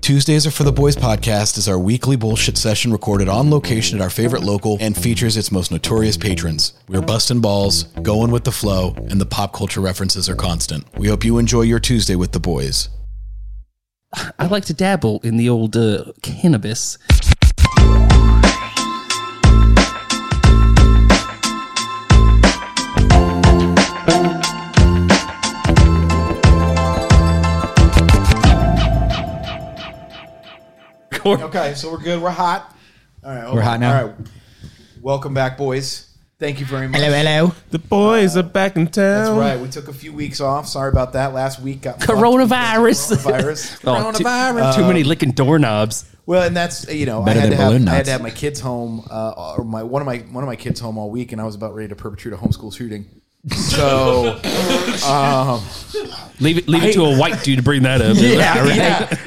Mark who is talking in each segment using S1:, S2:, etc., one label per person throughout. S1: Tuesdays Are for the Boys podcast is our weekly bullshit session recorded on location at our favorite local and features its most notorious patrons. We're busting balls, going with the flow, and the pop culture references are constant. We hope you enjoy your Tuesday with the boys.
S2: I like to dabble in the old uh, cannabis.
S3: Okay, so we're good. We're hot. All right,
S4: We're hot now.
S3: All right, welcome back, boys. Thank you very much.
S4: hello.
S5: The boys are back in town.
S3: That's right. We took a few weeks off. Sorry about that. Last week got fucked with the
S2: Coronavirus.
S3: Coronavirus.
S2: Oh, too, too many licking doorknobs.
S3: Well, and that's uh, you know I
S4: Better
S3: had
S4: than
S3: to have
S4: balloon
S3: I had
S4: knots.
S3: to have my kids home uh, or my one of my one of my kids home all week, and I was about ready to perpetrate a homeschool shooting. So
S2: Leave it, leave it to a white dude to bring that up. yeah,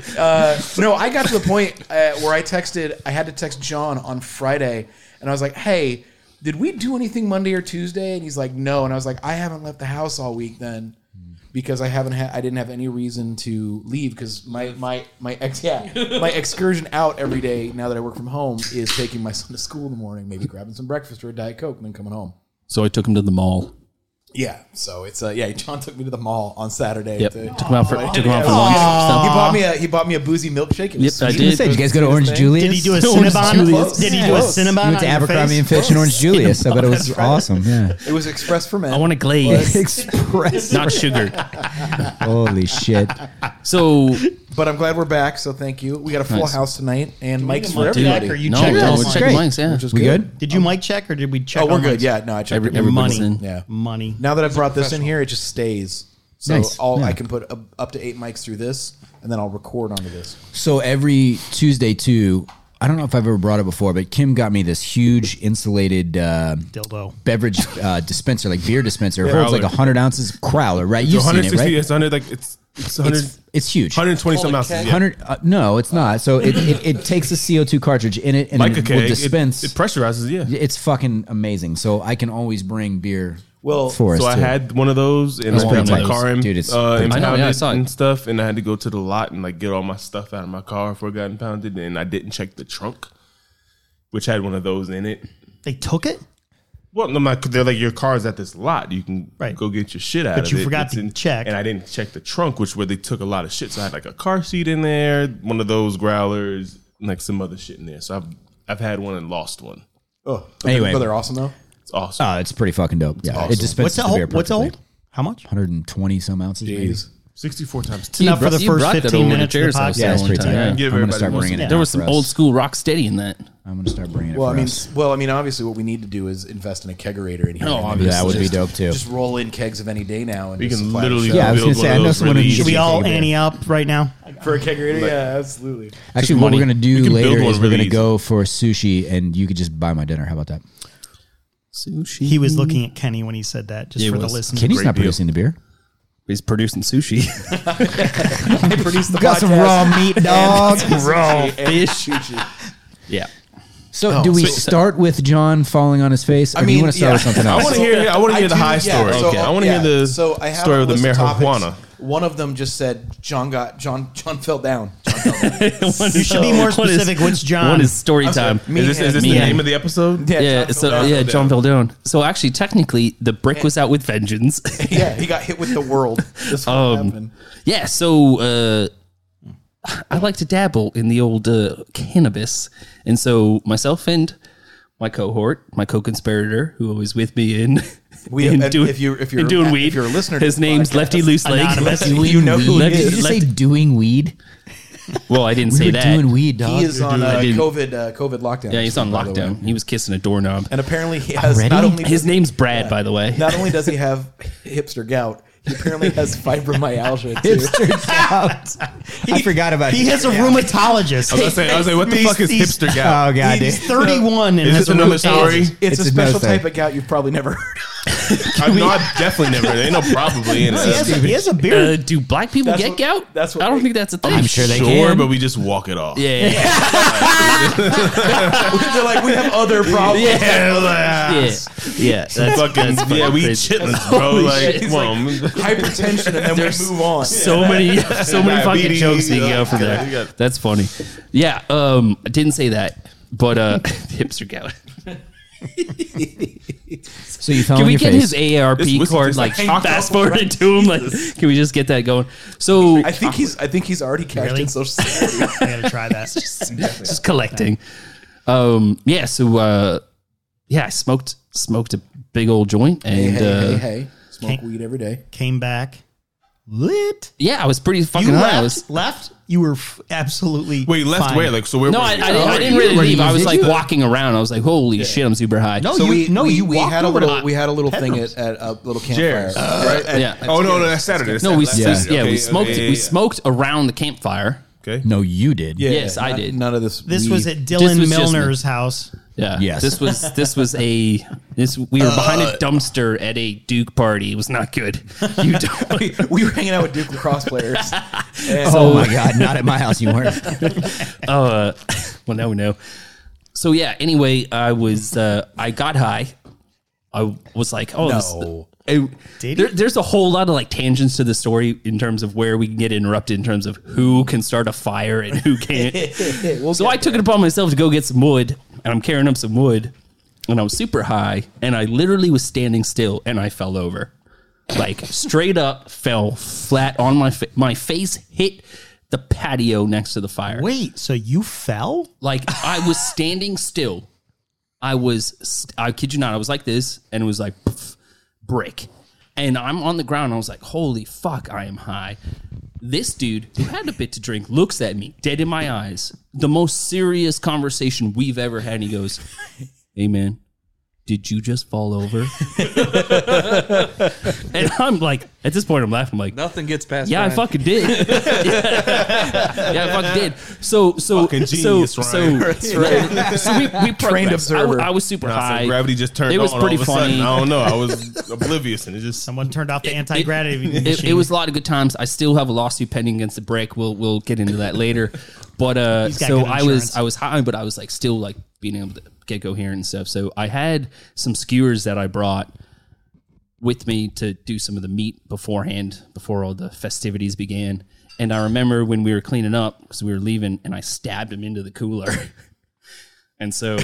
S3: yeah. Uh, no, I got to the point uh, where I texted. I had to text John on Friday, and I was like, "Hey, did we do anything Monday or Tuesday?" And he's like, "No." And I was like, "I haven't left the house all week then." Because I haven't had, I didn't have any reason to leave because my my my ex yeah my excursion out every day now that I work from home is taking my son to school in the morning, maybe grabbing some breakfast or a diet coke, and then coming home.
S2: So I took him to the mall.
S3: Yeah, so it's uh, yeah. John took me to the mall on Saturday.
S2: Yep.
S3: to-
S2: Took him out for,
S3: Like-
S2: took him out for
S3: Yeah.
S2: lunch.
S3: He
S2: and stuff.
S3: bought me a he bought me a boozy milkshake. It was
S2: Yep, I
S3: sweet.
S2: did.
S4: Did you guys go to Orange Julius?
S6: Did he do a
S4: You
S6: Cinnabon? Did he do a
S3: Close.
S4: went
S6: Cinnabon?
S4: to
S6: on your
S4: Abercrombie
S6: face?
S4: and Fitch and Orange Julius. I bet it was awesome. Yeah.
S3: It was express for men.
S2: I want to glaze,
S4: Express.
S2: not sugared.
S4: Holy shit.
S2: So
S3: but I'm glad we're back. So thank you. We got a full
S2: Nice.
S3: house tonight, and mics for
S6: Mic check,
S3: everybody.
S6: or you
S2: no,
S6: checked
S2: no,
S6: all
S2: we're
S6: mine?
S2: checking
S4: Great.
S2: mics, Yeah,
S3: which is
S4: We good?
S6: Did you mic check or did we check?
S3: Oh, we're
S6: all
S3: good.
S6: mics?
S3: Yeah, no, I checked.
S2: Every-
S3: it.
S2: everybody's
S6: Money.
S2: in.
S3: yeah.
S6: Money.
S3: Now that I brought this in here, it just stays. So
S4: Nice.
S3: all I
S4: Yeah.
S3: can put up, up to eight mics through this, and then I'll record onto this.
S4: So every Tuesday, too, I don't know if I've ever brought it before, but Kim got me this huge insulated uh,
S6: Dildo.
S4: beverage uh, dispenser, like beer dispenser. It holds like
S5: Crowler.
S4: 100 ounces of crowler, right? You've seen it,
S5: 160,
S4: right?
S5: it's 100, like, it's, it's 100,
S4: It's, it's huge.
S5: 120 something ounces. Yeah.
S4: 100 uh, no it's not so it, it, it takes a co2 cartridge in it and
S5: Like a
S4: it will
S5: keg.
S4: dispense
S5: It, it pressurizes, yeah.
S4: it's fucking amazing so i can always bring beer
S3: Well,
S4: for us
S5: So I
S4: too.
S5: had one of those and
S4: That's
S5: I
S4: one
S5: had
S4: of
S5: my
S4: those.
S5: car
S4: Dude,
S5: impounded
S4: it's
S5: uh,
S4: pretty-
S2: I know, yeah, I
S5: impounded
S2: saw it.
S5: and stuff, and I had to go to the lot and like get all my stuff out of my car before it got impounded, and I didn't check the trunk, which had one of those in it.
S6: They took it,
S5: Well, no, my, they're like your car's at this lot. You can
S6: Right.
S5: go get your shit out.
S6: But
S5: of
S6: you
S5: it.
S6: forgot
S5: It's
S6: to check.
S5: and I didn't check the trunk, which where they took a lot of shit. So I had like a car seat in there, one of those growlers, and like some other shit in there. So I've I've had one and lost one.
S3: Oh,
S4: Anyway.
S3: but they're awesome though.
S5: It's awesome.
S6: Ah,
S4: oh it's pretty fucking dope yeah it
S6: What's
S4: dispenses
S6: that
S4: the beer
S6: hold? What's that
S4: perfectly.
S6: hold? How much?
S4: 120 some ounces maybe.
S5: Sixty four times. two.
S2: You
S6: Enough for
S2: brought-
S6: the
S2: you
S6: first
S2: brought that
S6: 15
S2: over to
S6: minutes of the
S2: Jared's
S6: podcast.
S2: house
S4: yeah
S2: that
S4: it's
S2: one
S4: pretty tight
S2: time.
S4: i'm
S5: Give
S4: gonna
S5: everybody
S4: start
S5: one
S4: bringing
S5: of
S4: it
S5: them.
S4: out
S2: There was some
S4: for us.
S2: old school rock steady in that.
S4: i'm gonna start bringing it
S3: Well,
S4: for
S3: I mean,
S4: us.
S3: well, I mean, obviously, what we need to do is invest in a kegerator in here.
S2: No,
S3: And then
S2: obviously.
S4: that would be
S3: just-
S4: dope too
S3: Just roll in kegs of any day now, and
S5: We
S3: just
S5: can
S3: supply the
S5: literally
S3: show.
S4: Yeah, I was
S5: build
S4: gonna say,
S5: one
S4: I
S5: of
S4: know
S5: those
S4: someone who
S5: really
S6: Should we
S5: easy.
S6: all ante up right now?
S3: for a kegerator. yeah, absolutely.
S4: actually what
S2: money.
S4: we're gonna do
S5: can
S4: later
S5: build one
S4: is we're
S5: really
S4: gonna
S5: easy.
S4: go for sushi and you could just buy my dinner how about that
S2: Sushi.
S6: He was looking at Kenny when he said that, just
S2: Yeah,
S6: for
S2: he
S6: the
S2: was.
S6: listeners.
S4: kenny's not
S5: deal.
S4: producing the beer
S2: He's producing sushi.
S3: I produced the
S4: got some
S3: podcast.
S4: raw meat dog
S2: Raw fish. yeah.
S4: so do we start with john falling on his face or do
S3: mean,
S4: you want to start
S3: yeah.
S4: with something
S5: I
S4: else
S5: want to hear. I want to hear the
S3: do-
S5: high
S3: yeah,
S5: story.
S3: so,
S5: okay. I want to
S3: yeah,
S5: hear the
S3: so I have
S5: story
S3: a
S5: of the
S3: list
S5: marijuana.
S3: topics. One of them just said John got John John fell down.
S2: you
S6: should be more specific. What's John?
S2: One is story time.
S3: sorry, me
S5: Is this, is
S3: and-
S5: this the
S2: me and-
S5: name of the episode?
S2: yeah,
S3: John
S2: so
S3: fell down.
S2: yeah, John Valdone. So actually, technically, the brick was out with vengeance.
S3: yeah, he got hit with the world. That's what
S4: Um,
S3: happened.
S2: yeah, so uh, I like to dabble in the old uh, cannabis, and so myself and my cohort, my co-conspirator, who was with me in,
S3: We-
S2: in
S3: and if you- if
S2: in
S3: you're-
S2: doing
S3: if
S2: weed,
S3: you're a listener to
S2: his
S3: this
S2: name's
S3: podcast,
S2: Lefty Loose Leg.
S6: anonymous,
S2: Lefty
S3: you know who
S2: Lefty-
S3: he
S4: Did
S3: is.
S4: you just say
S2: Lefty-
S4: doing weed?
S2: well, I didn't
S4: We
S2: say
S4: were
S2: that.
S4: doing weed, dog.
S3: He is on uh,
S2: didn't-
S3: COVID uh, COVID lockdown.
S2: Yeah, he's on
S3: by the way.
S2: lockdown. He was kissing a doorknob.
S3: And apparently he has
S4: Already?
S3: not only
S2: His name's Brad, by the way.
S3: not only does he have hipster gout, he apparently has fibromyalgia too.
S4: I forgot about
S6: He
S4: it.
S6: has a rheumatologist.
S5: I was saying, I was like, what the fuck is
S6: He's-
S5: hipster guy?
S4: Oh god,
S6: He's 31 and
S5: Is
S6: has
S5: this
S6: a
S5: another
S6: rheumatologist.
S5: story?
S3: It's,
S4: It's
S3: a
S4: a
S3: special
S4: nose thing.
S3: type of gout you've probably never heard. of.
S5: I, no, I definitely never. Ain't no probably in
S6: He has, a,
S5: it.
S6: he has a beard.
S2: Uh, do black people
S7: That's
S2: get
S7: what-
S2: gout?
S7: that's what
S2: I don't
S7: they-
S2: think that's a thing.
S4: I'm sure they
S5: Sure,
S4: can.
S5: but we just walk it off.
S2: Yeah, yeah,
S3: They're like, we have other problems.
S2: yeah. yeah that's,
S5: Fucking,
S2: that's fucking
S5: yeah, we
S2: crazy.
S5: chitlins, bro. Like,
S2: shit.
S5: come on.
S3: Hypertension, and then we move on.
S2: so many so many fucking
S5: Diabetes,
S2: jokes that you
S5: you know,
S2: go for
S5: you
S2: there.
S5: got- you
S2: That's funny. Yeah, um, I didn't say that, but uh, hipster gout.
S4: So you fell
S2: Can
S4: on
S2: we
S4: your
S2: get
S4: face.
S2: his AARP
S5: This whiskey
S2: card
S5: tastes
S2: like
S5: like chocolate.
S2: fast forwarded to him? Like, can we just get that going? So
S3: I think he's. I think he's already cashed
S6: Really?
S3: in social security.
S6: I gotta try that.
S2: just collecting. Um, yeah. So uh, yeah, I smoked smoked a big old joint,
S3: hey,
S2: and
S3: hey, hey,
S2: uh,
S3: hey, smoke
S6: can't-
S3: weed every day.
S6: Came back. Lit.
S2: yeah, I was pretty fucking
S6: You
S2: high. I
S6: left.
S2: was,
S6: left. You were f- absolutely.
S5: Wait, left
S6: fine.
S5: where? Like, so where?
S2: no,
S5: were
S2: I, I,
S5: you?
S2: didn't, I didn't really leave. I was like walking around. I was like, holy shit, I'm super high.
S6: No,
S3: So
S6: Oh,
S3: we
S6: you, no,
S3: we,
S6: you
S3: we
S6: walked
S3: had a
S6: over
S3: little
S6: to-
S3: we had a little thing at,
S6: Pedro's.
S3: at a little campfire.
S7: Uh,
S5: Cheers.
S3: right? And-
S2: yeah.
S5: Oh no, no, that's Saturday. That's
S2: No, we
S5: Saturday.
S2: yeah,
S5: That's Saturday.
S2: yeah, we
S5: Okay,
S2: smoked
S5: okay,
S2: we
S5: yeah, yeah.
S2: smoked around the campfire.
S5: Okay.
S4: no, you did.
S3: Yeah,
S2: Yes, I
S3: none-
S2: did.
S3: None of this.
S6: This
S3: weed.
S6: was at
S2: This
S6: Dylan
S2: was just
S6: Milner's house.
S2: Yeah.
S4: Yes.
S2: This was this was a this we were behind a dumpster at a Duke party. It was not good. You don't
S3: we were hanging out with Duke lacrosse players.
S4: Oh my god, not at my house you weren't.
S2: uh well no no. So yeah, anyway, I was uh I got high. I was like, oh this- I-
S6: Did
S2: there,
S6: he?
S2: there's a whole lot of like tangents to the story in terms of where we can get interrupted in terms of who can start a fire and who can't. so I took it upon myself to go get some wood, and I'm carrying up some wood, and I was super high, and I literally was standing still, and I fell over, like straight up, fell flat on my fa- my face hit the patio next to the fire.
S6: Wait, so you fell?
S2: Like I was standing still. I was, st- I kid you not, I was like this and it was like pff, brick. And I'm on the ground. I was like, holy fuck, I am high. This dude who had a bit to drink looks at me dead in my eyes. The most serious conversation we've ever had. And he goes, hey man, did you just fall over? and I'm like, at this point, I'm laughing. I'm like,
S7: Nothing gets past.
S2: yeah, I
S7: Ryan.
S2: fucking did. yeah, I fucking did. So, so,
S5: Fucking
S2: so,
S5: genius,
S2: so,
S5: Ryan.
S2: so we, we trained
S3: observer.
S2: I, was super
S5: Nah, so
S2: high.
S5: gravity just turned.
S2: It was
S5: on
S2: pretty
S5: all of
S2: funny.
S5: A sudden. I don't know. I was oblivious, and it just
S6: Someone turned off the anti gravity machine.
S2: It, it was a lot of good times. I still have a lawsuit pending against the brick. We'll we'll get into that later. But uh,
S6: He's got
S2: so
S6: good
S2: I was
S6: insurance.
S2: I was high, but I was like still like being able to get coherent and stuff. So I had some skewers that I brought with me to do some of the meat beforehand, before all the festivities began. And I remember when we were cleaning up because we were leaving, and I stabbed him into the cooler. and so,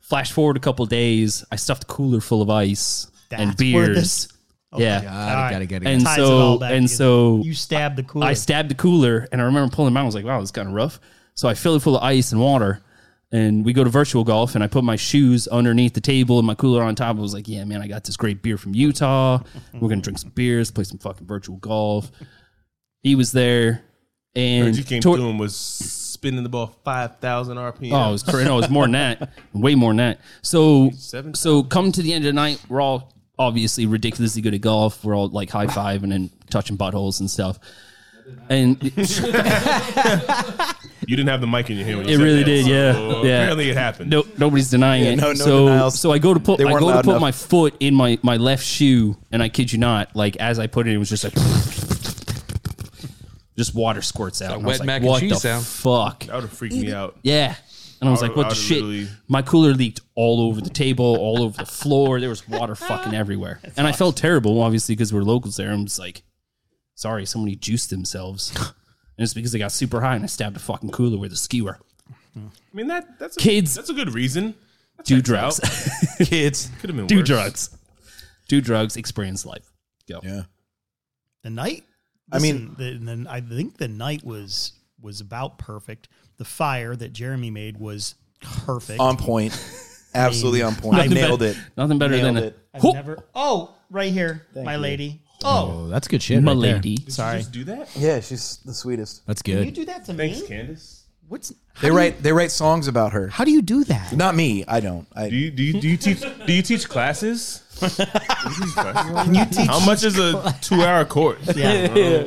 S2: flash forward a couple days, I stuffed a cooler full of ice and
S6: That's Oh where
S2: beers.
S6: this-
S2: yeah,
S6: All
S4: gotta get it.
S2: and
S6: Ties it
S2: so
S6: all back
S2: and
S6: together.
S2: so
S6: you stabbed the cooler.
S2: I stabbed the cooler and I remember pulling them out. I was like, wow, it's kind of rough. So I fill it full of ice and water. And we go to virtual golf and I put my shoes underneath the table and my cooler on top. I was like, yeah, man, I got this great beer from Utah. We're going to drink some beers, play some fucking virtual golf. He was there. And
S5: you came
S2: toward-
S5: through and was spinning the ball five thousand RPM.
S2: Oh, it was crazy. No, it was more than that. Way more than that. So,
S5: Seven
S2: so come to the end of the night, we're all obviously ridiculously good at golf. We're all like high five and then touching buttholes and stuff. And it
S5: you didn't have the mic in your hand. When you said
S2: really
S5: that,
S2: did,
S5: so
S2: yeah, yeah.
S5: Apparently, it happened.
S2: no, nobody's denying it.
S3: no- no
S2: so,
S3: denials.
S2: so I go to put,
S3: They
S2: I
S3: weren't
S2: go to
S3: loud
S2: put
S3: enough.
S2: my foot in my my left shoe, and I kid you not, like as I put it, it was just like. Just water squirts out. And I was
S7: wet
S2: like,
S7: mac and
S2: what
S7: cheese
S2: the
S7: sound."
S2: fuck?
S5: That would have freaked me out.
S2: Yeah. And I was
S5: I-
S2: like, what
S5: I
S2: the
S5: was
S2: shit?
S5: literally-
S2: My cooler leaked all over the table, all over the floor. There was water fucking everywhere. and I felt terrible, obviously, because we're locals there. I'm just like, sorry, somebody juiced themselves. and it's because they got super high and I stabbed a fucking cooler with a skewer.
S5: I mean, that that's a,
S2: Kids-
S5: That's a good reason. That
S2: Do
S5: checks
S2: drugs.
S5: out.
S7: Kids.
S5: Could have been
S2: Do
S5: worse.
S2: drugs. Do drugs, experience life. Go.
S1: Yeah.
S6: the night.
S3: I mean-
S6: listen, the, the, I think the night was was about perfect. The fire that Jeremy made was perfect.
S3: on point. Absolutely on point. I
S2: Nothing
S3: nailed
S2: bet-
S3: it.
S2: Nothing better
S3: Nailed
S2: than
S3: it.
S2: a
S6: I've
S2: Whoop,
S6: never. Oh, right here, my lady. Oh,
S4: Oh, that's good shit.
S2: my
S4: right there.
S2: lady.
S6: sorry.
S5: Just do that.
S3: Yeah, she's the sweetest.
S4: That's
S6: You
S4: good.
S6: do that to
S5: Thanks,
S6: me?
S5: Candace.
S6: What's?
S3: They write they write songs about her.
S6: How do you do that?
S3: Not me. I don't.
S5: Do
S3: I
S5: you do you, do you teach do you teach classes? Do you teach classes? How much is a two hour course?
S6: Yeah.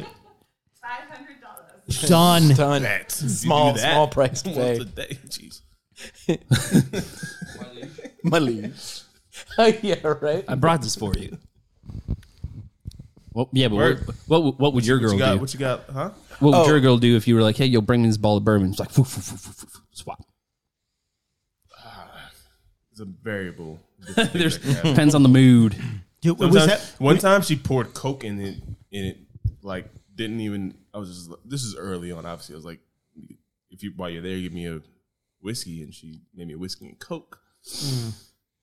S8: five hundred dollars.
S6: Done.
S3: done.
S5: That.
S3: Small-
S5: You do that
S3: small price to
S5: once
S3: pay.
S5: a day. Jeez.
S3: My leaves. yeah, right.
S7: Uh,
S2: I brought this for you. Well, yeah, but what, what what would your girl
S5: You got,
S2: do?
S5: what you got? Huh?
S2: What would your girl do if you were like, hey, yo, bring me this ball of bourbon? It's like, "Foo, foo, foo, foo, foo, foo," swap.
S5: It's a variable.
S2: There's, depends on the mood.
S6: Dude, was
S5: Sometimes-
S6: that-
S5: one time she poured coke in it, in it, like didn't even. I was just like- this is early on. Obviously, I was like, if you while you're there, give me a whiskey, and she made me a whiskey and coke
S3: Hmm.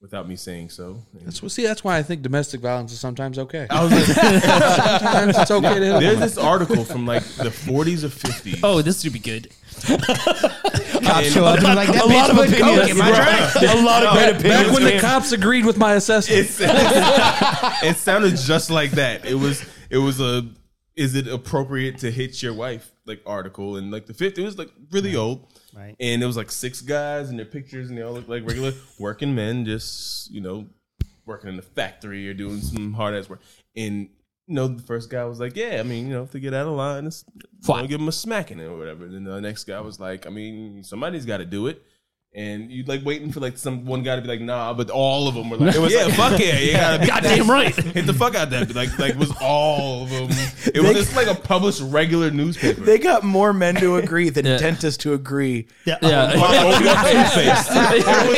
S5: without me saying so. And
S7: So see, that's why I think domestic violence is sometimes okay.
S5: I was like,
S7: Sometimes it's okay to hit
S5: there's this article from like the 40s or 50s.
S2: Oh, this would be good.
S4: Cops show up and be like, that
S2: A
S4: bitch
S2: lot of
S4: put coke
S2: opinions.
S4: in my drink.
S5: a lot of bad
S7: Back when the cops agreed with my assessment.
S5: It's- it's- it sounded just like that. It was it was a is it appropriate to hit your wife like article and like the fifth it was like really old.
S6: Right.
S5: And it was like six guys and their pictures and they all looked like regular working men just, you know, working in the factory or doing some hard ass work. And you know, the first guy was like, Yeah, I mean, you know, if they get out of line, it's I'll give them a smacking or whatever. And then the next guy was like, I mean, somebody's gotta do it and you like waiting for like some one guy to be like, nah, but all of them were like, it was yeah, fuck yeah, you gotta be
S2: Goddamn right.
S5: hit the fuck out of that. Like, like was all of them. It was just like a published regular newspaper.
S3: They got more men to agree than
S2: Yeah.
S3: dentists to agree.
S6: yeah,
S2: Yeah.
S5: Open up in your face.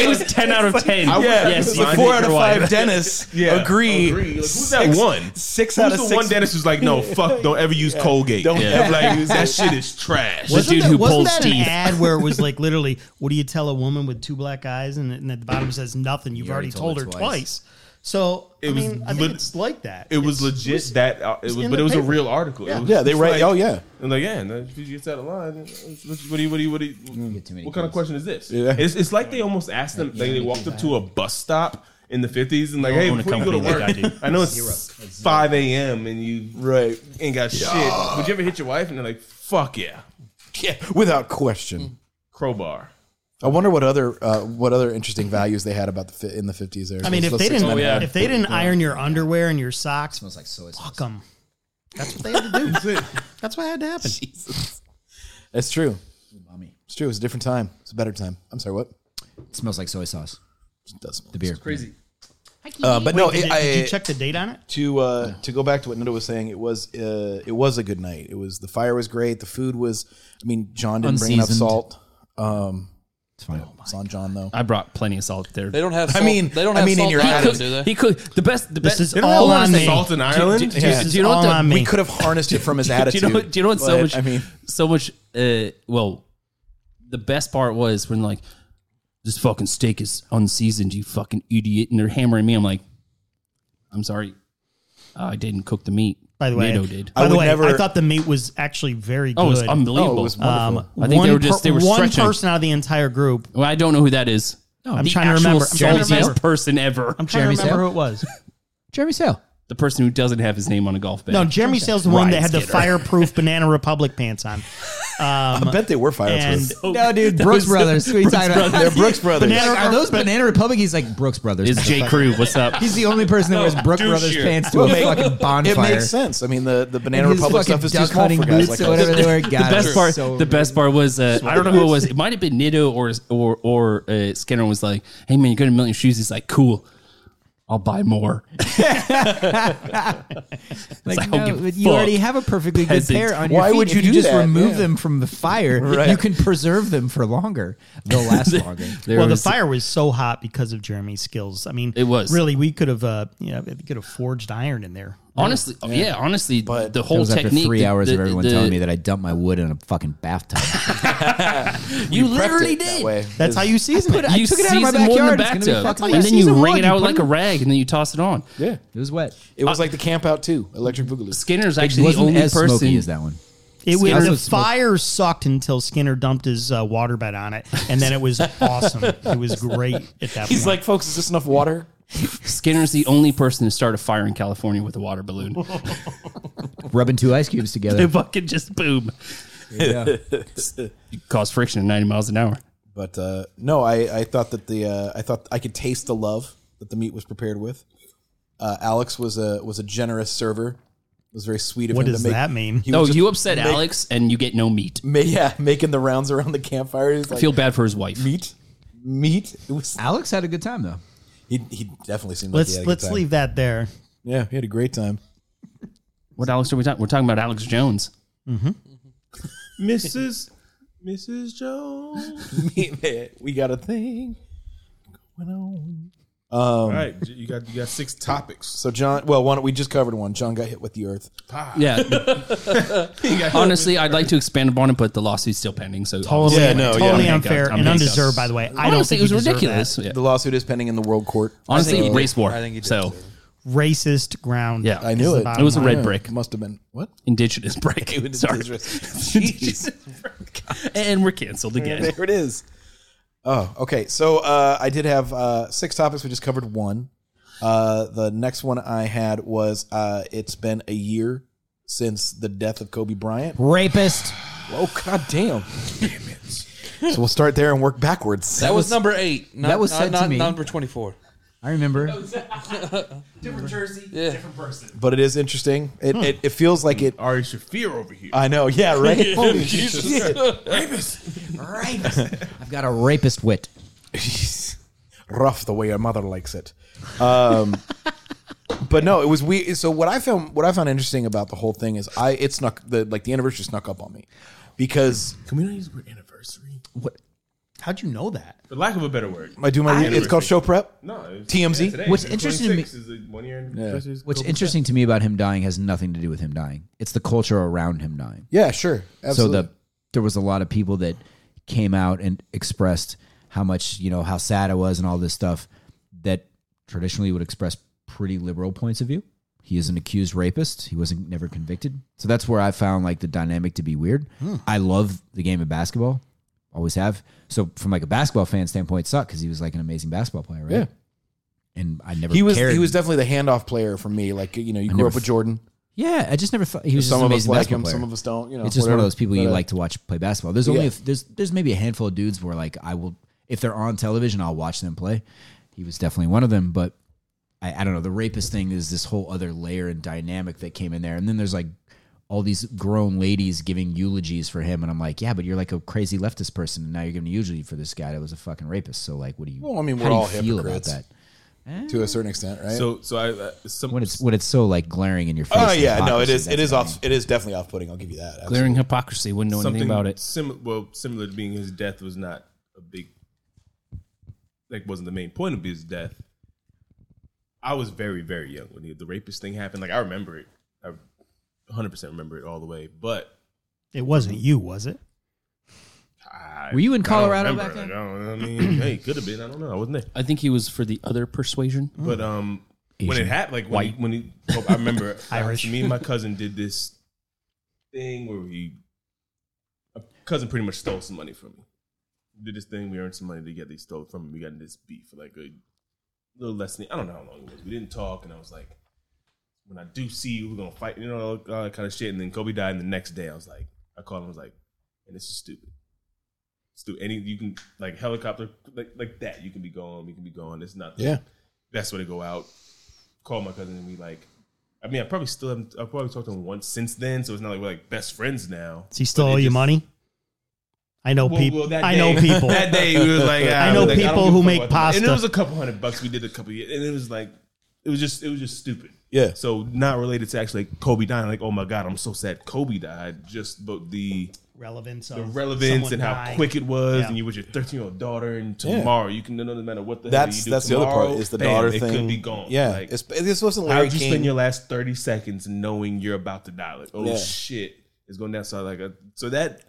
S2: it was 10 out of 10.
S5: I would-
S2: yes,
S5: Like,
S2: you
S3: Four
S2: hit
S3: out of
S2: your
S3: five
S2: wife.
S3: dentists
S5: Yeah,
S3: agree.
S5: agree. Like, who's that one?
S3: Six
S5: Who's
S3: out of
S5: the
S3: six.
S5: one dentist who's like, no, fuck, don't ever use Colgate.
S3: Don't-
S5: Yeah. Like that shit is trash.
S2: The dude
S6: that,
S2: who
S6: wasn't
S2: pulls
S6: that
S2: teeth.
S6: an ad where it was like literally, what do you tell a woman with two black eyes and, and at the bottom says nothing? You've already, told, her twice. So I
S5: It was
S6: mean, I think
S5: lit-
S6: it's like that.
S5: It was
S6: It's-
S5: legit that uh, it was,
S6: in
S5: but
S6: the
S5: it was a
S6: paper.
S5: real article. It was
S1: Yeah, they
S5: just
S1: write-
S5: Like,
S1: oh, yeah.
S5: And like yeah, and then if you get out of line, then what what do you what do you what do you, what
S4: too many
S5: kind of
S4: kids.
S5: question is this?
S1: Yeah.
S5: It's, it's like they almost asked them. Like they walked up to a bus stop in the fifties and like,
S2: don't
S5: hey,
S2: own a
S5: before you go to
S2: company
S5: work,
S2: like I do.
S5: I know it's five a.m. and you
S3: Right.
S5: ain't got shit. Would you ever hit your wife? And they're like, fuck yeah,
S1: Without question.
S5: crowbar.
S1: I wonder what other uh, what other interesting values they had about the fi- in the fifties. There,
S6: I mean, if they
S2: Oh,
S6: didn't,
S5: yeah.
S6: if they didn't iron your underwear and your socks,
S4: Smells like soy sauce.
S6: fuck 'em. That's what they had to do.
S5: That's it.
S6: That's what had to happen.
S1: That's true. It's true. It's a different time. It's a better time. I'm sorry. What?
S4: It smells like soy sauce.
S1: It does.
S4: The beer.
S3: Crazy.
S1: Uh, but no,
S6: Wait, did,
S1: it-
S6: it- did
S1: I-
S6: you check the date on it?
S1: to uh, to go back to what Nita was saying, it was uh, it was a good night. It was the fire was great. The food was. I mean, John didn't bring enough
S4: Unseasoned.
S1: salt. Um,
S4: It's fine.
S1: it's on John though.
S2: I brought plenty of salt there.
S7: They don't have.
S1: I
S7: Salt.
S1: mean-
S7: they don't
S1: I
S7: have
S1: mean, in
S7: salt
S1: your
S7: in
S1: ad-
S7: Ireland,
S2: He
S7: do
S2: could,
S7: they?
S2: he could. The best. The best.
S6: is
S2: do you know
S6: all
S2: what-
S6: on me.
S5: Salt in Ireland.
S2: Do, do- do-
S1: Yeah.
S2: do you know what
S6: All
S2: the-
S6: on me.
S1: We could have harnessed it from his
S2: do
S1: attitude.
S2: you know? Do you know what? So
S1: but,
S2: much.
S1: I mean,
S2: so much. Uh, well, the best part was when like this fucking steak is unseasoned. You fucking idiot! And they're hammering me. I'm like, I'm sorry, Uh, I didn't cook the meat.
S6: By the way,
S2: Nato did.
S6: By
S1: I
S6: the
S1: would
S6: way,
S1: never-
S6: I thought the meat was actually very good.
S2: Oh, it was unbelievable.
S1: oh, it was
S6: Um,
S1: wonderful.
S2: I think
S6: one
S2: they were just- they were
S6: per- one
S2: stretching.
S6: person out of the entire group.
S2: well, I don't know who that is.
S6: I'm
S2: the
S6: trying to
S2: actual
S6: remember. I'm trying to
S2: saltiest
S6: remember.
S2: person ever.
S6: I'm trying
S4: Jeremy
S6: to remember
S4: Sale?
S6: who it was.
S4: Jeremy Sale.
S2: the person who doesn't have his name on a golf bag.
S6: No, Jeremy Sale's the one that had the
S2: Skitter.
S6: fireproof Banana Republic pants on.
S1: I bet they were
S6: And
S1: fireproof.
S4: No, dude, Brooks Brothers. What are you talking about? They're Brooks
S1: Brothers.
S6: Banana-
S4: Are those Banana Republic? He's like Brooks Brothers.
S2: is J. Crew. What's up?
S4: He's the only person that wears Brooks Brothers
S7: shit.
S4: pants to a fucking bonfire.
S1: It makes sense. I mean, the, the Banana
S4: And his
S1: Republic
S4: fucking
S1: stuff is too
S4: duck
S1: small for
S4: hunting
S1: guys like
S4: boots or whatever
S1: us.
S4: they were. God,
S2: the best
S4: it was
S2: part.
S4: so
S2: the best part was uh, I don't know who it was. It might have been Nitto or or or uh, Skinner was like, "Hey man, you're gonna melt your shoes." He's like, "Cool, I'll buy more."
S4: Like,
S2: It's like, I
S4: no,
S2: don't give a
S4: but you
S2: fuck,
S4: already have a perfectly good
S2: peasant.
S4: pair on your
S1: Why
S4: feet.
S1: would
S4: If
S1: you do
S4: just
S1: that?
S4: remove
S1: Yeah.
S4: them from the fire? You can preserve them for longer. They'll last longer.
S2: There
S6: well, the
S2: was-
S6: fire was so hot because of Jeremy's skills. I mean,
S2: It was.
S6: really. We could have, uh, you know, we could have forged iron in there.
S2: Honestly, yeah, honestly, the
S4: That
S2: whole
S4: was after
S2: technique.
S4: three
S2: the-
S4: hours
S2: the-
S4: of everyone
S2: the-
S4: telling me that I dumped my wood in a fucking bathtub.
S2: you
S1: Prepped
S2: literally
S1: it that
S2: did.
S1: way.
S6: That's how you season it.
S4: I
S2: you
S4: took it out of my
S2: season wood in the
S4: backyard, it's gonna be
S2: bathtub,
S4: fucking-
S2: and
S4: Yeah,
S2: then you
S4: season
S2: wring
S4: wood,
S2: it
S4: you
S2: out
S4: put
S2: like
S4: it-
S2: a rag, and then you toss it on.
S1: Yeah.
S4: It was wet.
S1: It was like the camp out too, Electric Boogaloo.
S2: Skinner's
S4: It
S2: actually the
S4: wasn't
S2: only
S4: as
S2: person.
S4: smoky as that one.
S6: It was,
S4: Skinner
S6: the
S4: was smoking.
S6: fire sucked until Skinner dumped his uh, waterbed on it, and then it was awesome. It was great at that
S3: He's
S6: point.
S3: like, folks, is this enough water?
S2: Skinner's the only person to start a fire in California with a water balloon.
S4: Rubbing two ice cubes
S2: they
S4: together.
S2: fucking just boom. You cause friction at ninety miles an hour.
S1: But uh, no, I, I thought that the uh, I thought I could taste the love that the meat was prepared with. Uh, Alex was a was a generous server. It was very sweet of
S6: What
S1: him
S6: does
S1: to make.
S6: that mean?
S1: He
S2: No,
S1: was just
S2: you upset
S1: make-
S2: Alex, and you get no meat.
S1: ma- yeah, making the rounds around the campfire. He's
S2: I
S1: like,
S2: feel bad for his wife.
S1: meat, meat. It was
S4: Alex had a good time though.
S9: He, he definitely seemed like he
S6: Let's
S9: had a good
S6: let's
S9: time.
S6: leave that there.
S9: Yeah, he had a great time.
S2: What Alex are we talking? We're talking about Alex Jones.
S5: Mrs. Mrs.
S1: Um,
S5: Jones.
S9: we got a thing going on.
S5: All right, you got you got six topics.
S9: So John, well, one we just covered one. John got hit with the earth.
S2: Yeah. Honestly, I'd like to expand upon it, but the lawsuit's still pending. So
S6: Totally,
S9: Yeah, no, yeah.
S6: totally
S2: I'm
S6: unfair
S2: handcuffed. I'm
S6: and
S2: handcuffed.
S6: undeserved. By the way, I don't
S2: honestly,
S6: think
S2: it was
S6: you deserve
S2: ridiculous.
S6: that.
S2: Yeah.
S10: The lawsuit is pending in the world court.
S2: Honestly,
S9: he did.
S2: race war.
S7: I think he did
S2: so
S7: deserve
S6: Racist ground.
S2: Yeah.
S9: I
S6: is
S9: knew
S6: the
S9: it.
S6: bottom
S2: It was a
S6: line.
S2: red brick.
S9: Must have been what?
S2: indigenous break. Sorry.
S9: Jeez.
S2: and we're canceled again.
S9: there it is. Oh, okay. So uh, I did have uh, six topics. We just covered one. Uh, the next one I had was uh, it's been a year since the death of Kobe Bryant.
S4: Rapist.
S7: Oh god damn.
S9: So we'll start there and work backwards.
S7: That was number eight. Not,
S4: that was
S7: not,
S4: said to
S7: not
S4: me.
S7: number twenty four.
S4: I remember.
S2: Different jersey,
S7: Yeah.
S2: different person.
S9: but it is interesting. It,
S2: Hmm.
S9: it, it feels like it.
S5: Ari Shafir over here.
S2: Uh,
S9: I know. Yeah. Right. Holy shit.
S4: I've got a rapist wit.
S9: rough the way your mother likes it. Um, but no, it was we. So what I found what I found interesting about the whole thing is I it snuck the like the anniversary snuck up on me because
S5: Can we not use the word anniversary?
S6: How'd you know that?
S5: For lack of a better word.
S9: I do my it's called show prep.
S5: No, it's-
S9: TMZ?
S5: yeah, today.
S4: What's
S5: The
S4: interesting to me-
S5: 26 is the one year anniversary is
S4: What's
S5: Kobe
S4: interesting to me about him dying has nothing to do with him dying. It's the culture around him dying.
S9: Yeah, sure. Absolutely.
S4: So the there was a lot of people that came out and expressed how much you know how sad I was and all this stuff that traditionally would express pretty liberal points of view. He is an accused rapist. He wasn't never convicted. So that's where I found like the dynamic to be weird.
S9: Hmm.
S4: I love the game of basketball. Always have. So from like a basketball fan standpoint, it sucked because he was like an amazing basketball player, right?
S9: Yeah.
S4: And I never
S9: he was
S4: cared.
S9: he was definitely the handoff player for me. Like you know, you grew
S4: never
S9: up with Jordan.
S4: yeah. I just never thought he was just
S9: Some
S4: an
S9: of us
S4: amazing
S9: like
S4: basketball
S9: him.
S4: player.
S9: Some of us don't. You know,
S4: it's just one
S9: whatever.
S4: of those people you
S9: But, uh,
S4: like to watch play basketball. There's only
S9: Yeah.
S4: a, there's there's maybe a handful of dudes where like I will if they're on television I'll watch them play. He was definitely one of them, but I, I don't know. The rapist thing is this whole other layer and dynamic that came in there, and then there's like all these grown ladies giving eulogies for him, and I'm like, yeah, but you're like a crazy leftist person, and now you're giving a eulogy for this guy that was a fucking rapist. So like, what do you?
S9: Well, I mean,
S4: how
S9: we're
S4: do you
S9: all
S4: feel about
S9: hypocrites.
S4: that
S9: to a certain extent, right?
S5: So, so I uh, some
S4: when it's when it's so like glaring in your face.
S9: oh
S4: the
S9: yeah, no, it
S4: hypocrisy,
S9: is it
S4: that's
S9: is
S4: the
S9: off it is definitely off putting. I'll give you that. Absolutely.
S2: Glaring hypocrisy. Wouldn't know
S5: something
S2: anything about it.
S5: Sim- well, similar to being his death was not a big like wasn't the main point of his death. I was very very young when the, the rapist thing happened. Like I remember it, I 100 percent remember it all the way. But
S6: It wasn't you, was it?
S5: I,
S4: Were you in
S5: I don't
S4: Colorado
S5: remember.
S4: back then?
S5: Like, I, don't, know. I mean, hey, could have been. I don't know. I wasn't there.
S2: I think he was for the other persuasion.
S5: But um, when it happened, like when he, when he, oh, I remember
S6: Irish.
S5: Me and my cousin did this thing where we, my cousin pretty much stole some money from me. We did this thing, we earned some money together. He stole it from me. We got in this beef for like a little less than I don't know how long it was. We didn't talk, and I was like, when I do see you, we're gonna fight, you know, all all that kind of shit. And then Kobe died, and the next day I was like, I called him, I was like, and this is stupid. Stupid. Any you can like helicopter like like that. You can be gone. We can be gone. It's not. The,
S9: Yeah.
S5: Best way to go out. Call my cousin and we like. I mean, I probably still haven't. I probably talked to him once since then, so it's not like we're like best friends now.
S6: Does he still
S5: But it
S6: owe you
S5: just-
S6: money? I know
S5: Well,
S6: people.
S5: well, that
S6: I know
S5: day-
S6: people.
S5: That day we was like, ah,
S6: I know
S5: like, don't
S6: people
S5: give a
S6: who
S5: fuck
S6: make
S5: about the money. And
S6: pasta.
S5: it was a couple hundred bucks we did a couple years, and it was like, it was just, it was just stupid.
S9: Yeah.
S5: So not related to actually like Kobe dying. Like, oh my god, I'm so sad Kobe died. Just but the
S6: relevance.
S5: the
S6: of
S5: relevance
S6: someone
S5: and how
S6: dying.
S5: quick it was,
S6: Yeah.
S5: and you with your 13 year old daughter, and
S9: Yeah.
S5: tomorrow you can no no matter what the hell
S9: That's
S5: you do
S9: that's the other
S5: tomorrow,
S9: part is the
S5: bam,
S9: daughter
S5: it
S9: thing.
S5: could be gone.
S9: Yeah,
S5: Like,
S9: it's, this wasn't
S5: how
S9: Larry
S5: would you
S9: King.
S5: spend your last 30 seconds knowing you're about to die? Like, oh
S9: Yeah.
S5: shit, it's going down. So like, a, so that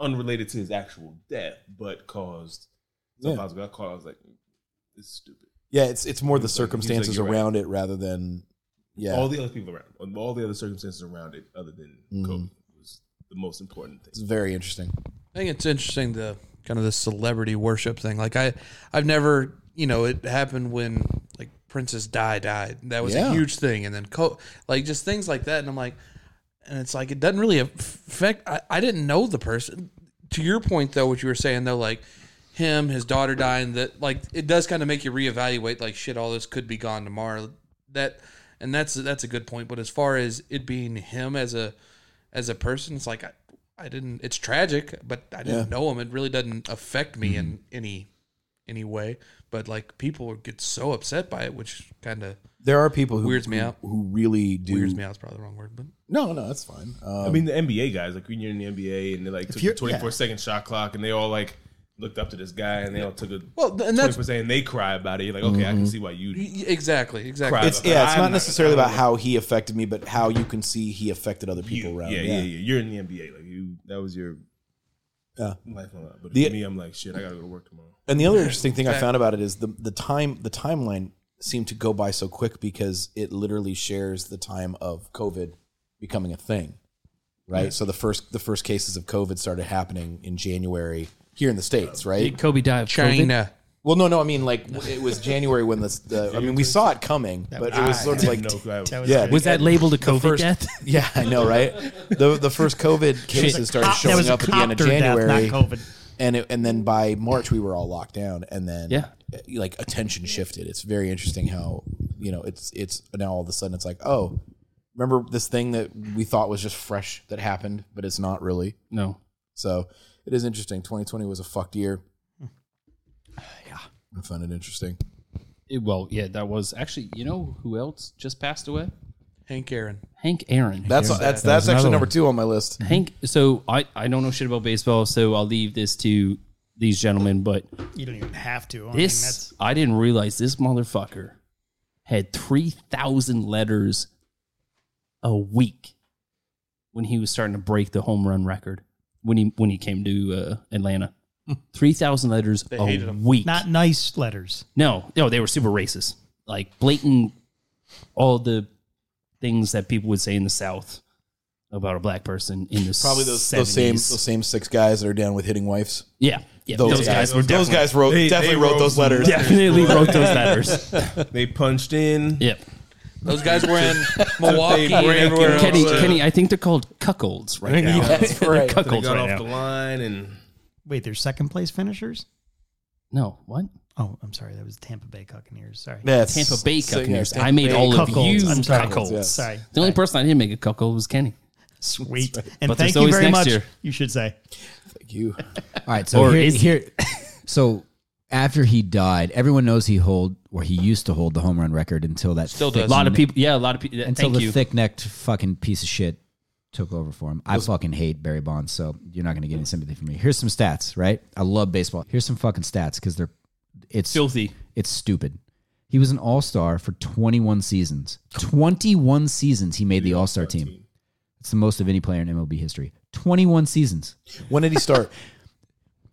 S5: unrelated to his actual death, but caused. So
S9: Yeah.
S5: if I was got caught. I was like, this is stupid.
S9: Yeah, it's it's more the
S5: He's like- he's like,
S9: circumstances
S5: "You're right."
S9: around it rather than yeah.
S5: All the other people around, him, all the other circumstances around it, other than
S9: Mm-hmm.
S5: Kobe, was the most important
S9: it's
S5: thing.
S9: very interesting.
S7: I think it's interesting the kind of the celebrity worship thing. Like I, I've never, you know, it happened when like Princess Di died. That was
S9: Yeah.
S7: a huge thing, and then co- like just things like that. And I'm like, and it's like it doesn't really affect. I, I didn't know the person. To your point though, what you were saying though, like him, his daughter dying, that like it does kind of make you reevaluate. Like shit, all this could be gone tomorrow. That and that's that's a good point. But as far as it being him as a as a person, it's like I,
S2: Mm-hmm.
S7: I didn't. It's tragic, but I didn't know him. It really doesn't affect me in any any way, but like people get so upset by it, which kind of
S9: There are people who
S7: Weirds me
S9: who-
S7: out.
S9: Who really do.
S7: weirds me out. Is probably the wrong word, but
S9: No, no, that's fine. Um,
S5: I mean, the NBA guys, like when you're in the NBA and they like took a
S6: you're-
S5: 24 second shot clock and they all like looked up to this guy and they all took a
S7: well, th- and that's
S5: 20% and they cry about it. You're like, okay, I can see why you.
S7: y- exactly exactly.
S5: Cry.
S9: Mm-hmm. it's yeah, it's
S5: I'm
S9: not
S5: not-
S9: necessarily
S5: I don't
S9: about how he affected me, but how you can see he affected other people
S5: you
S9: around.
S5: yeah, yeah, yeah, You're in the NBA. Like, you, that was your
S9: Yeah.
S5: lifeline. But
S9: The-
S5: for me, I'm like, shit, I gotta go to work tomorrow.
S9: And the other interesting thing I found about it is the the time the timeline seemed to go by so quick because it literally shares the time of COVID becoming a thing, right? So the first the first cases of COVID started happening in January here in the states, right?
S2: Did Kobe die of COVID?
S7: China.
S9: Well, no, no, I mean like it was January when this. The, I mean, we saw it coming, but it was sort of like
S5: no, I was-
S9: yeah,
S2: Was that labeled a COVID
S9: first-
S2: death?
S9: yeah, I know, right? The the first COVID cases
S2: uh,
S9: started
S6: That
S9: showing
S6: was a
S9: up at the end of
S6: copter death, not
S9: January,
S6: COVID.
S9: and it, and then by March we were all locked down, and then
S2: Yeah.
S9: like attention shifted. It's very interesting how you know it's it's now all of a sudden it's like oh, remember this thing that we thought was just fresh that happened, but it's not really.
S2: No.
S9: So it is interesting. Twenty twenty was a fucked year. Yeah, I found it interesting.
S2: It- well, yeah, that was actually. You know who else just passed away?
S7: Hank Aaron.
S2: Hank Aaron.
S9: That's that's that's
S2: another
S9: actually number
S2: one.
S9: two on my list.
S2: Hank. So I I don't know shit about baseball, so I'll leave this to these gentlemen. But
S6: You don't even have to. I mean, that's,
S2: this I didn't realize this motherfucker had three thousand letters a week when he was starting to break the home run record when he when he came to uh, Atlanta. Three thousand letters a
S7: hated him.
S2: week.
S6: not nice letters.
S2: No, no, they were super racist. Like blatant, all the things that people would say in the South about a black person in the
S9: Probably those,
S2: 70s.
S9: those same those same six guys that are down with hitting wives.
S2: yeah, yeah,
S9: Those, guys, were those guys wrote
S5: They-
S9: definitely
S5: they
S9: wrote,
S5: wrote
S9: those
S5: some
S9: letters.
S2: definitely wrote those letters.
S5: They punched in.
S2: Yep.
S7: Those guys were in Milwaukee and
S5: break
S7: everywhere
S5: and
S7: else.
S2: Kenny,
S5: uh,
S2: Kenny, I think they're called cuckolds right now. They're
S5: They
S2: cuckolds
S5: got off
S2: right
S5: the
S2: now.
S5: line and
S6: Wait, they're second place finishers?
S2: No, what?
S6: Oh, I'm sorry. That was Tampa Bay Buccaneers. Sorry.
S9: That's
S2: Tampa Bay
S9: so, yeah,
S2: Buccaneers.
S9: Tampa
S2: I made
S9: Bay
S2: all of
S6: Cuckolds.
S2: you
S6: I'm sorry.
S2: cuckolds.
S9: yes.
S6: Sorry.
S2: The only person I didn't make a cuckold was Kenny.
S6: Sweet. And
S2: But there's
S6: thank you
S2: always
S6: very
S2: next
S6: much.
S2: year.
S6: You should say.
S9: you.
S4: All right, so
S2: Or
S4: here,
S2: is it?
S4: here so after he died, everyone knows he hold or he used to hold the home run record until that
S7: Still
S4: thick-
S2: A
S7: does.
S2: lot of people. Yeah, a lot of people.
S4: until
S2: Thank
S4: the
S2: you.
S4: thick necked fucking piece of shit took over for him. I fucking hate Barry Bonds, so you're not gonna get any sympathy from me. Here's some stats, right? I love baseball. Here's some fucking stats because they're it's
S2: Filthy.
S4: it's stupid. He was an all star for 21 seasons. 21 seasons he made the all star team. It's the most of any player in MLB history. 21 seasons.
S9: When did he start?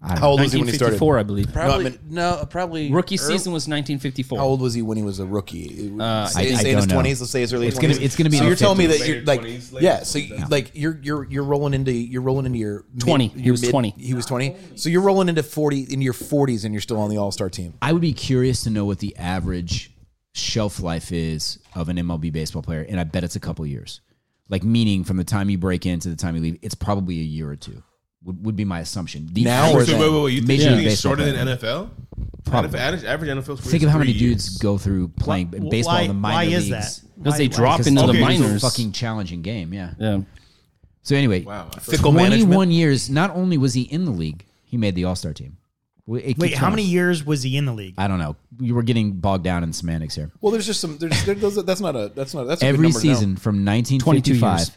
S4: I don't
S9: How
S4: know.
S9: old was he when he started?
S2: 1954, I believe.
S7: Probably
S9: No, I
S7: no, probably
S2: Rookie
S7: early-
S2: season was 1954.
S9: How old was he when he was a rookie?
S4: I-
S9: say,
S4: Uh, I
S9: say in
S4: don't
S9: his
S4: know.
S9: twenties. Let's say his early.
S4: It's gonna-
S9: 20s.
S4: it's gonna be
S9: So
S4: in
S9: you're
S4: the
S9: telling me
S5: 50s.
S9: that you're
S5: Later
S9: like
S5: 20s, later
S9: yeah. So you, like you're you're you're rolling into you're rolling into your mid-
S2: 20. He
S9: your
S2: was 20.
S9: He was twenty. So you're rolling into forty in your forties, and you're still on the All Star team.
S4: I would be curious to know what the average shelf life is of an MLB baseball player, and I bet it's a couple years. Like meaning from the time you break in to the time you leave, it's probably a year or two. Would, would be my assumption. The
S9: Now or
S4: average-
S5: Wait, wait, wait, wait, You think,
S4: Major
S5: you
S4: League
S5: think it's
S4: Baseball
S5: shorter than
S4: player.
S5: NFL?
S4: Probably.
S5: Average, average NFL is
S4: Think of how many
S5: three years.
S4: dudes go through playing
S6: Wh-
S4: baseball
S6: why,
S4: in the minor
S6: why
S4: leagues
S6: is that?
S2: Because they
S6: Why-
S2: drop into the
S5: Okay, so
S2: minors.
S4: It's a fucking challenging game, yeah.
S2: yeah.
S4: So anyway,
S5: Wow. I
S9: Fickle
S4: 21
S9: management.
S4: years. Not only was he in the league, he made the All Star team. Wait, it
S6: Wait,
S4: keeps
S6: how
S4: going.
S6: many years was he in the league?
S4: I don't know. You were getting bogged down in semantics here.
S9: Well, there's just some. There's, there, those, that's not a. That's not. That's a good
S4: Every
S9: number to know.
S4: season from
S2: 22
S4: 1955
S2: years.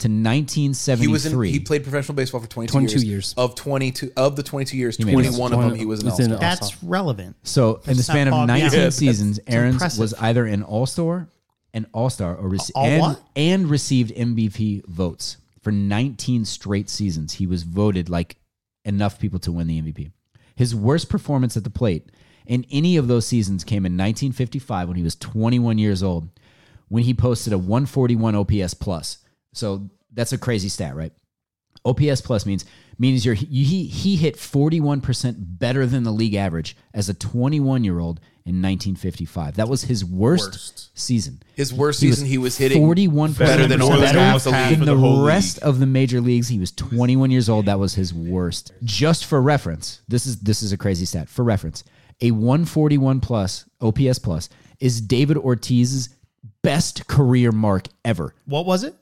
S4: to 1973,
S9: He was in, he played professional baseball for 22,
S2: 22
S9: years.
S2: years.
S9: Of 22 of the 22 years,
S4: made it.
S9: 21 of them he was an
S2: Within
S9: all-star.
S6: That's relevant.
S4: So in the
S6: Let's
S4: span
S6: not
S4: of
S6: bog me
S4: 19
S6: down. Yeah,
S4: seasons,
S6: that's
S4: Aaron's
S6: impressive.
S4: was either an All Star, an All Star, or rece-
S6: All
S4: and,
S6: what?
S4: and received MVP votes for 19 straight seasons. He was voted like enough people to win the MVP. His worst performance at the plate in any of those seasons came in 1955 when he was 21 years old, when he posted a 141 OPS plus. So that's a crazy stat, right? OPS plus means means you're you- he he hit 41% better than the league average as a 21 year old in 1955. That was his worst, season.
S9: His worst season, he was hitting
S4: 41
S9: better than all the half the league.
S4: in
S5: for
S4: the,
S5: the whole
S4: rest
S5: league.
S4: of the major leagues. He was 21 years old. That was his worst. Just for reference, this is this is a crazy stat. For reference, a 141 plus OPS plus is David Ortiz's best career mark ever.
S6: What was it?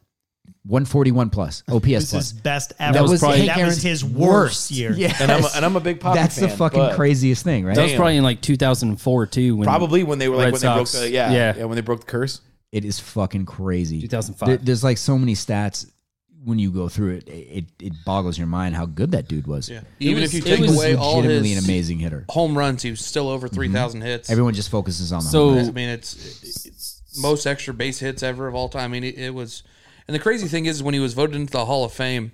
S4: 141 plus OPS
S6: This is
S4: plus.
S6: best average.
S2: was probably-
S6: that
S4: Hank
S6: was
S4: Aaron's
S6: his worst year.
S4: Yes.
S3: And I'm a, and I'm a big Poppy
S4: That's
S3: fan.
S4: the fucking
S3: but
S4: craziest thing, right?
S2: That was probably in like 2004 too. When
S3: Probably when they were like
S2: Red
S3: when
S2: Sox.
S3: they broke the yeah,
S2: Yeah.
S3: yeah when they broke the curse.
S4: It is fucking crazy.
S2: 2005.
S4: There- there's like so many stats when you go through it, it it boggles your mind how good that dude was.
S7: Yeah. Even
S2: was-
S7: if you
S2: it
S7: take
S2: was
S7: away all
S4: Legitimately
S7: his
S4: an amazing hitter.
S7: home runs, he was still over
S2: Mm-hmm.
S7: three hits.
S4: Everyone just focuses on the
S2: So-
S4: home
S7: I
S4: runs.
S7: mean, it's, it's most extra base hits ever of all time. I mean, it, it was. And the crazy thing is, when he was voted into the Hall of Fame,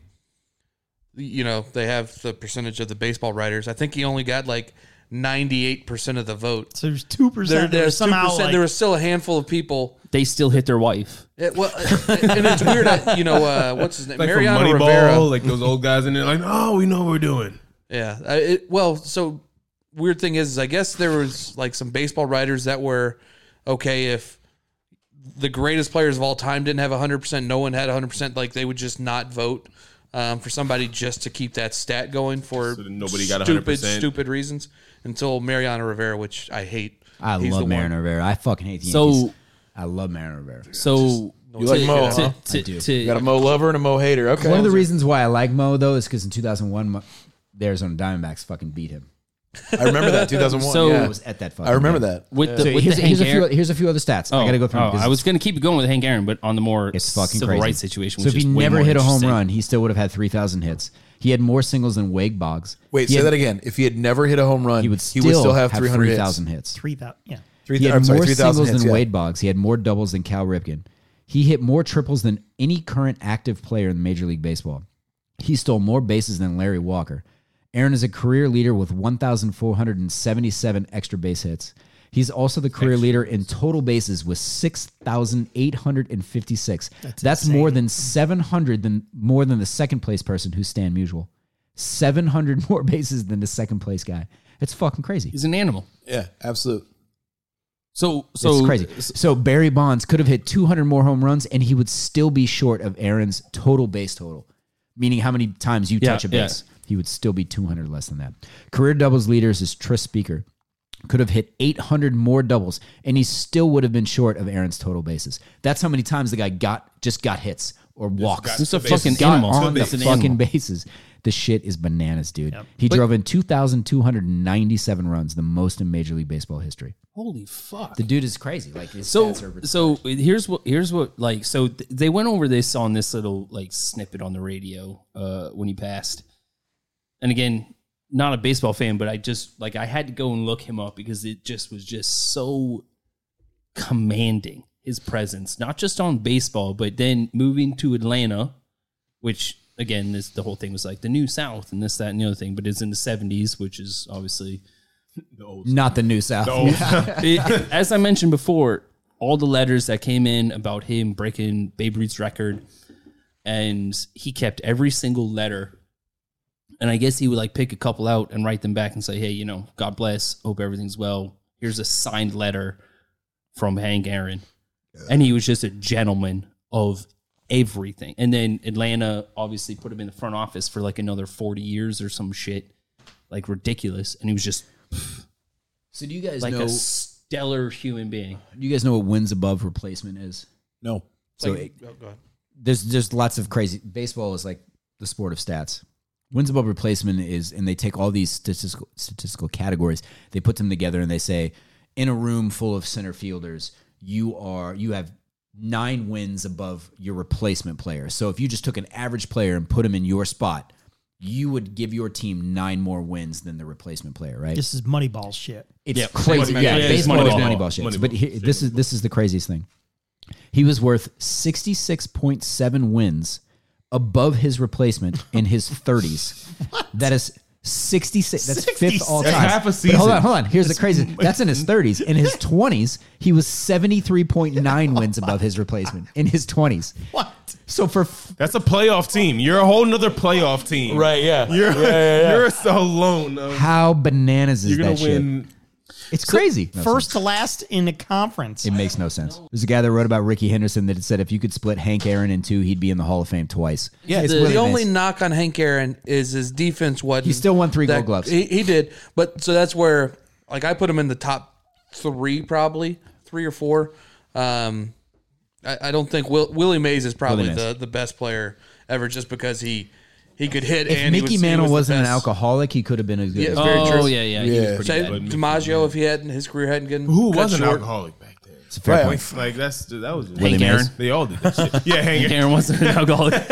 S7: you know, they have the percentage of the baseball writers. I think he only got like 98% of the vote.
S6: So there's two
S7: There,
S6: percent.
S7: there's
S6: There's somehow
S7: 2%,
S6: like,
S7: there was still a handful of people.
S2: they still hit their wife.
S7: It- well, and it's weird, uh, you know, uh, what's his name?
S5: Like from
S7: Mariano
S5: Moneyball,
S7: Rivera.
S5: like those old guys in there, like, oh, we know what we're doing.
S7: Yeah. I, it, well, so weird thing is, is I guess there was like some baseball writers that were okay if the greatest players of all time didn't have 100%, no one had 100%, like they would just not vote um, for somebody just to keep that stat going for
S5: So that nobody got
S7: stupid,
S5: 100%.
S7: stupid reasons until Mariano Rivera, which I hate.
S4: I
S7: He's the
S4: love
S7: one.
S4: Mariano Rivera. I fucking hate the
S2: So-
S4: Yankees. I love Mariano Rivera.
S2: So
S3: You like Mo, huh?
S2: to, to, to,
S3: You got a Mo lover and a Mo hater. Okay.
S4: One of the reasons why I like Mo though is because in 2001, Mo- the Arizona Diamondbacks fucking beat him.
S3: I remember that 2001.
S2: So-
S4: I
S3: yeah.
S4: was at that fucking.
S3: I remember
S4: game.
S3: that.
S2: with the,
S4: So
S2: with
S4: here's,
S2: the
S4: here's
S2: Hank
S4: a few,
S2: Aaron.
S4: here's a few other stats. I got to go through.
S2: Oh,
S4: 'em 'cause
S2: I was going to keep it going with Hank Aaron, but on the more
S4: It's fucking
S2: civil
S4: crazy.
S2: rights situation.
S4: So
S2: which
S4: if he
S2: is way
S4: never
S2: more
S4: hit a home
S2: interesting.
S4: run, he still would have had three thousand hits. He had more singles than Wade Boggs.
S3: Wait,
S4: he
S3: say
S4: had,
S3: that again. If he had never hit a home run,
S4: He would still,
S3: have 300
S4: three
S3: hits.
S4: thousand hits.
S6: three thousand. Yeah.
S3: Three,
S4: He had
S3: I'm sorry,
S4: more
S3: 3,000
S4: singles
S3: hits,
S4: than
S3: yeah.
S4: Wade Boggs. He had more doubles than Cal Ripken. He hit more triples than any current active player in Major League Baseball. He stole more bases than Larry Walker. Aaron is a career leader with 1,477 extra base hits. He's also the career leader in total bases with 6,856. That's, more than 700 than more than the second place person who's Stan Musial. 700 more bases than the second place guy. It's fucking crazy.
S2: He's an animal.
S3: Yeah, absolute.
S2: So so
S4: it's crazy. So Barry Bonds could have hit 200 more home runs, and he would still be short of Aaron's total base total, meaning how many times you
S2: Yeah,
S4: touch a
S2: yeah.
S4: base. He would still be 200 less than that. Career doubles leaders is Tris Speaker. Could have hit 800 more doubles, and he still would have been short of Aaron's total bases. That's how many times the guy got just got hits or walks.
S2: He's a
S5: Just
S2: fucking
S4: got
S2: animal.
S4: on the
S2: He's an
S4: fucking
S2: animal.
S4: bases. The shit is bananas, dude. He drove in 2,297 runs, the most in Major League Baseball history.
S2: Holy fuck.
S4: The dude is crazy. Like his
S2: so
S4: stats are
S2: so here's what here's what like so th- they went over this on this little like snippet on the radio uh when he passed and again not a baseball fan but i just like i had to go and look him up because it just was just so commanding his presence not just on baseball but then moving to atlanta which again this the whole thing was like the new south and this that and the other thing but it's in the 70s which is obviously
S4: not the new South.
S2: it- as I mentioned before, all the letters that came in about him breaking Babe Ruth's record, and he kept every single letter. And I guess he would like pick a couple out and write them back and say, "Hey, you know, God bless. Hope everything's well. Here's a signed letter from Hank Aaron." And he was just a gentleman of everything. And then Atlanta obviously put him in the front office for like another forty years or some shit, like ridiculous. And he was just
S4: So do you guys
S2: like
S4: know?
S2: a
S4: Do
S2: stellar human being.
S4: you guys know what wins above replacement is?
S3: No.
S4: So it- there's there's lots of crazy. Baseball is like the sport of stats. Wins above replacement is, and they take all these statistical statistical categories, they put them together, and they say, in a room full of center fielders, you are you have nine wins above your replacement player. So if you just took an average player and put him in your spot, you would give your team nine more wins than the replacement player, right?
S6: This is Moneyball shit.
S4: It's crazy.
S5: Moneyball.
S4: Yeah,
S5: Yeah, it's
S4: baseball is
S5: Moneyball.
S4: Moneyball shit.
S5: Moneyball.
S4: But he, this is this is the craziest thing. He was worth sixty six point seven wins above his replacement in his thirties. that is sixty six. That's fifth all time.
S5: That's half
S4: But
S5: a
S4: hold
S5: season.
S4: on, hold on. Here's the crazy. That's in his thirties. In his twenties, he was seventy three point nine wins above his replacement in his twenties. What? So for f-
S5: That's a playoff team. You're a whole nother playoff team.
S3: Right, yeah.
S5: You're, you're so alone. of-
S4: how bananas is
S5: You're going
S4: that
S5: to win.
S4: shit? It's crazy. No,
S6: First to last in the conference.
S4: It makes no sense. There's a guy that wrote about Ricky Henderson that had said if you could split Hank Aaron in two, he'd be in the Hall of Fame twice. Yeah, it's
S7: the,
S4: really
S7: the only
S4: nice.
S7: knock on Hank Aaron is his defense wasn't.
S4: He still won three Gold Gloves.
S7: He, he did, but so that's where like I put him in the top three, probably three or four. Um, I, I don't think Will, Willie Mays is probably
S4: Willie Mays.
S7: the, the best player ever, just because he he could hit.
S4: If
S7: and he
S4: Mickey
S7: was- he
S4: Mantle
S7: was the
S4: was not an
S7: best.
S4: alcoholic, he could have been as good.
S7: Yeah,
S4: as
S7: oh, very
S2: Oh
S7: true.
S2: yeah, yeah, he was
S1: Yeah.
S2: pretty
S7: Say,
S2: bad.
S7: DiMaggio, if he hadn't his career hadn't gotten
S5: Who
S7: cut
S5: was an
S7: short.
S5: alcoholic back then?
S4: It's a fair
S3: Right.
S4: point.
S5: Like that's that was just,
S2: Hank Aaron.
S5: they all did that shit. Yeah, Hank Aaron.
S2: Aaron wasn't an alcoholic.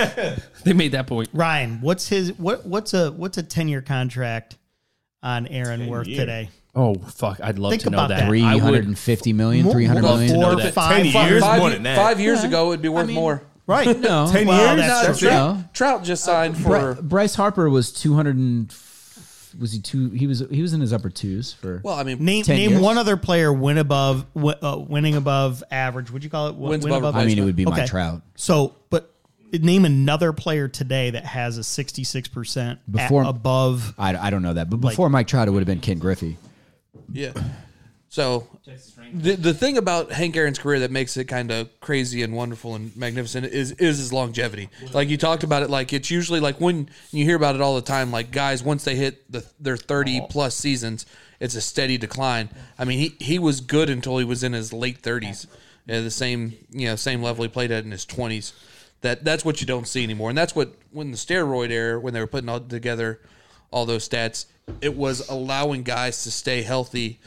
S2: they made that point.
S6: Ryan, what's his what what's a what's a ten year contract on Aaron worth
S5: year.
S6: today?
S2: Oh fuck, I'd love
S6: Think
S2: to know
S6: about that.
S2: that. I would.
S4: 350 million, 300
S6: Well,
S4: million.
S6: four,
S2: know that.
S6: five,
S5: Ten
S6: five-
S5: years
S7: Five,
S5: more
S7: ye-
S5: than that.
S7: five years ago, it'd be worth more.
S4: Right. No.
S5: Ten
S6: Well,
S5: years.
S6: that's-
S7: Trout,
S4: true. No.
S7: Trout just signed for.
S4: Bri- Bryce Harper was 200 and f- was he two he was he was in his upper twos for
S7: well, I mean,
S6: Name
S4: 10
S6: name
S4: years.
S6: one other player win above wi- uh, winning above average. Would you call it Win-
S7: Wins
S6: win
S7: above
S4: I mean it
S7: replacement.
S4: would be my
S6: Okay.
S4: Trout
S6: So, but name another player today that has a 66% a-
S4: Before-
S6: above.
S4: I, I don't know that but before Mike Trout it would have been Ken Griffey
S7: Yeah. So the the thing about Hank Aaron's career that makes it kind of crazy and wonderful and magnificent is is his longevity. Like you talked about it, like it's usually like when you hear about it all the time. Like guys, once they hit the, their thirty plus seasons, it's a steady decline. I mean, he he was good until he was in his late thirties. Yeah, the same you know same level he played at in his twenties. That that's what you don't see anymore, and that's what when the steroid era when they were putting all together all those stats. It was allowing guys to stay healthy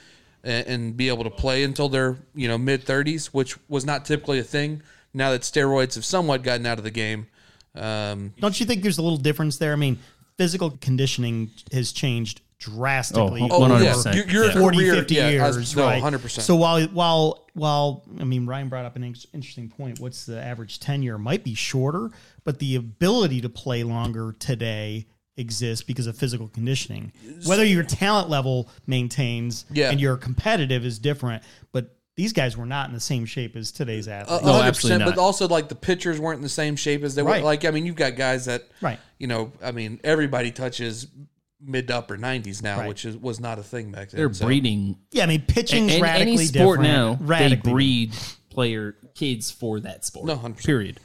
S7: and, and be able to play until their you know mid thirties, which was not typically a thing. Now that steroids have somewhat gotten out of the game, um,
S6: Don't you think there's a little difference there? I mean, physical conditioning has changed drastically.
S2: Oh,
S6: over
S7: yeah,
S2: 100%.
S7: your, your
S2: Yeah.
S6: 40,
S7: career,
S6: 50
S7: yeah, I was-
S6: years,
S7: no,
S6: right?
S7: 100%.
S6: So while while while I mean Ryan brought up an in- interesting point. What's the average tenure? Might be shorter, but the ability to play longer today exists because of physical conditioning. Whether your talent level maintains
S7: Yeah.
S6: and you're competitive is different, but these guys were not in the same shape as today's
S7: Uh,
S6: athletes.
S2: No,
S7: 100%,
S2: absolutely
S7: But
S2: not.
S7: also, like the pitchers weren't in the same shape as they
S6: Right.
S7: were. Like, I mean, you've got guys that,
S6: Right.
S7: You know, I mean, everybody touches mid to upper nineties now,
S6: Right.
S7: which is, was not a thing back then.
S2: They're
S7: so.
S2: breeding
S6: Yeah, I mean pitching's
S2: in
S6: radically
S2: any sport
S6: different.
S2: now.
S6: radically
S2: They breed player kids for that sport.
S7: No, 100%.
S2: Period.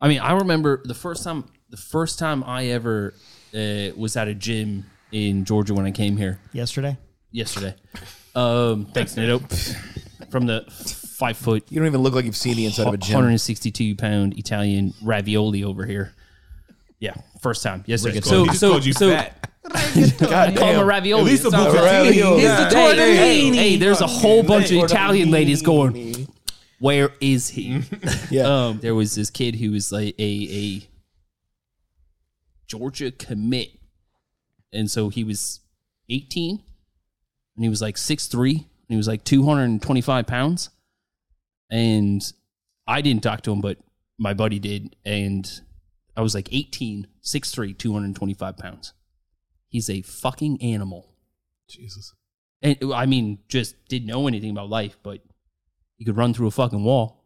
S2: I mean, I remember the first time the first time I ever uh, was at a gym in Georgia when I came here
S6: yesterday.
S2: yesterday. Um, thanks, Nato. From the five foot
S1: You don't even look like you've seen the inside of a gym.
S2: 162 pound Italian ravioli over here. Yeah, first time yesterday.
S5: He just called you fat.
S2: I call him a ravioli.
S5: At least a
S2: It's not-
S5: bucatini.
S1: Ravioli.
S5: Yeah.
S2: Hey, hey, hey, there's a whole bunch of Italian ladies going, Where is he?
S1: Yeah.
S2: Um, there was this kid who was like a, a Georgia commit. And so he was 18 and he was like 6'3 and he was like 225 pounds. And I didn't talk to him, but my buddy did. And I was like 18, 6'3, 225 pounds. He's a fucking animal
S1: Jesus.
S2: and I mean, just didn't know anything about life, but you could run through a fucking wall.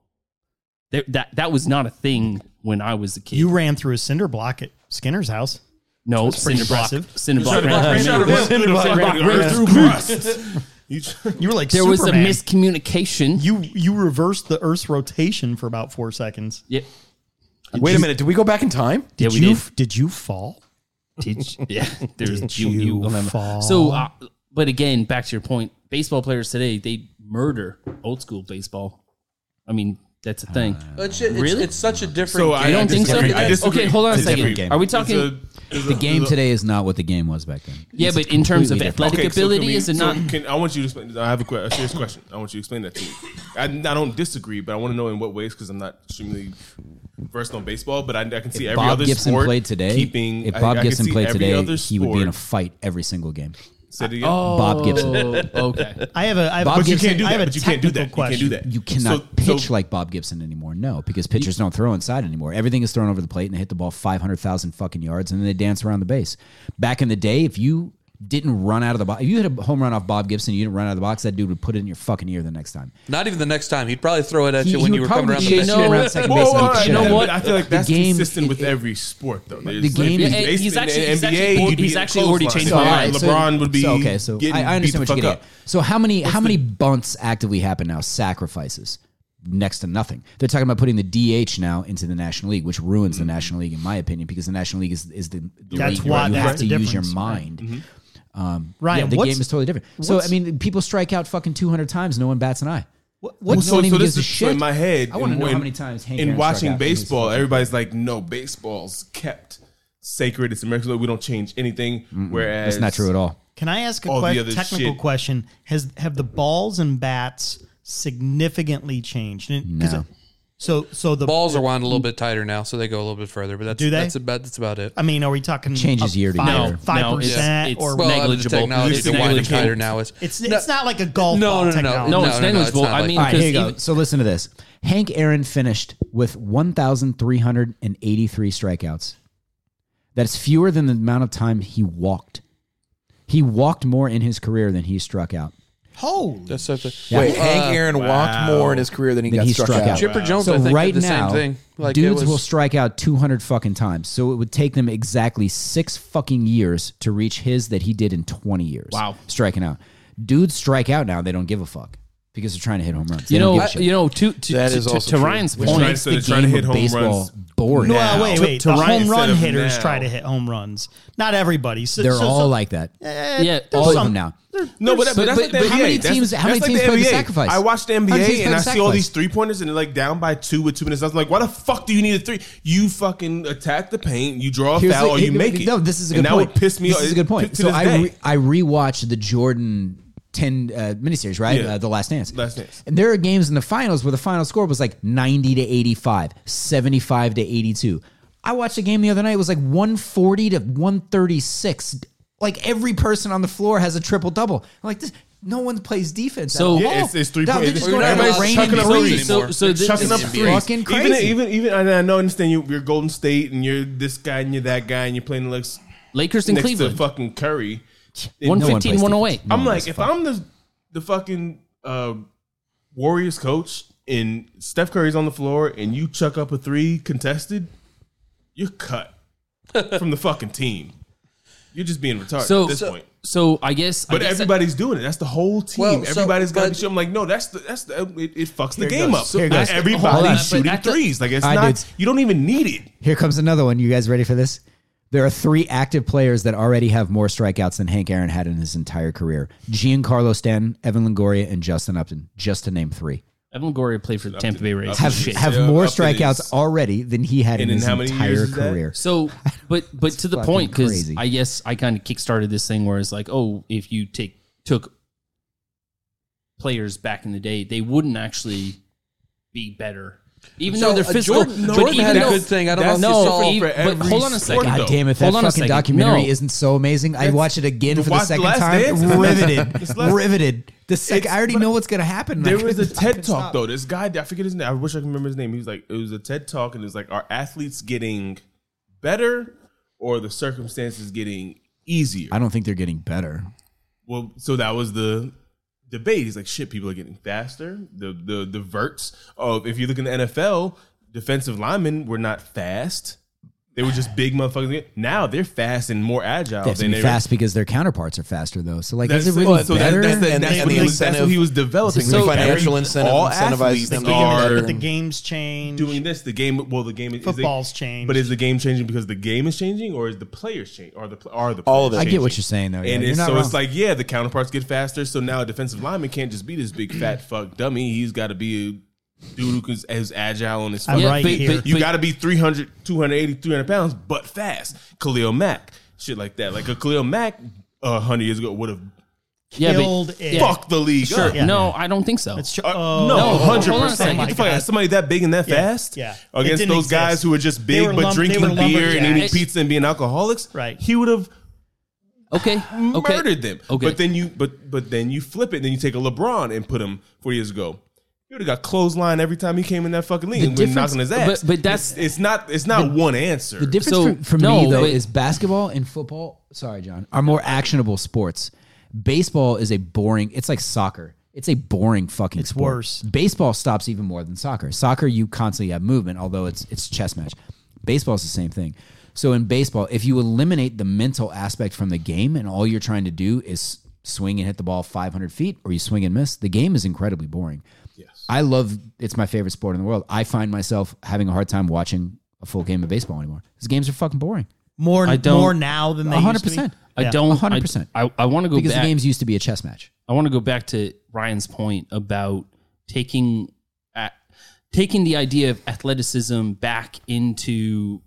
S2: There, that that was not a thing when I was a kid.
S6: You ran through a cinder block at Skinner's house.
S2: no,
S6: that's pretty
S2: cinder block,
S6: impressive.
S2: cinder block, ran through me.
S5: Right through crust. You tr-
S6: You were like
S2: There was a
S6: Superman.
S2: miscommunication.
S6: You you reversed the Earth's rotation for about four seconds.
S2: Yep.
S1: Wait a minute. Did we go back in time?
S2: Yeah,
S6: Did
S2: we
S6: you
S2: did.
S6: did. you fall?
S2: Did you- yeah, there's
S6: Did
S2: you, you
S6: you
S2: gonna have-
S6: fall?
S2: So, uh, but again, back to your point, baseball players today they murder old school baseball. I mean, that's a thing.
S6: Uh,
S7: But shit, it's,
S2: Really?
S7: it's such a different.
S5: So I
S7: game.
S2: you don't think so?
S5: disagree. I disagree.
S2: Okay, hold on a
S4: It's a
S2: second.
S4: different game.
S2: Are we talking?
S4: the game today is not what the game was back then
S2: yeah, but in terms of athletic
S5: Okay, so can
S2: ability,
S5: we-
S2: is it
S5: so
S2: not?
S5: Can, I want you to explain. I have a, que- a serious question. I want you to explain that to me. I, I don't disagree, but I want to know in what ways because I'm not extremely versed on baseball. But I, I can see every
S4: Bob
S5: other
S4: Gibson
S5: sport
S4: played today
S5: Keeping
S4: if
S5: I-
S4: Bob
S5: I can
S4: Gibson
S5: see
S4: played
S5: every
S4: today
S5: other
S4: he would be in a
S5: sport-
S4: fight every single game
S5: Say it again.
S4: Bob Gibson
S2: Oh, okay.
S6: I have a I have a
S4: Bob
S5: but you
S4: Gibson-
S5: can't do
S6: Oh, I
S5: that.
S6: have a
S5: But you can't do that.
S6: technical
S5: You
S6: question.
S5: can't do that.
S4: You cannot
S5: So-
S4: pitch
S5: so-
S4: like Bob Gibson anymore. No, because pitchers don't throw inside anymore. Everything is thrown over the plate, and they hit the ball five hundred thousand fucking yards, and then they dance around the base. Back in the day, if you didn't run out of the box, if you hit a home run off Bob Gibson, you didn't run out of the box. That dude would put it in your fucking ear the next time.
S7: Not even the next time. He'd probably throw it at
S4: He-
S7: you
S4: he
S7: when
S4: would
S7: you were coming
S4: probably
S7: around the
S4: chase
S7: base.
S4: you around second base and beat the
S5: you
S4: shit out
S5: know
S4: of
S5: what?
S4: him.
S5: I feel like that's
S4: game-
S5: consistent with
S4: it- it-
S5: every sport, though. The
S4: game is- Yeah,
S2: he's actually- he's actually- he's actually already changed
S4: So,
S2: my
S4: all right, so-
S5: LeBron would be
S4: so, okay. So
S5: getting
S4: I, I
S5: beat the
S4: understand what you're
S5: fuck
S4: getting.
S5: up.
S4: At. So how many how many bunts actively happen now? Sacrifices, next to nothing. They're talking about putting the DH now into the National League, which ruins
S5: Mm-hmm.
S4: the National League in my opinion, because the National League is is the, the
S6: That's
S4: league where
S6: why-
S4: you
S6: that's
S4: have to
S6: the
S4: use your
S6: difference, right.
S4: mind.
S6: Ryan,
S4: yeah, the
S6: what's,
S4: game is totally different. So I
S6: what's-
S4: mean, people strike out fucking 200 times, no one bats an eye. What, what
S5: Well,
S4: no one even gives
S5: this
S4: a
S5: is- so
S4: shit.
S5: in my head,
S4: I wanna
S5: in-
S4: know how
S5: in-
S4: many times Hank
S5: in
S4: Aaron struck
S5: watching
S4: out for me.
S5: baseball, everybody's like, "No, baseball's kept sacred. It's American. We don't change anything." Whereas
S4: That's not true at all.
S6: Can I ask a
S5: All the
S6: que-
S5: other
S6: technical
S5: shit.
S6: question? Has have the balls and bats significantly changed? And- 'cause
S4: No.
S6: it- So so the
S7: Balls are wound a little bit tighter now, so they go a little bit further. But that's
S6: Do they?
S7: that's about that's about it.
S6: I mean, are we talking
S4: Changes
S6: a
S4: year to
S6: five,
S4: year.
S6: five
S2: No, it's-
S6: percent
S2: it's-
S6: or
S2: well,
S7: uh,
S2: negligible.
S7: The technology
S2: It's
S7: to wind it
S2: negligible.
S7: tighter now is
S6: it's
S7: no-
S6: it's not like a golf
S7: No,
S6: ball
S7: no, no, no.
S6: technology.
S2: No,
S7: No,
S2: it's
S7: no, no,
S2: negligible.
S7: it's not
S2: I
S7: like
S2: mean,
S4: All right, here you
S2: because
S4: go. So listen to this. Hank Aaron finished with 1,383 strikeouts. That's fewer than the amount of time he walked. He walked more in his career than he struck out.
S6: Holy
S7: that's such a
S3: Wait, Hank Aaron walked more in his career than he
S4: Than
S3: got
S4: he
S3: struck,
S4: struck
S3: out.
S4: out.
S7: Chipper Jones.
S4: so
S7: I think
S4: right
S7: did the
S4: now,
S7: same thing. Like
S4: dudes
S7: it was,
S4: will strike out 200 fucking times. So it would take them exactly six fucking years to reach his that he did in 20 years.
S2: Wow.
S4: Striking out. Dudes strike out now. They don't give a fuck because they're trying to hit home runs.
S2: You
S4: They don't
S2: know,
S4: give a shit.
S2: you know, to to,
S3: That
S2: to,
S3: is
S2: to-
S3: also
S2: to
S3: true.
S2: Ryan's
S4: Which
S2: point,
S5: trying
S4: makes
S5: to-
S4: the
S5: trying to
S4: game
S5: hit
S4: of
S5: home
S4: baseball
S5: runs
S4: boring.
S6: No, wait,
S5: To-
S6: wait.
S5: to
S6: the
S5: Ryan
S6: home
S5: instead
S6: run
S5: of
S6: hitters
S5: now.
S6: try to hit home runs. Not everybody. So,
S4: They're
S6: so- so-
S4: all like that.
S6: eh,
S2: Yeah,
S6: there's
S4: all of
S6: some-
S4: them now.
S5: No, but, but that's
S4: but-
S5: like the
S4: but
S5: NBA.
S4: how many
S5: That's-
S4: teams- how
S5: that's
S4: many teams
S5: the
S4: play the
S5: NBA.
S4: sacrifice?
S5: I watched the
S4: How many teams
S5: NBA
S4: play
S5: and
S4: the
S5: I see all
S4: sacrifice?
S5: these three pointers and they're like down by two with two minutes. I was like, why the fuck do you need a three? You fucking attack the paint, you draw a
S4: Here's
S5: foul,
S4: the-
S5: or you make it.
S4: No, this is a good
S5: and
S4: point.
S5: That would piss me
S4: This
S5: off.
S4: is a good point.
S5: To, to
S4: so
S5: this
S4: I
S5: day.
S4: re- I rewatched the Jordan ten uh, miniseries, right?
S5: Yeah.
S4: Uh, the Last Dance.
S5: Last Dance.
S4: And there are games in the finals where the final score was like ninety to 85, 75 to eighty two. I watched a game the other night. It was like one forty to one thirty six. Like every person on the floor has a triple double. I'm like this. No one plays defense.
S2: So-
S4: at
S5: Yeah,
S4: all.
S5: it's- it's three
S4: No,
S5: points.
S4: they're just
S5: Well,
S4: going
S7: everybody's
S4: out rain
S7: chucking
S4: and
S7: up threes
S4: breeze.
S7: anymore.
S2: So, so
S7: They're
S2: this,
S5: chucking up
S2: this-
S5: threes.
S4: fucking
S5: Even
S4: crazy.
S5: even even and I know I understand you. You're Golden State and you're this guy and you're that guy and you're playing the next
S2: Lakers in
S5: next to
S2: Cleveland,
S5: fucking Curry.
S2: one
S4: No one oh
S2: fifteen,
S4: plays
S2: one away.
S4: defense.
S5: I'm
S4: No,
S5: like,
S4: that's
S5: if I'm the the fucking uh, Warriors coach and Steph Curry's on the floor and you chuck up a three contested, you're cut from the fucking team. You're just being retarded
S2: So,
S5: at this
S2: so,
S5: point.
S2: so I guess,
S5: But
S2: I guess that-
S5: everybody's doing it. That's the whole team.
S7: Well, so-
S5: Everybody's got to be
S7: but-
S5: shooting. I'm like, no, that's the that's the it, it fucks the
S4: Here it
S5: game
S4: goes.
S5: up.
S4: Here it
S5: Not
S4: goes. Hold on,
S5: everybody's
S4: but
S5: shooting
S2: at the-
S5: threes. Like it's
S4: I
S5: not.
S4: did.
S5: You don't even need it.
S4: Here comes another one. You guys ready for this? There are three active players that already have more strikeouts than Hank Aaron had in his entire career: Giancarlo Stanton, Evan Longoria, and Justin Upton, just to name three.
S2: Evan Longoria played for the Tampa Bay Rays.
S4: Have
S5: Shit.
S4: have
S5: Yeah,
S4: more
S5: Upton is-
S4: strikeouts already than he had in
S5: And in
S4: his
S5: how many
S4: entire
S5: years is that?
S4: career.
S2: So, but but to the
S4: fucking
S2: point, because
S4: crazy.
S2: I guess I kind of kickstarted this thing where it's like, oh, if you take took players back in the day, they wouldn't actually be better, even
S7: So,
S2: though they're
S7: uh,
S2: physical.
S7: Jordan-
S2: but
S7: Jordan
S2: even
S7: had a
S2: though-
S7: good thing. I don't
S5: that's
S7: know
S5: the
S7: if you
S5: solve
S7: saw-
S5: for
S2: but
S5: every
S2: hold on a
S5: sport,
S2: second.
S4: God
S5: though.
S4: damn it! That
S2: Hold on a
S4: fucking
S2: second.
S4: documentary
S2: No.
S4: isn't so amazing. I watched it again for the
S5: watch The
S4: second
S5: Last
S4: time.
S5: Dance. This
S4: Riveted,
S5: last-
S4: riveted. The second, I already know what's gonna happen. and I
S5: There was a
S4: couldn't- I
S5: TED
S4: couldn't
S5: talk
S4: stop.
S5: though. This guy, I forget his name. I wish I could remember his name. He was like, it was a TED talk, and it was like, are athletes getting better or the circumstances getting easier?
S4: I don't think they're getting
S5: Oh,
S4: better.
S5: Well, so that was the debate. He's like, shit, people are getting faster. The the the verts of if you look in the NFL, defensive linemen were not fast. They were just big motherfuckers. Now they're fast and more agile
S4: They have to
S5: than
S4: be
S5: they
S4: fast because their counterparts are faster, though. So, like,
S5: That's
S4: is it
S5: so-
S4: really
S5: so that-
S4: better?
S5: that's, the,
S3: And-
S5: that's,
S3: and
S5: what
S3: the
S5: he was, that's
S3: incentive-
S5: what he was developing.
S3: It's a
S5: So
S3: financial
S5: every-
S3: incentive
S5: all
S3: incentivizes
S5: athletes
S3: them to get
S5: are
S6: but the games change.
S5: doing this. The game, well, the game is- is it-
S6: Football's changed.
S5: But is the game changing because the game is changing, or is the players changing? Are the pl- are the
S3: All of
S5: players
S4: I get what
S5: changing?
S4: you're saying,
S6: Oh,
S4: though. yeah.
S5: And
S4: You're
S5: it's,
S4: not
S5: so
S4: wrong.
S5: it's like, yeah, the counterparts get faster. So now a defensive lineman can't just be this big fat fuck dummy. He's got to be a dude who's as agile on his.
S6: I'm
S5: fucking
S6: right
S5: feet.
S6: here.
S5: You got to be 300, 280, 300 pounds, but fast. Khalil Mack, shit like that. Like a Khalil Mack, uh, hundred years ago would have
S2: yeah, but-
S6: killed it.
S5: fucked the league
S2: Sure.
S5: up.
S6: Yeah.
S2: No, I don't think so.
S6: It's tr-
S5: Uh,
S6: oh,
S5: no,
S2: No,
S5: hundred
S2: hold on a
S5: percent.
S2: second.
S5: What the fuck?
S6: Oh my
S5: Somebody that big and that
S6: Yeah,
S5: fast?
S6: yeah. It
S5: Against
S6: didn't
S5: those
S6: exist.
S5: guys who were just
S6: They
S5: big
S6: were
S5: but
S6: lump- they
S5: drinking
S6: were
S5: beer and eating
S6: lumberjacks.
S5: pizza and being alcoholics.
S6: Right.
S5: He would have
S2: okay, okay,
S5: murdered them.
S2: Okay,
S5: But then you but but then you flip it, then you take a LeBron and put him four years ago. He would have got clothesline every time he came in that fucking league
S4: The
S5: and been
S4: difference-
S5: knocking his ass.
S2: but- but that's-
S5: it's, it's not it's not one answer.
S4: the difference
S2: so-
S4: for, for me
S2: no,
S4: though
S2: but-
S4: is basketball and football. Sorry, John, are more actionable sports. Baseball is a boring. It's like soccer. It's a boring fucking. It's sport.
S6: worse.
S4: Baseball stops even more than soccer. Soccer, you constantly have movement, although it's it's a chess match. Baseball is the same thing. So in baseball, if you eliminate the mental aspect from the game, and all you're trying to do is swing and hit the ball 500 feet, or you swing and miss, the game is incredibly boring. Yes, I love. It's my favorite sport in the world. I find myself having a hard time watching a full game of baseball anymore. These games are fucking boring.
S6: more
S2: I don't-
S6: more now than they used to be.
S4: 100%.
S2: I
S6: Yeah.
S2: don't. I-
S4: 100%.
S2: I, I, want to go
S4: Because
S2: back.
S4: the games used to be a chess match.
S2: I want to go back to Ryan's point about taking at, taking the idea of athleticism back into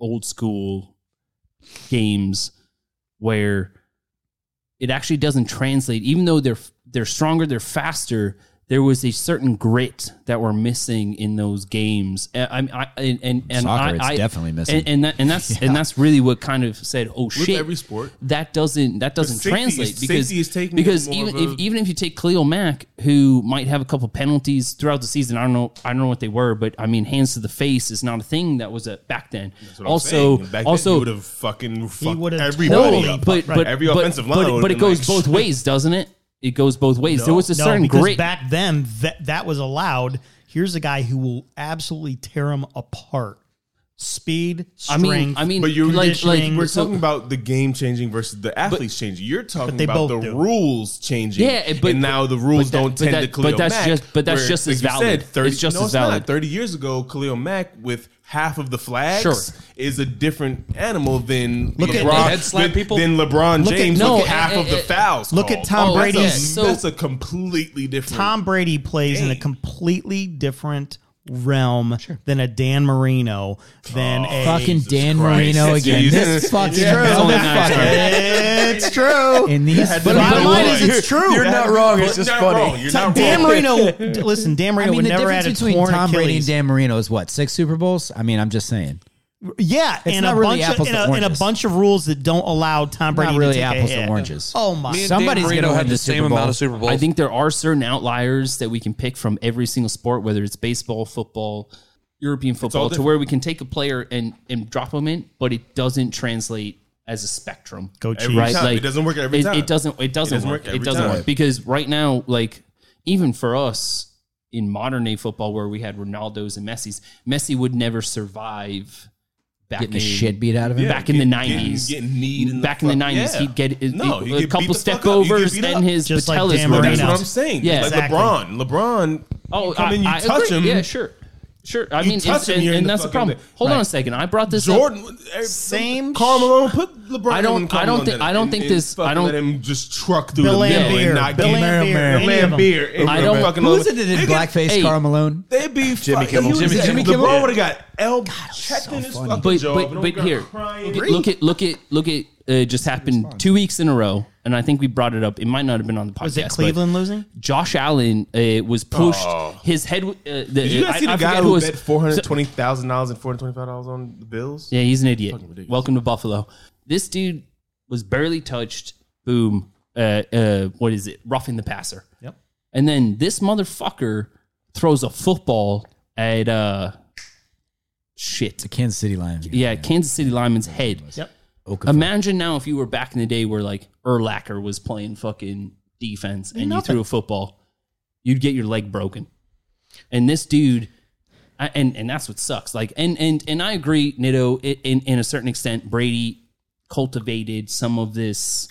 S2: old school games where it actually doesn't translate even though they're they're stronger they're faster there was a certain grit that we're missing in those games and I, I, and, and, and
S4: Soccer,
S2: I,
S4: it's
S2: I-
S4: definitely missing.
S2: and, and, that, and that's and that's really what kind of said oh
S5: With
S2: shit
S5: every sport.
S2: that doesn't that doesn't
S5: safety is-
S2: translate
S5: safety
S2: because
S5: is taking
S2: because
S5: more
S2: even
S5: of a-
S2: if, even if you take Cleo Mack who might have a couple penalties throughout the season I don't know I don't know what they were but I mean hands to the face is not a thing that was a, back then
S5: That's what I'm
S2: also
S5: saying. back
S2: also
S5: would have fucking fucked
S6: would've
S5: everybody
S6: totally-
S5: up.
S2: but but
S5: every
S2: but,
S5: offensive
S2: but-
S5: line
S2: but,
S5: would've
S2: it
S5: been
S2: goes
S5: like,
S2: both ways doesn't it it goes both ways there was a
S6: no,
S2: certain
S6: because
S2: grit
S6: back then that that was allowed. Here's a guy who will absolutely tear him apart. Speed,
S2: I
S6: strength.
S2: mean I mean
S5: But you're-
S2: like like
S6: conditioning,
S5: We're
S2: so-
S5: talking about the game changing versus the athletes changing. You're talking
S6: they
S5: about
S6: both
S5: the
S6: do.
S5: rules changing.
S2: Yeah, but-
S5: and now the rules
S2: but that-
S5: don't
S2: but
S5: tend
S2: that-
S5: to Khalil
S2: but that's
S5: Mack,
S2: just- but that's
S5: where,
S2: just
S5: like
S2: as
S5: you
S2: valid.
S5: Said, 30,
S2: It's just
S5: no,
S2: as
S5: not.
S2: valid.
S5: Thirty years ago, Khalil Mack with half of the flags
S2: Sure.
S5: is a different animal than
S6: Look at-
S5: LeBron.
S6: they
S7: head slap
S5: than-
S7: people?
S5: Than LeBron
S6: Look at-
S5: James
S2: no,
S5: with half
S2: eh,
S5: of the
S2: eh,
S5: fouls.
S6: look at
S5: called.
S6: Tom
S2: Oh, that's
S6: Brady's
S2: it. So-
S5: That's a completely different.
S6: Tom Brady plays in a
S5: Dang.
S6: completely different realm than a Dan Marino, than
S5: Oh.
S6: a
S4: fucking Dan
S5: Christ.
S4: Marino
S5: Yes,
S4: again.
S5: Jesus.
S4: This fucking
S2: It's only nine
S4: motherfucker.
S6: It's true.
S4: In these,
S5: Had to
S4: but
S5: be
S6: Bottom
S5: the
S6: line
S5: boy.
S6: is, it's true.
S3: You're not wrong. It's
S5: You're
S3: just
S5: not
S3: funny.
S5: wrong. You're not
S6: Dan
S5: wrong.
S6: Marino. Listen, Dan
S4: I
S6: Marino
S4: mean,
S6: would
S4: the
S6: never add
S4: difference
S6: a
S4: between
S6: torn
S4: Tom Brady and
S6: Achilles.
S4: Dan Marino is what six Super Bowls. I mean, I'm just saying,
S6: Yeah, and a
S4: not really
S6: bunch of,
S4: apples
S6: and,
S4: to
S6: a, and a
S4: oranges.
S6: bunch of rules that don't allow Tom Brady
S4: not really
S6: to take a
S4: apples and
S6: hit.
S4: oranges.
S6: Oh my!
S7: Me and
S4: Somebody's
S7: Dan
S4: gonna
S7: Marino
S4: win
S7: had
S4: the
S7: the
S4: Super
S7: same
S4: Bowl.
S7: amount of Super Bowls.
S2: I think there are certain outliers that we can pick from every single sport, whether it's baseball, football, European football, to
S5: different.
S2: where we can take a player and and drop them in, but it doesn't translate as a spectrum.
S6: Go
S5: Every
S6: Chiefs.
S5: time. it doesn't work every
S2: it,
S5: time.
S2: It doesn't. It doesn't,
S5: doesn't
S2: work.
S5: work
S2: It
S5: every
S2: doesn't
S5: time.
S2: work because right now, like even for us in modern day football, where we had Ronaldo's and Messi's, Messi would never survive. Back
S4: Getting the
S2: in,
S4: shit beat out of him.
S5: Yeah.
S2: back in the
S5: Getting-
S2: nineties.
S5: getting- getting kneed in the
S2: back in the
S5: fuck-
S2: nineties,
S5: yeah.
S2: he'd get a-
S5: No,
S2: a,
S5: he'd get
S2: couple
S5: beat the
S2: step
S5: fuck up. He'd get
S2: overs
S5: beat
S2: and
S5: up.
S2: his
S6: Just like
S2: patellas
S6: Dan
S2: were
S6: Marino.
S5: That's
S2: down.
S5: what I'm saying.
S2: Yeah.
S5: Yeah, like
S6: Exactly.
S5: LeBron. LeBron.
S2: Oh,
S5: you come
S2: I,
S5: in, you
S2: I
S5: touch
S2: agree.
S5: him.
S2: Yeah, sure, sure. I
S5: You
S2: mean,
S5: touch
S2: it's,
S5: him,
S2: and,
S5: you're in
S2: and
S5: the
S2: that's the
S5: fucking
S2: problem.
S5: thing.
S2: Hold on a second. I brought this up.
S5: Jordan. eh,
S6: Same
S5: Karl Malone put LeBron.
S2: I don't-
S5: in Karl
S2: I don't
S5: Malone
S2: think-
S5: in
S2: I don't
S5: and-
S2: think
S5: and
S2: this-
S5: fucking
S2: I don't-
S5: let him just truck through
S6: Bill
S5: the middle
S6: Lambier,
S5: and not
S6: Bill
S5: get
S6: Lambier, any of them.
S5: Lambier. and
S2: I don't-
S5: fucking
S4: Who was it that
S5: Lambier.
S4: did
S5: They could-
S4: blackface
S2: Hey.
S4: Carl Malone?
S5: They'd be Jimmy
S3: Kimmel. Jimmy
S5: Jimmy
S4: Kimmel.
S5: LeBron would have got L checked in his
S4: funny.
S5: fucking
S2: But
S5: jaw,
S2: but
S5: I'm
S2: but
S5: gonna
S2: here,
S5: cry.
S2: look at look at look at uh, just happened two weeks in a row, and I think we brought it up. It might not have been on the podcast.
S6: Was it
S2: but
S6: Cleveland losing?
S2: Josh Allen uh, was pushed. His head. Uh, the,
S5: Oh. Did you guys
S2: I,
S5: see the
S2: I forget
S5: guy who
S2: was-
S5: bet four hundred twenty thousand dollars and four hundred twenty-five dollars on the Bills?
S2: Yeah, he's an idiot.
S5: ridiculous.
S2: Welcome to Buffalo. This dude was barely touched. Boom. Uh, uh, what is it? Roughing the passer.
S6: Yep.
S2: And then this motherfucker throws a football at uh, shit.
S4: The Kansas City Lions.
S2: Yeah, Kansas City lineman's head.
S6: Yep.
S2: Imagine now if you were back in the day where like Erlacher was playing fucking defense and you
S6: nothing.
S2: threw a football, you'd get your leg broken. And this dude, I, and and that's what sucks. Like, and and and I agree, Nito. It, in in a certain extent, Brady cultivated some of this.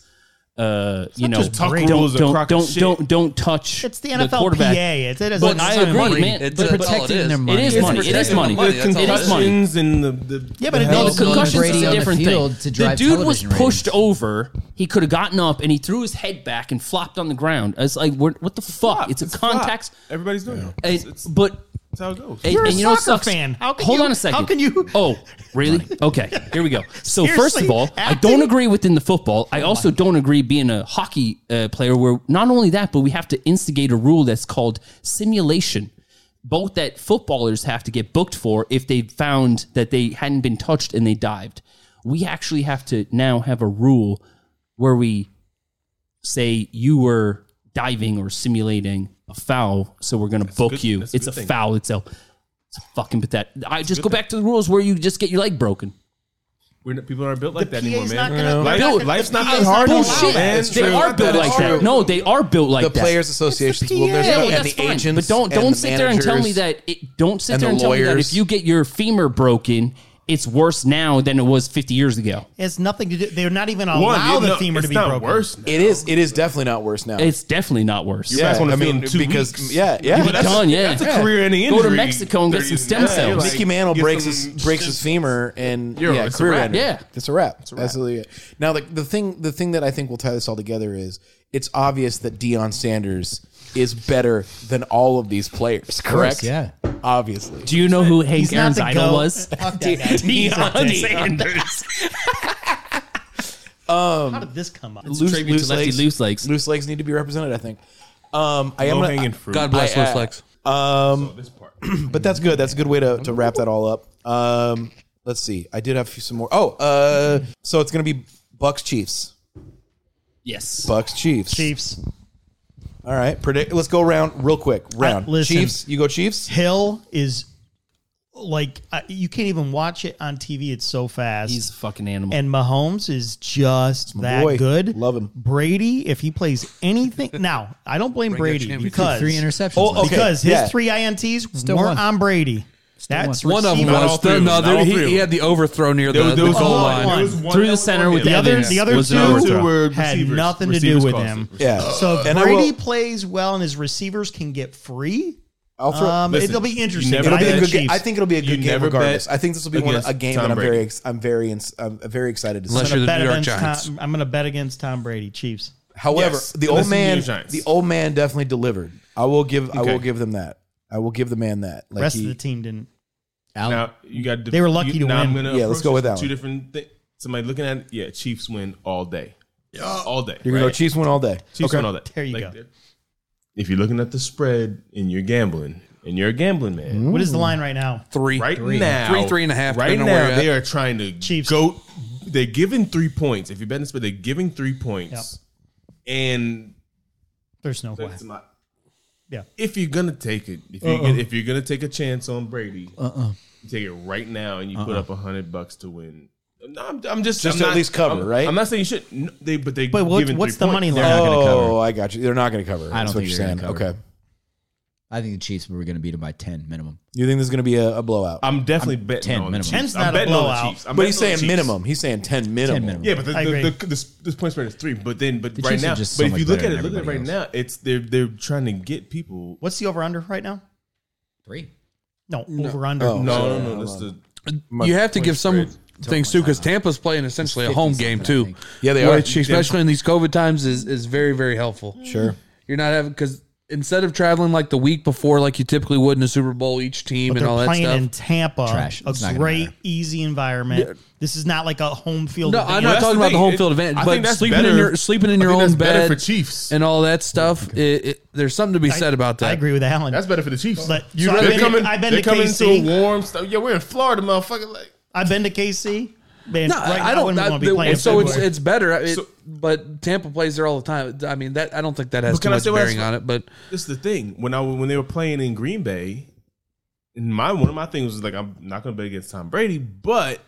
S2: Uh, you know,
S5: just Tuck
S2: don't
S5: rules, a
S2: don't
S5: crock of
S2: don't,
S5: shit.
S2: don't don't touch.
S6: It's the
S2: quarterback.
S6: NFLPA. It's, it is
S2: But
S6: it's
S2: I
S6: not
S2: agree,
S6: money.
S2: man.
S7: It's-
S2: but
S7: that's all
S2: protecting
S7: it is.
S2: their
S7: It
S2: money. It is
S4: is
S2: money. It is
S7: protecting
S2: money.
S7: the money.
S5: The
S7: That's all it is.
S5: concussions and the, the
S6: Yeah, but it doesn't-
S5: the
S2: No,
S6: Oh,
S2: the
S6: so
S2: concussion
S4: Brady
S2: is a
S4: on the
S2: different
S4: field
S2: thing.
S4: to drive
S2: the dude was
S4: television
S2: pushed
S4: ratings.
S2: over. He could have gotten up and he threw his head back and flopped on the ground. It's like, we're, what the fuck?
S5: flop.
S2: It's a
S5: flop.
S2: contact.
S5: Everybody's doing it.
S2: and-
S5: It's, it's-
S2: but
S5: it's how it goes.
S2: and,
S6: You're a
S2: and you know what
S6: soccer
S2: sucks?
S6: fan. How can
S2: Hold
S6: you-
S2: on a second.
S6: how can you-
S2: Oh, really? Okay, here we go. So first of
S6: Seriously?
S2: all, I
S6: Acting? Oh
S2: don't agree with in the football. I also don't agree being a hockey uh, player where not only that, but we have to instigate a rule that's called simulation. Both that footballers have to get booked for if they found that they hadn't been touched and they dived. We actually have to now have a rule where we say you were diving or simulating a foul, so we're going to book
S5: good-
S2: you.
S5: that's a
S2: It's a
S5: good thing.
S2: foul itself. It's fucking pathetic. I just go back to the rules where you just get your leg broken.
S5: We're not, people aren't built like that
S6: PA
S5: anymore,
S6: is
S5: man.
S6: not gonna-
S5: Life-
S6: Dude,
S5: Dude, life's not
S6: PA
S5: that
S6: is
S5: hard.
S6: not gonna
S5: anymore,
S6: allow
S5: man.
S2: Bullshit.
S3: It's
S2: They
S3: true.
S2: are built
S3: That's
S2: like that.
S3: true.
S2: No, they are built like
S3: the
S2: that.
S3: Players Association. Well, there's
S2: Yeah,
S3: no,
S2: well,
S3: and
S2: that's
S3: the
S2: fine. But
S3: agents.
S2: don't
S3: and
S2: don't
S3: the
S2: sit there and tell me
S3: managers.
S2: that it, don't sit
S3: and
S2: there
S3: the
S2: and tell me that if
S3: lawyers.
S2: you get your femur broken, it's worse now than it was 50 years ago.
S6: It has nothing to do. They're not even
S5: One,
S6: allow
S5: you
S6: the
S5: know,
S6: femur to
S5: it's
S6: be
S5: not
S6: broken.
S5: Worse. now.
S3: It is. It is definitely not worse now.
S2: It's definitely not worse.
S5: You guys
S3: Yeah,
S5: want
S3: I
S5: to feel
S3: mean,
S5: in two
S3: because-
S5: weeks.
S3: yeah, yeah.
S5: But
S2: You're
S5: that's,
S2: done, yeah.
S5: That's a
S2: Yeah.
S5: career-ending
S2: Go to
S5: injury.
S2: Mexico and get some stem
S5: Yeah,
S2: cells.
S5: you're
S2: Mickey
S3: Mickey Mantle
S5: get
S3: breaks
S5: some-
S3: his breaks his femur and
S5: You're-
S3: yeah,
S5: it's a
S3: career
S5: wrap.
S3: ending.
S2: Yeah.
S3: it's a wrap. Absolutely. it. Now the the thing the thing that I think will tie this all together is it's obvious that Deion Sanders
S9: is better than all of these players, correct?
S4: yeah.
S9: Obviously.
S2: Do you know who Hank
S6: He's not
S2: Aaron's
S6: the
S2: idol
S6: goat.
S2: was?
S6: Fuck that guy. He's a
S2: Deion
S6: dick.
S2: Sanders.
S6: How did this come up?
S2: Loose,
S9: Tribute to
S2: loose lefty,
S9: legs.
S2: loose legs.
S9: Loose legs need to be represented, I think. Um, I am
S5: Low
S9: gonna-
S5: hanging fruit.
S7: God bless
S9: I-
S7: Loose
S9: I-
S7: Legs.
S5: So this part.
S9: but that's good. That's a good way to, to wrap that all up. Um, let's see. I did have some more. Oh, uh, so it's gonna be Bucks Chiefs.
S2: Yes.
S9: Bucks Chiefs.
S6: Chiefs.
S9: All right. Predict. Let's go round real quick. Round.
S6: Uh, listen.
S9: Chiefs. You go Chiefs.
S6: Hill is like uh, you can't even watch it on TV. It's so fast.
S2: He's a fucking animal.
S6: and Mahomes is just that
S9: boy.
S6: good.
S9: Love him.
S6: Brady, if he plays anything now, I don't blame Brady
S7: champion.
S6: because
S4: Three interceptions.
S9: Oh,
S4: last
S9: okay.
S4: night.
S6: because his
S9: Yeah.
S6: three ints
S4: Still
S6: weren't
S4: won.
S6: on Brady. That's
S4: won.
S7: One of them
S5: Not all
S7: was
S5: three
S7: the,
S5: of them.
S7: no,
S5: Not all
S7: there,
S5: three of
S7: he, he
S5: them.
S7: had the overthrow near
S5: There was-
S7: the,
S5: there
S7: the
S5: was
S7: goal
S5: one-
S7: line.
S5: there was one
S2: Through
S5: that
S2: the
S5: was
S2: center
S5: on
S2: with
S5: him.
S6: the other
S2: Evans
S6: the other
S2: was an
S6: two
S2: overthrow.
S5: were
S6: had
S5: receivers.
S6: nothing to do
S5: Receivers
S6: with
S5: caused
S6: him.
S5: it.
S9: Yeah.
S6: So if
S9: And I will-
S6: Brady plays well and his receivers can get free,
S9: I'll throw.
S6: um,
S5: Listen,
S6: it'll be
S5: you
S6: interesting.
S5: never-
S6: but
S9: It'll
S6: I
S9: be a
S6: bet
S9: good game.
S6: Chiefs.
S9: I think it'll be a
S5: You
S9: good game
S5: never
S9: regardless.
S5: bet
S9: I think this will be one of- a
S5: against
S9: game
S5: Tom
S9: that I'm very
S5: Brady.
S9: ex- I'm very ins- I'm very excited to see.
S7: Unless you're the
S6: bet
S7: New York
S6: against
S7: Giants.
S6: Tom, I'm going to bet against Tom Brady, Chiefs.
S9: However,
S5: Yes,
S9: the
S5: unless
S9: old
S5: it's the New
S9: man
S5: York Giants.
S9: the old man definitely delivered. I will give I will
S5: Okay.
S9: give them that. I will give the man that. Like
S6: Rest
S9: he-
S6: of the team didn't.
S5: Now you got.
S6: Um, They were lucky
S5: you,
S6: to
S5: now
S6: win.
S5: I'm gonna
S9: Yeah, let's
S5: approach
S9: go with
S5: this
S9: that
S5: Two
S9: one.
S5: different things. Somebody looking at it, yeah, Chiefs win all day. Yeah, all day.
S9: You're gonna
S5: right?
S9: go Chiefs win all day.
S5: Chiefs win all day.
S6: There you go.
S5: If you're looking at the spread and you're gambling and you're a gambling man,
S9: Mm-hmm.
S6: What is the line right now?
S7: Three.
S5: right now,
S7: Three, three and a half,
S5: Right
S7: depending
S5: now,
S7: on where you're
S5: they are trying to
S6: Chiefs.
S5: go. They're giving three points. If you bet this, but they're giving three points, and
S6: There's no way.
S5: that's not.
S6: Yeah. Uh-uh.
S5: If you're gonna take it, if you're gonna, if you're gonna take a chance on Brady, you take it right now and you
S6: Uh-uh.
S5: put up a hundred bucks to win. No, I'm, I'm just
S9: Just
S5: I'm
S9: to at
S5: not-
S9: least cover,
S5: I'm-
S9: right?
S5: I'm not saying you should. No, they but they.
S6: But what,
S5: giving
S6: what's
S5: three
S6: the
S5: points.
S6: money
S4: They're not
S6: line?
S4: gonna cover.
S9: Oh, I got you. They're not going to cover.
S4: I don't
S9: That's what
S4: think
S9: you're
S4: they're
S9: saying.
S4: gonna cover.
S9: Okay.
S4: I think the Chiefs were going to beat him by ten minimum.
S9: You think this is going to be a, a blowout?
S5: I'm definitely betting
S4: 10
S5: on the
S4: minimum.
S5: Chiefs.
S6: 10's
S5: I'm
S6: not a
S5: betting on the
S6: blowout.
S5: Chiefs. I'm
S9: but he's
S5: betting on the
S9: saying
S5: Chiefs.
S9: minimum. He's saying 10 minimum.
S4: Ten minimum.
S5: Yeah, but the,
S6: I
S5: the,
S6: agree.
S5: the, this, this point spread is three. But then, but
S4: The
S5: right
S4: Chiefs are
S5: now,
S4: just so
S5: but if
S4: much
S5: you look
S4: better
S5: at
S4: than
S5: it, look at it right
S4: everybody
S5: now, it's they're they're trying to get people.
S6: What's the over under right now?
S4: Three.
S6: No, over under.
S9: Oh.
S5: No, no, no. That's the
S7: You have to give some things too,
S5: uh,
S7: because Tampa's playing essentially a home game too.
S9: Yeah, they
S7: Which,
S9: are.
S7: especially in these COVID times, is is very very helpful.
S9: Sure.
S7: You're not having because instead of traveling like the week before, like you typically would in a Super Bowl, each team
S6: But
S7: and
S6: they're
S7: all that
S6: playing
S7: stuff.
S6: in Tampa,
S4: Trash. It's not
S6: a
S4: gonna
S6: great,
S4: matter.
S6: easy environment. This is not like a home field.
S7: no, I'm
S6: advantage.
S7: not
S5: that's the
S7: talking about the
S5: thing.
S7: home
S5: It-
S7: field
S5: I
S7: advantage,
S5: think
S7: but
S5: that's
S7: sleeping in
S5: better-
S7: your sleeping in
S5: I
S7: your
S5: think
S7: own
S5: that's better
S7: bed
S5: for Chiefs.
S7: and all that stuff. It, it, there's something to be said about that.
S6: I agree with Alan.
S5: That's better for the Chiefs.
S6: But-
S5: you
S6: so I've
S5: they're
S6: been to-
S5: coming.
S6: I've been
S5: they're
S6: to
S5: coming
S6: KC.
S5: into a warm. St- yeah, we're in Florida, motherfucker. Like
S6: I've been to KC. Man,
S7: No,
S6: right
S7: I
S6: now
S7: don't.
S6: wouldn't
S7: I,
S6: wanna be
S7: the-
S6: playing
S7: so it's
S6: Pittsburgh.
S7: it's better. It-
S5: So-
S7: but Tampa plays there all the time. I mean, that I don't think that has
S5: But
S7: too
S5: can I
S7: much
S5: say what I
S7: bearing
S5: saw?
S7: on it. But
S5: this is the thing when I when they were playing in Green Bay, and my one of my things was like I'm not going to bet against Tom Brady, but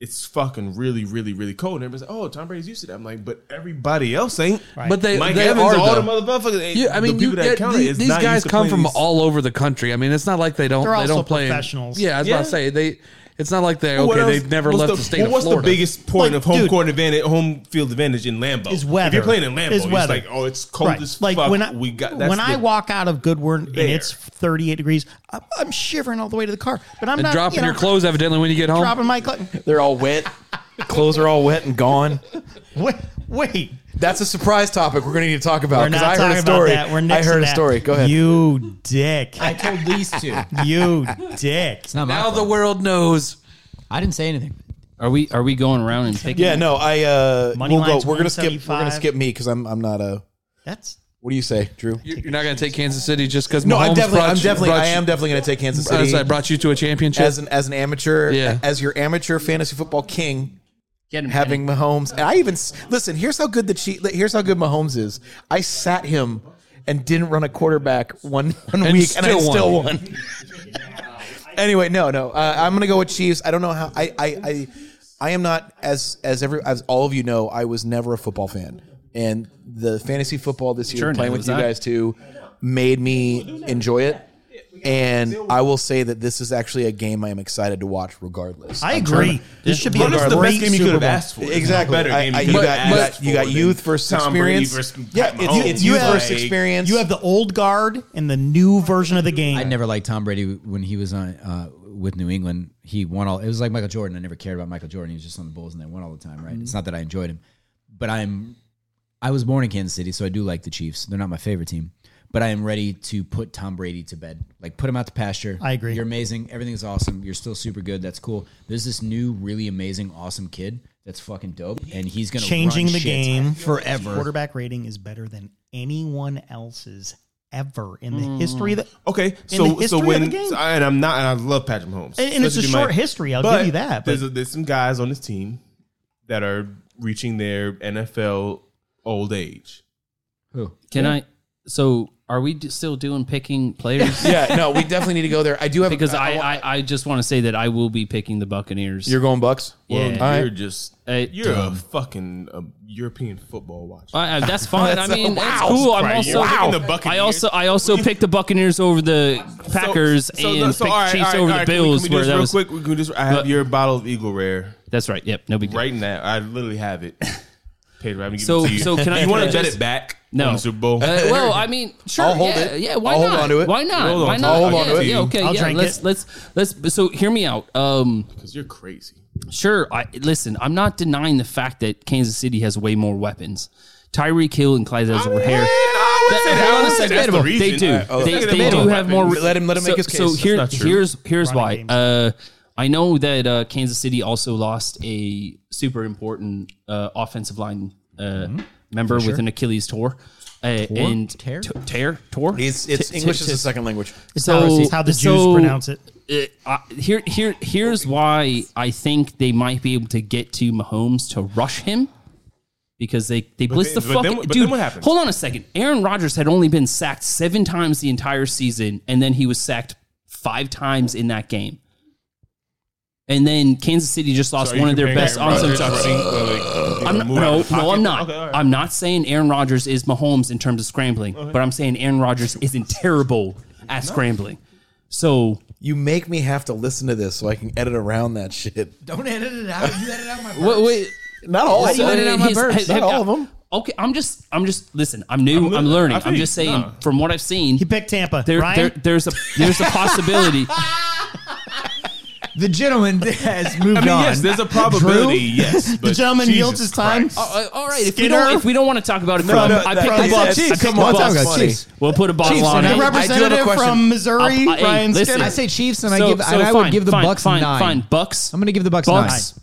S5: it's fucking really really really cold. And everybody's like, oh, Tom Brady's used to that. I'm like, but everybody else ain't.
S6: Right.
S7: but they
S5: Mike
S7: they
S5: Evans,
S7: are
S5: all
S7: though.
S5: the motherfuckers. ain't-
S7: Yeah, I mean,
S5: the people
S7: you,
S5: that
S7: yeah,
S5: counted
S7: the-
S5: is
S7: these
S5: not
S7: guys
S5: used to
S7: come
S5: playing
S7: from
S5: these-
S7: all over the country. I mean, it's not like they don't.
S6: They're
S7: they
S6: also
S7: don't play
S6: professionals.
S7: Yeah, I was
S5: Yeah.
S7: about to say they. It's not like they
S5: Well, what
S7: okay.
S5: else-
S7: They've never
S5: what's
S7: left the, state
S5: well,
S7: of
S5: what's
S7: Florida.
S5: the biggest point
S6: Like,
S5: of home
S6: dude,
S5: court advantage, home field advantage in Lambo?
S6: Is weather.
S5: If you're playing in Lambo,
S6: Is
S5: it's
S6: weather.
S5: like, oh, it's cold
S6: Right.
S5: as
S6: like
S5: fuck.
S6: when I
S5: we got that's
S6: when I
S5: the-
S6: walk out of Goodwin and
S5: There.
S6: it's 38 degrees, I'm, I'm shivering all the way to the car. But I'm
S7: And
S6: not
S7: dropping
S6: you know,
S7: your clothes evidently when you get home.
S6: Dropping my clothes.
S9: They're all wet. Clothes are all wet and gone.
S6: Wait, wait.
S9: That's a surprise topic we're going to need to talk about
S6: We're
S9: because
S6: not
S9: I
S6: talking
S9: heard a story.
S6: about that. We're
S9: I
S6: nixing
S9: heard a
S6: that.
S9: story. Go ahead.
S6: You dick.
S4: I told these two.
S6: You dick.
S4: It's not my
S7: now the
S4: fault.
S7: world knows.
S4: I didn't say anything.
S2: Are we are we going around and picking?
S9: yeah, no, I uh
S6: Money
S9: we'll go.
S6: line's
S9: We're going to skip we're going to
S6: 175.
S9: skip me cuz I'm I'm not a
S6: That's
S9: What do you say, Drew?
S7: You're, you're not going to take Kansas City just because.
S9: No,
S7: Mahomes
S9: I'm definitely
S7: brought
S9: I'm
S7: you-
S9: definitely
S7: brought
S9: I
S7: you-
S9: am definitely going to take Kansas
S7: I was
S9: City
S7: like, brought you to a championship.
S9: as an as an amateur
S7: Yeah.
S9: as your amateur fantasy football king.
S2: Get him,
S9: having Mahomes. And I even s- listen. Here's how good the Chief. Here's how good Mahomes is. I sat him and didn't run a quarterback one one
S7: And
S9: week, and I
S7: still
S9: still won. anyway, no, no. Uh, I'm gonna go with Chiefs. I don't know how. I I I, I am not as as every as all of you know. I was never a football fan, and the fantasy football this year
S2: Sure,
S9: playing
S2: no,
S9: with
S2: it's
S9: you
S2: not.
S9: guys too made me enjoy it. And I will say that this is actually a game I am excited to watch, regardless.
S6: I
S9: I'm
S6: agree. This should be a
S5: Well, this is the
S6: great
S5: best game you
S6: Super
S5: could have
S6: Bowl.
S5: asked for. It's
S9: Exactly.
S5: a Better
S9: I-
S5: game
S9: I-
S5: you
S9: you
S5: could
S9: got-
S5: have
S9: you
S5: asked
S9: got- you
S5: for
S9: got
S5: than
S9: youth versus
S5: Tom Brady
S9: experience.
S5: versus
S9: Yeah,
S5: Pat
S9: it's-
S5: Mahomes.
S9: it's youth
S5: Like,
S9: versus experience.
S6: You have the old guard and the new version of the game.
S4: I never liked Tom Brady when he was on uh, with New England. He won all. It was like Michael Jordan. I never cared about Michael Jordan. He was just on the Bulls and they won all the time, right? It's not that I enjoyed him, but I'm. I was born in Kansas City, so I do like the Chiefs. They're not my favorite team, but I am ready to put Tom Brady to bed. Like put him out to pasture.
S6: I agree.
S4: You're amazing. Everything's awesome. You're still super good. That's cool. There's this new really amazing awesome kid that's fucking dope, and he's gonna
S6: Changing
S4: run
S6: the
S4: shit
S6: game.
S4: forever.
S6: Quarterback rating is better than anyone else's ever in
S4: Mm.
S6: the history. That
S5: Okay,
S6: the
S5: so
S6: history
S5: so
S6: of the
S5: when
S6: game.
S5: so- and I'm not and I love Patrick Mahomes,
S6: And- and it's a
S5: Especially
S6: short history, I'll give you that, but-
S5: there's, a, there's some guys on this team that are reaching their NFL old age.
S4: Who?
S2: Can I? So are we d- still doing picking players?
S3: yeah, no, we definitely need to go there. I do have
S2: Because I,
S3: want-
S2: I, I just want to say that I will be picking the Buccaneers.
S3: you're going Bucks.
S5: Well,
S2: Yeah.
S5: you're just
S2: Hey,
S5: you're a fucking uh European football watcher.
S2: I, I- that's fine. I mean,
S5: wow.
S2: that's cool. I'm
S5: Right,
S2: also
S5: you're picking the
S2: I
S5: Buccaneers.
S2: also I also picked the Buccaneers over the Packers and picked
S5: all right,
S2: Chiefs
S5: all right,
S2: over
S5: all
S2: the
S5: right, can we-
S2: Bills.
S5: Can we,
S2: where
S5: do this
S2: that
S5: real
S2: was
S5: quick? We can just. I have
S2: Look.
S5: your bottle of Eagle Rare
S2: that's right. Yep, no big deal.
S5: right now. I literally have it. Paid right.
S2: So-
S5: it to you.
S2: so can I-
S5: You want
S2: can
S5: to
S2: I
S5: bet
S2: just-
S5: it back?
S2: No.
S5: on the Super Bowl.
S2: Uh, well, I mean, sure.
S9: I'll hold
S2: yeah,
S9: it.
S2: Yeah, why
S9: I'll
S2: not?
S9: hold on to it.
S2: Why not?
S5: Hold on
S2: why
S5: to it.
S2: not?
S5: I'll hold
S2: yeah,
S5: on to it.
S2: Yeah, okay.
S6: I'll
S2: yeah,
S6: drink
S2: let's
S6: it.
S2: let's let's. So hear me out. Um,
S5: Because you're crazy.
S2: sure. I listen. I'm not denying the fact that Kansas City has way more weapons. Tyreek Hill and Clyde Edwards-Helaire. Hold on a second.
S5: That's the reason.
S2: They do.
S5: All right, oh,
S2: they
S5: that's
S2: they do
S5: debatable.
S2: have more.
S9: Let him- let him
S2: so,
S9: make his case.
S2: So
S9: That's
S2: here,
S5: not true.
S2: here's here's why.
S6: games.
S2: Uh, I know that uh, Kansas City also lost a super important uh, offensive line uh,
S9: Mm-hmm.
S2: member with an Achilles tour. Uh, and
S4: Tear?
S2: T- tear tour.
S9: It's it's
S2: T-
S9: English
S2: t-
S9: is
S2: t-
S9: a second language.
S6: it's how, it's how the Jews
S2: so-
S6: pronounce it.
S2: uh, I- here, here, here's why I think they might be able to get to Mahomes to rush him because they they blitz
S5: then-
S2: the
S5: but
S2: fuck.
S5: then what- but
S2: dude,
S5: then what happens?
S2: Hold on a second. Aaron Rodgers had only been sacked seven times the entire season, and then he was sacked five times in that game. And then Kansas City just lost one of their best onside shots.
S5: uh,
S2: I'm not, no, no, I'm not. I'm not saying Aaron Rodgers is Mahomes in terms of scrambling, but I'm saying Aaron Rodgers isn't terrible at scrambling. So
S9: You make me have to listen to this so I can edit around that shit.
S4: Don't edit it out. You edit out my.
S2: Wait, wait.
S9: Not all of
S2: So
S9: them.
S2: his- his-
S9: Not all of them.
S2: Okay, I'm just, I'm just. Listen, I'm new. I'm, learning.
S5: I feel
S2: I'm
S5: you.
S2: just saying
S5: No.
S2: from what I've seen.
S6: He picked Tampa.
S2: There,
S6: Ryan,
S2: there, there's a, there's a possibility.
S4: The gentleman has moved
S5: I mean,
S4: on.
S5: yes, there's a probability. Yes, but
S6: the gentleman
S5: Jesus
S6: yields his time.
S5: Christ.
S2: Uh, all right, if we don't,
S6: Skinner?
S2: if we don't want to talk about it,
S9: No,
S2: from,
S9: no,
S2: I
S9: that-
S2: picked
S9: that-
S2: the Bucks.
S9: Chiefs,
S2: I picked
S9: come
S2: the
S9: on, that's
S2: Bucks.
S9: funny.
S2: We'll put a bottle
S4: Chiefs,
S2: on
S4: and
S2: it.
S4: I
S6: the
S4: do have a
S6: representative
S9: question.
S6: from Missouri,
S2: I'll- I- hey,
S6: Ryan
S2: listen.
S6: Skinner.
S4: I say Chiefs, and I
S2: So-
S4: give,
S2: so
S4: and I would
S2: fine,
S4: give the
S2: fine,
S4: Bucks
S2: fine,
S4: nine.
S2: Fine, Bucks.
S4: I'm going to give the Bucks,
S2: Bucks, Chiefs.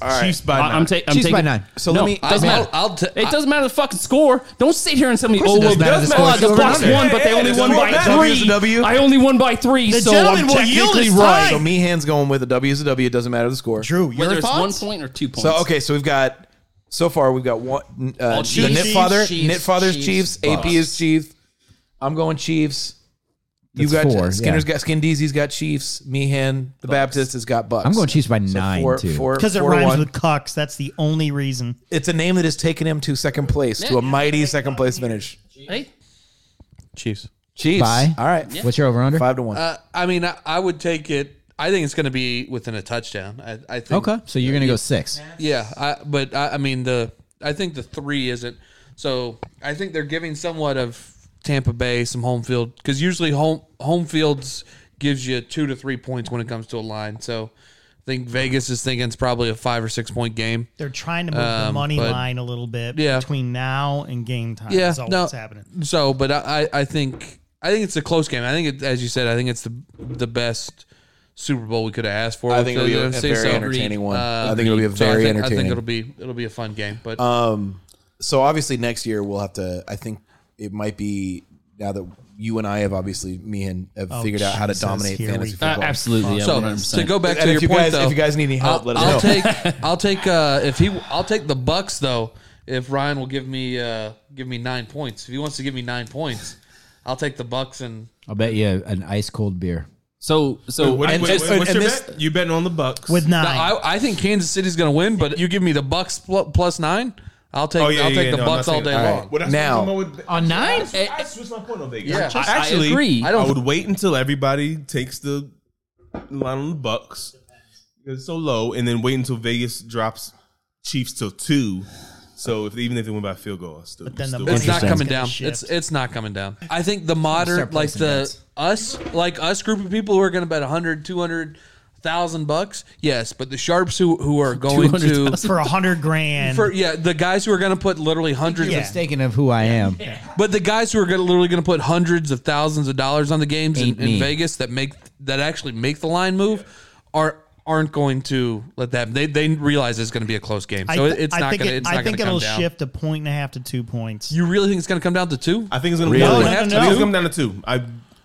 S5: Chiefs by
S2: I, am
S5: nine.
S2: ta- I'm
S4: Chiefs
S2: taking
S4: by nine.
S9: So
S2: no,
S9: let me-
S2: Doesn't
S9: I'll-
S2: matter.
S7: I'll t-
S2: it
S7: I-
S2: doesn't matter the fucking score. Don't sit here and tell me.
S4: course
S2: Oh,
S4: it does matter the score.
S2: oh, the
S4: It's
S2: Bucks
S4: over and
S2: won,
S5: under.
S2: but they only
S5: Yeah,
S2: won
S5: yeah,
S2: by
S5: yeah.
S2: three.
S9: W's a W.
S2: I only won by three,
S6: The
S2: so
S6: gentleman
S2: I'm
S6: will yield
S2: technically
S6: his
S2: right.
S9: So
S6: time.
S9: Meehan's going with a W is a W. It doesn't matter the score.
S6: Drew, your
S2: Whether it's one
S6: thoughts?
S2: point or two points.
S9: So okay, so we've got so far we've got one uh,
S2: Chiefs,
S9: the Knitfather,
S7: Chiefs,
S9: Knitfather's
S7: Chiefs,
S9: Chiefs, AP is Chiefs. I'm going Chiefs. You've got
S4: That's four,
S9: Skinner's
S4: yeah.
S9: got Skindeezy's got Chiefs. Meehan the Baptist has got Bucks.
S4: I'm going Chiefs by nine
S9: four,
S4: too.
S9: four-
S6: Because it
S9: four to
S6: rhymes
S9: one.
S6: with cucks. That's the only reason.
S9: It's a name that has taken him to second place, to a mighty second place finish.
S2: Hey,
S7: Chiefs.
S9: Chiefs.
S4: Bye.
S9: All right.
S4: What's your over under?
S9: Five to one.
S7: Uh, I mean, I, I would take it. I think it's going to be within a touchdown. I, I think.
S4: Okay, so you're going to go six.
S7: Yeah, I, but I, I mean the I think the three isn't. So I think they're giving somewhat of Tampa Bay some home field because usually home home fields gives you two to three points when it comes to a line. So I think Vegas is thinking it's probably a five or six point game.
S6: They're trying to move the
S7: Um,
S6: money
S7: but-
S6: line a little bit
S7: Yeah.
S6: between now and game time.
S7: Yeah,
S6: is all
S7: no.
S6: that's happening.
S7: So, but I I I think I think it's a close game. I think it, as you said, I think it's the the best. Super Bowl we could have asked for.
S9: I
S7: with
S9: think
S7: the
S9: it'll be a, a
S7: NFC,
S9: very
S7: so-
S9: entertaining one.
S7: Uh,
S9: I think it'll be a
S7: so I
S9: very
S7: think- I
S9: entertaining. Um,
S7: think it'll be it'll be a fun game, but
S9: so obviously next year we'll have to. I think it might be now that you and I have obviously me and have figured out how to
S6: Jesus,
S9: dominate
S6: here we
S9: fantasy
S6: go.
S2: uh,
S9: football.
S2: absolutely. Yeah,
S7: So
S2: 100%.
S7: to go back
S9: And if
S7: to your
S9: you
S7: point,
S9: guys-
S7: though,
S9: if you guys need any help,
S7: I'll,
S9: let us
S7: I'll
S9: know.
S7: take I'll take uh, if he I'll take the Bucks though. If Ryan will give me uh, give me nine points, if he wants to give me nine points, I'll take the Bucks and
S4: I'll bet you an ice cold beer.
S2: so so
S5: What-
S2: I-
S5: what-
S9: just-
S5: what's
S9: and
S5: your
S9: this-
S5: bet? You betting on the Bucks?
S6: With nine.
S7: No, I, I think Kansas City's going to win. But you give me the Bucks pl- plus nine, I'll
S5: Oh,
S9: Oh,
S7: take I'll take the
S5: no, I'm not
S7: Bucks all
S5: saying-
S7: day
S5: Alright.
S7: long.
S5: What I
S9: Now-
S5: come up with-
S4: On nine?
S5: I switched- I switched my point on Vegas.
S7: Yeah.
S5: I,
S2: I
S5: actually,
S2: agree.
S5: I, would wait until everybody takes the line on the Bucks because it's so low, and then wait until Vegas drops Chiefs till two. So if even if they win by a field goal, I still.
S6: then the
S5: still
S6: money-
S7: It's not
S6: Interesting.
S7: coming
S6: It's gonna
S7: down.
S6: shift.
S7: It's it's not coming down. I think the modern
S4: start
S7: like
S4: placing
S7: the
S4: bets.
S7: us like us group of people who are going to bet 100, 200, thousand bucks, yes, but the sharps who who are going to
S6: for a hundred grand.
S7: for yeah the guys who are going to put literally hundreds
S6: Yeah.
S7: of
S4: Mistaken of who I am.
S7: But the guys who are gonna, literally going to put hundreds of thousands of dollars on the games in,
S4: Ain't me.
S7: in Vegas that make that actually make the line move are aren't going to let that. They they realize it's going to be a close game, so
S6: I,
S7: it-
S6: thi-
S7: it's
S6: I
S7: not
S6: think
S7: going
S6: it-
S7: to. It's
S6: I
S7: not going
S6: think
S7: to come
S6: it'll
S7: down.
S6: shift a point and a half to two points.
S7: You really think it's going to come down to two?
S5: I think it's gonna
S7: Really?
S5: Be,
S7: No, no,
S5: I think
S7: no.
S5: it's gonna come down to two. I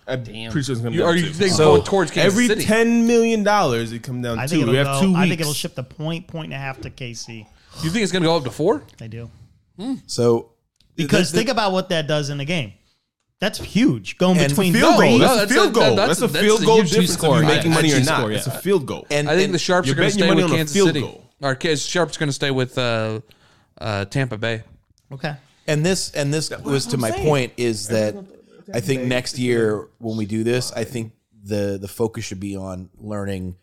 S5: I'm pretty sure it's gonna. Be
S7: You-
S5: down
S7: are
S5: to
S7: you
S5: two.
S7: thinking going towards Kansas
S5: every
S7: City?
S5: ten million dollars, it come down
S6: I
S5: to
S6: think
S5: two.
S6: it'll
S5: We have
S6: go,
S5: two weeks.
S6: I think it'll shift a point, point and a half to KC.
S7: You think it's going to go up to four?
S6: They do
S9: So
S6: because think about what that does in the game. That's huge. Going
S9: And
S6: between
S5: Field
S6: three-
S5: goal.
S7: No,
S5: That's a
S7: that's a-
S5: field goal. That's
S7: that's-
S5: a
S7: that's
S5: field
S7: a
S5: goal
S7: huge
S5: difference if
S2: score.
S5: you're making
S2: Yeah,
S5: money or
S2: huge
S5: not.
S2: score,
S5: It's a
S2: yeah.
S5: field goal.
S9: and
S7: I think
S9: and
S7: the sharps
S5: you're
S7: are going to
S5: betting your
S7: stay
S5: money
S7: with
S5: on a
S7: Kansas
S5: field
S7: City.
S5: goal.
S7: Or Kansas sharps going to stay with uh, uh, Tampa Bay.
S6: Okay.
S9: and this and this was to my point is that I think next year when we do this, I think the the focus should be on learning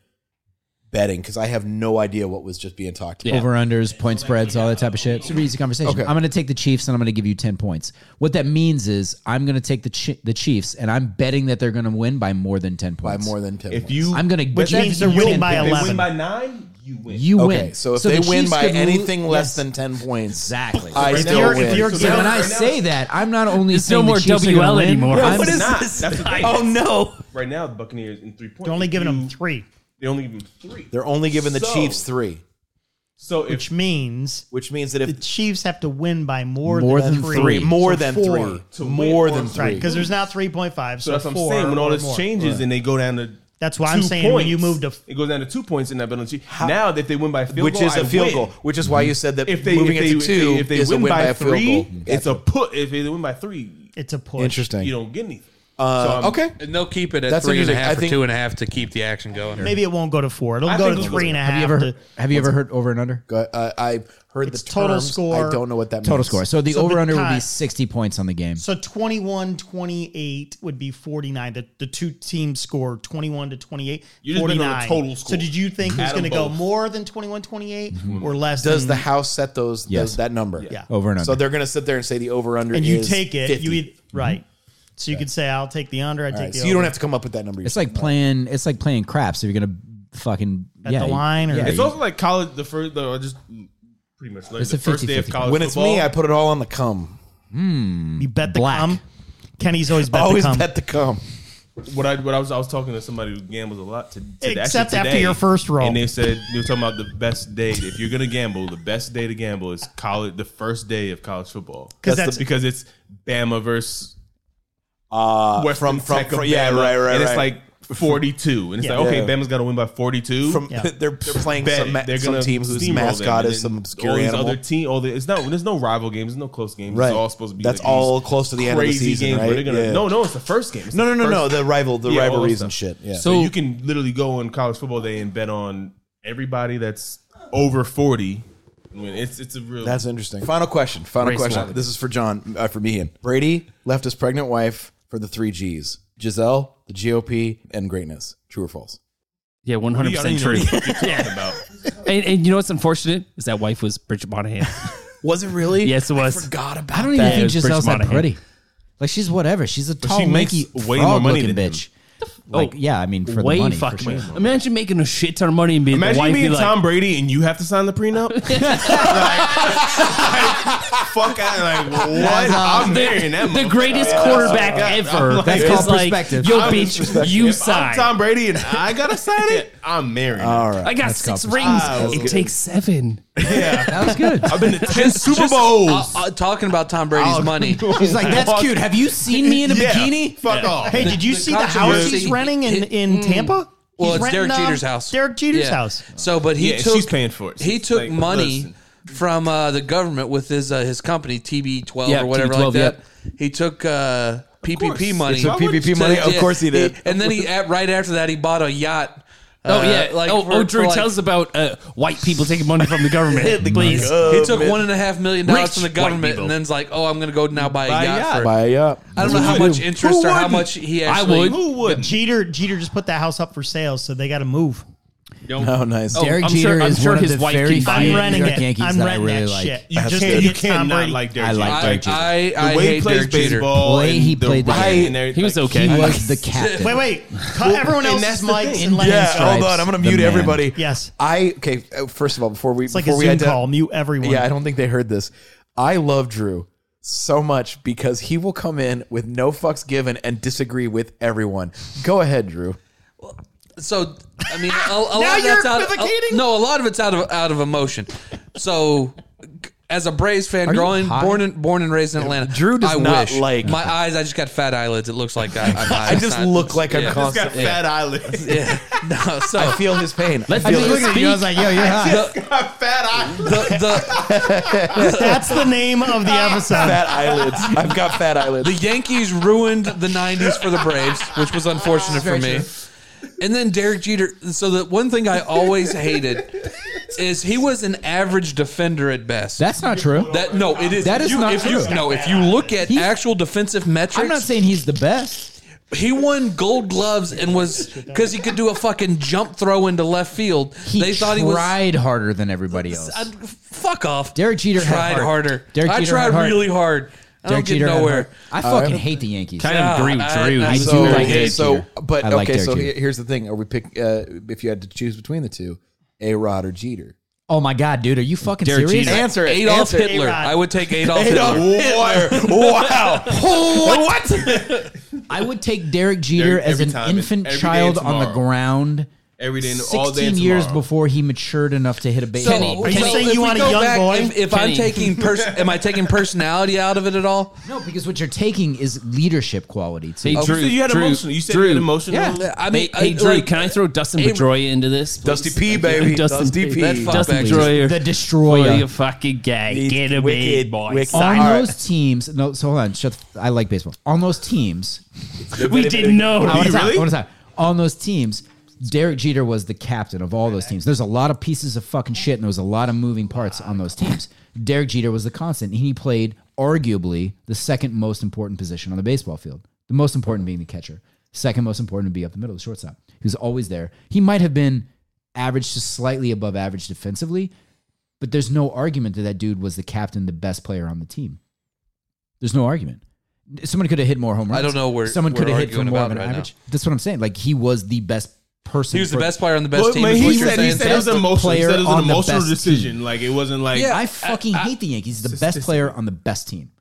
S9: betting because I have no idea what was just being talked about.
S4: Over unders, point spreads, all that type of shit. Super easy conversation. I'm going to take the Chiefs and I'm going to give you 10 points. What that means is I'm going to take the chi- the Chiefs and I'm betting that they're going to win by more than 10
S9: By
S4: points.
S9: more than ten.
S5: If
S9: points.
S5: you
S4: I'm going to
S6: Which
S4: bet
S6: means
S4: that
S6: they're
S4: you
S6: winning
S4: win
S6: by
S4: fifty.
S5: if they
S6: 11.
S5: win by nine, you win.
S4: You
S9: okay,
S4: win.
S9: so if they
S4: the
S9: win
S4: Chiefs
S9: by
S4: could lo-
S9: anything less
S4: Yes.
S9: than ten points,
S4: Exactly.
S9: I
S5: Right
S9: still
S5: now-
S9: win.
S6: if you're
S5: So
S4: So
S6: Yeah.
S4: when I
S5: right now-
S4: say that, I'm not only
S2: There's
S4: saying
S2: no
S4: the
S2: more
S4: Chiefs are gonna
S2: WL
S4: win,
S2: anymore.
S4: I'm-
S5: What is
S4: Nah.
S5: this? That's the thing.
S9: Oh no!
S5: Right now, the Buccaneers in three points.
S6: They're only
S5: If
S6: giving them
S5: you-
S6: three,
S5: They only give them three.
S9: They're only giving the
S5: So-
S9: Chiefs three,
S5: So if
S6: which means
S9: which means that
S6: the
S9: if
S6: Chiefs have to win by more,
S4: More
S6: than,
S4: than
S6: three.
S9: three, more
S6: So
S9: than
S6: four.
S9: three,
S5: to win
S9: more
S5: or
S9: than
S5: three.
S6: Right,
S9: three.
S6: because there's now 3.5. So,
S5: so that's what I'm
S6: four
S5: saying. When all
S6: or
S5: this
S6: more.
S5: changes and they go down to
S6: That's why
S5: two
S6: I'm saying when you
S5: points,
S6: move to-
S5: it goes down to two points in that penalty. on the Chiefs. Now that they win by field
S9: which
S5: goal,
S9: is
S5: I
S9: a field
S5: win.
S9: goal, which is why you said that
S5: If they
S9: moving
S5: if they,
S9: it to two
S5: if they, if
S9: is
S5: they win
S9: a win
S5: by,
S9: by, a field
S5: three,
S9: goal.
S5: it's a put. If they win by three,
S6: It's a push.
S9: Interesting.
S5: you don't get anything. So
S9: Uh,
S5: I'm-
S9: okay,
S7: And they'll keep it at
S9: That's
S7: three and a
S9: interesting.
S7: half
S9: I
S7: or
S9: think-
S7: two and a half to keep the action going.
S6: Maybe it won't go to four. It'll
S5: I
S6: go
S5: think
S6: to
S5: it'll go
S6: three and
S5: to-
S6: a half.
S4: Have you ever
S6: to-
S4: heard, have you ever heard over and under?
S9: Go- uh, I've heard
S6: It's
S9: the
S6: total
S9: terms.
S6: score.
S9: I don't know what that means.
S4: Total score. So the
S6: So the
S4: over under would be
S6: cut-
S4: 60 points on the game.
S6: So 21 28 would be 49. The, the two teams scored 21 to 28.
S5: You're just making it a
S6: 49.
S5: total score.
S6: So did you think it was
S5: Add
S6: going to
S5: 'em
S6: go
S5: both.
S6: more than 21 28 or less?
S9: Mm-hmm. Does the
S6: than,
S9: house set those,
S4: Yes.
S9: those that number?
S6: Yeah.
S4: Over and under.
S9: So they're going to sit there and say the over under
S6: and you
S9: is
S6: take it,
S9: 50.
S6: you eat, right. So you could say, I'll take the under, I
S9: All
S6: take
S9: right,
S6: the
S9: so you don't
S6: over.
S9: have to come up with that number.
S4: It's like playing. It's like playing craps. If you're gonna fucking
S6: At
S4: yeah,
S6: the line or-
S4: yeah,
S5: It's
S4: you-
S5: also like college. The first, the, I just pretty much like
S4: It's
S5: the
S4: a
S5: first day of
S4: 50-50.
S5: college.
S9: when it's
S5: football,
S9: me, I put it all on the cum.
S6: You bet the
S4: Black.
S6: cum. Kenny's always bet
S9: Always
S6: the cum.
S9: bet the cum.
S5: what I what I was I was talking to somebody who gambles a lot to, to
S6: Except
S5: actually
S6: after
S5: today,
S6: your first roll.
S5: and they said they were talking about the best day. If you're gonna gamble, the best day to gamble is college, the first day of college football,
S6: 'Cause
S5: That's the-
S6: that's-
S5: because it's Bama versus
S9: Uh,
S5: West
S9: from from, from yeah, right, right,
S5: and it's
S9: right.
S5: like 42, and it's
S6: Yeah.
S5: like okay,
S9: Yeah.
S5: Bama's got to win by 42.
S9: from
S6: Yeah.
S9: they're they're playing
S5: Bet
S9: some,
S5: it.
S9: ma-
S5: They're
S9: some
S5: gonna
S9: teams whose
S5: steamroll them,
S9: mascot
S5: and
S9: is
S5: then
S9: some obscure
S5: all these
S9: animal.
S5: Other team, all the, it's not. There's no rival games. There's no close games.
S9: Right.
S5: It's all supposed to be.
S9: That's
S5: like
S9: all
S5: these
S9: close to the end of the
S5: crazy
S9: season,
S5: games where
S9: right?
S5: they're gonna-
S9: Yeah.
S5: No, no, it's the first game. It's
S9: no, no,
S5: the
S9: no, no.
S5: first-
S9: The rival, the
S5: Yeah, all
S9: rivalries
S5: that
S9: and shit.
S5: stuff.
S9: Yeah.
S5: So you can literally go on college football day and bet on everybody that's over 40. I mean, it's it's a real.
S9: That's interesting. Final question. Final question. This is for John, uh, for me. And Brady left his pregnant wife for the three G's: Giselle, the GOP, and greatness. True or false?
S2: Yeah, one hundred
S5: I don't
S2: percent
S5: even know
S2: true.
S5: what you're talking about.
S2: And, and you know what's unfortunate is that wife was Bridget Monahan.
S9: Was it really?
S2: Yes, it was.
S9: forgot about.
S4: I don't even
S2: Yeah, it
S4: think
S2: was
S4: Giselle's
S2: Bridget
S4: that
S2: Monahan.
S4: pretty. Like she's whatever. She's a tall,
S5: she makes
S4: lanky,
S5: way more money
S4: frog-looking
S5: than him.
S4: bitch. Like yeah, I mean for
S2: Way
S4: the money, for
S2: fucking.
S4: sure.
S2: Imagine making a shit ton of money and being the
S5: Imagine
S2: wife be
S5: being
S2: like,
S5: Tom Brady and you have to sign the prenup. like, fuck out. Like, what? I'm marrying that
S2: the
S5: motherfucker.
S2: greatest quarterback ever.
S4: That's
S2: is
S4: called
S2: like,
S4: perspective.
S2: Yo,
S5: I'm
S2: bitch,
S5: perspective.
S2: you
S5: If I'm
S2: sign.
S5: Tom Brady and I gotta sign it. I'm marrying.
S9: All right.
S2: I got
S4: called
S2: six rings.
S5: perspective.
S2: It takes seven.
S4: That was good.
S5: I've been to ten Super Bowls.
S7: Uh, uh, talking about Tom Brady's
S6: Oh.
S7: money.
S4: She's like, that's cute. Have you seen me in a
S5: Yeah,
S4: bikini?
S5: Fuck off.
S6: Hey, did you
S7: the
S6: see the house he's
S7: controversy-
S6: renting in, in
S5: Mm.
S6: Tampa?
S7: Well,
S6: He's
S7: it's
S6: renting,
S7: Derek
S6: um,
S7: Jeter's house.
S6: Derek Jeter's
S7: Yeah.
S6: house.
S7: So, but he
S5: Yeah,
S7: took
S5: she's paying for it.
S7: He
S5: She's
S7: took
S5: like,
S7: money
S5: listen.
S7: from uh, the government with his uh, his company TB twelve
S2: Yeah,
S7: or whatever
S2: TB12,
S7: like that. He took uh, PPP money.
S9: He took Why would- PPP money? Of course he did.
S7: and then he at, right after that he bought a yacht.
S2: Oh
S7: uh,
S2: yeah, like oh,
S7: for-
S2: oh
S7: for,
S2: Drew,
S7: like-
S2: tell us about uh, white people taking money from the government, please.
S7: He took one and a half million dollars
S2: Rich
S7: from the
S2: white
S7: government,
S2: people.
S7: and then's like, oh, I'm going to go now buy a yacht.
S5: yacht.
S7: for-
S9: Buy up.
S7: I don't know how much interest or how much he
S2: I
S7: actually.
S2: would.
S5: Who would?
S6: Jeter Jeter just put that house up for sale, so they got to move.
S2: don't.
S9: Oh, nice.
S2: Oh,
S4: Derek
S2: I'm
S4: Jeter
S2: sure- I'm
S4: is
S2: sure
S4: one
S2: his
S4: of the
S2: wife
S4: very
S2: can buy it.
S4: few
S6: I'm
S4: New
S6: renting
S4: York
S6: it.
S4: Yankees
S6: I'm
S4: that I
S6: renting
S4: really
S6: that
S4: like.
S6: shit.
S5: You
S6: That's
S5: just
S6: good.
S5: can't, you
S6: It's Tom
S5: can't not
S6: Brady.
S5: like Derek
S4: I
S5: Jeter.
S4: like
S7: I,
S4: Derek Jeter.
S7: I, I
S5: the way he
S7: hate
S5: plays
S7: Derek Jeter.
S5: baseball,
S4: The way
S5: and
S4: he played the
S5: running
S9: game.
S5: and everything.
S2: He was
S5: Like,
S2: okay.
S4: He was the captain.
S6: Wait, wait. Cut everyone
S5: and
S6: else's
S5: that's the
S6: mics
S5: thing.
S6: and let him
S9: yeah,
S6: stripes.
S9: hold on. I'm going to
S4: the
S9: mute
S4: man.
S9: everybody.
S6: Yes.
S9: I okay. uh, First of all, before we
S6: It's like a
S9: before
S6: Zoom
S9: we ident-
S6: call. Mute everyone.
S9: Yeah, I don't think they heard this. I love Drew so much because he will come in with no fucks given and disagree with everyone. Go ahead, Drew.
S7: So I mean, a, a
S6: Now
S7: lot of
S6: you're
S7: that's out. Of,
S6: equivocating?
S7: no, a lot of it's out of out of emotion. So. g- As a Braves fan,
S4: Are you
S7: growing
S4: high?
S7: born and born and raised in Atlanta,
S9: Drew does
S7: I
S9: not
S7: wish.
S9: like-
S7: my eyes. I just got fat eyelids. It looks like I, I'm high.
S9: I
S7: It's
S9: just
S7: not-
S9: look like I'm
S7: yeah.
S5: He's got
S9: constantly.
S5: fat eyelids.
S7: Yeah, no. So
S9: I feel his pain.
S2: Let's
S9: I feel
S2: do
S9: his-
S2: this.
S4: Look at you, I was like, yo, you're hot.
S5: fat eyelids.
S7: the, the
S6: That's the name of the episode.
S9: fat eyelids. I've got fat eyelids.
S7: the Yankees ruined the '90s for the Braves, which was unfortunate for me. And then Derek Jeter. So the one thing I always hated is he was an average defender at best.
S4: That's not true.
S7: That no, it is.
S4: That is
S7: you,
S4: not
S7: if you-
S4: true.
S7: no, if you look at
S4: He's-
S7: actual defensive metrics,
S4: I'm not saying he's the best.
S7: he won Gold Gloves and was because he could do a fucking jump throw into left field.
S4: He
S7: they thought he was.
S4: tried harder than everybody else.
S7: I- fuck off.
S4: Derek Jeter had
S7: tried
S4: heart.
S7: harder.
S4: Derek
S7: I
S4: Jeter
S7: tried
S4: had heart.
S7: really hard. I
S4: Derek
S7: don't
S4: Jeter
S7: get
S4: had
S7: nowhere.
S4: heart. I fucking hate the Yankees.
S2: Kind of agree with
S7: I-
S2: Drew.
S7: I-
S2: He was
S9: So,
S2: really
S4: like
S2: good.
S4: Derek
S9: so
S4: Jeter.
S9: but
S4: I like
S9: okay.
S4: Derek
S9: So
S4: Jeter.
S9: he- here's the thing: Are we pick uh, if you had to choose between the two, a Rod or Jeter?
S4: oh my god, dude, are you fucking
S2: Derek
S4: serious?
S2: Jeter.
S9: Answer it.
S7: Adolf
S9: answer it.
S7: Hitler.
S6: A-Rod.
S7: I would take Adolf Hitler.
S9: Wow. what?
S4: I would take Derek Jeter
S5: Derek-
S4: as
S5: every
S4: an
S5: time and
S4: infant
S5: every day
S4: child
S5: and
S4: on the
S5: tomorrow.
S4: ground.
S5: Every day, and all day,
S4: 16
S5: and
S4: years
S5: tomorrow.
S4: before he matured enough to hit a baseball.
S2: Kenny,
S4: ball.
S2: are you
S7: so
S6: saying
S7: if
S6: you
S7: we
S6: want a
S7: go
S6: young boy?
S7: If, if I'm
S2: Kenny.
S7: taking, pers- am I taking personality out of it at all? Oh,
S4: No, because what you're taking is leadership quality too. Oh,
S2: Hey, Drew,
S5: So you had
S2: Drew,
S5: emotional. You said
S2: Drew.
S5: you had emotional.
S2: Yeah.
S7: I mean,
S2: hey, hey,
S7: I-
S2: uh, Drew,
S7: like-
S2: can I throw Dustin
S7: Hey,
S2: Pedroia into this? please?
S9: Dusty P, baby.
S2: Dustin
S9: Dusty P.
S7: That fuck
S2: Dustin
S7: baby.
S2: Pedroia.
S4: The destroyer.
S2: Oh, you fucking guy.
S9: He's
S2: Get him
S9: wicked,
S2: in, boys.
S9: wicked.
S4: on
S9: All right.
S4: those teams, no, so hold on. Shut. The, I like baseball. On those teams,
S2: We didn't know.
S4: I want to
S5: Oh, really?
S4: I want to On those teams, Derek Jeter was the captain of all those teams. There's a lot of pieces of fucking shit, and there was a lot of moving parts on those teams. Derek Jeter was the constant. and He played arguably the second most important position on the baseball field. The most important being the catcher. Second most important would be up the middle, the shortstop. He was always there. He might have been average to slightly above average defensively, but there's no argument that that dude was the captain, the best player on the team. There's no argument. Someone could have hit more home runs.
S7: I don't know where-
S4: someone
S7: we're
S4: could have hit for
S7: arguing
S4: more
S7: about
S4: of an
S7: right now.
S4: average. That's what I'm saying. Like he was the best person.
S7: He was the
S4: for-
S7: best player on the best
S5: Well,
S7: team.
S5: man,
S7: is what
S5: he
S7: you're
S5: said he
S7: saying.
S5: said it was
S4: Best
S5: emotional. He
S4: player
S5: said it was
S4: on
S5: an
S4: the
S5: emotional
S4: best
S5: decision.
S4: team.
S5: Like it wasn't like
S7: Yeah.
S4: I fucking hate the Yankees. He's the best player on the best team.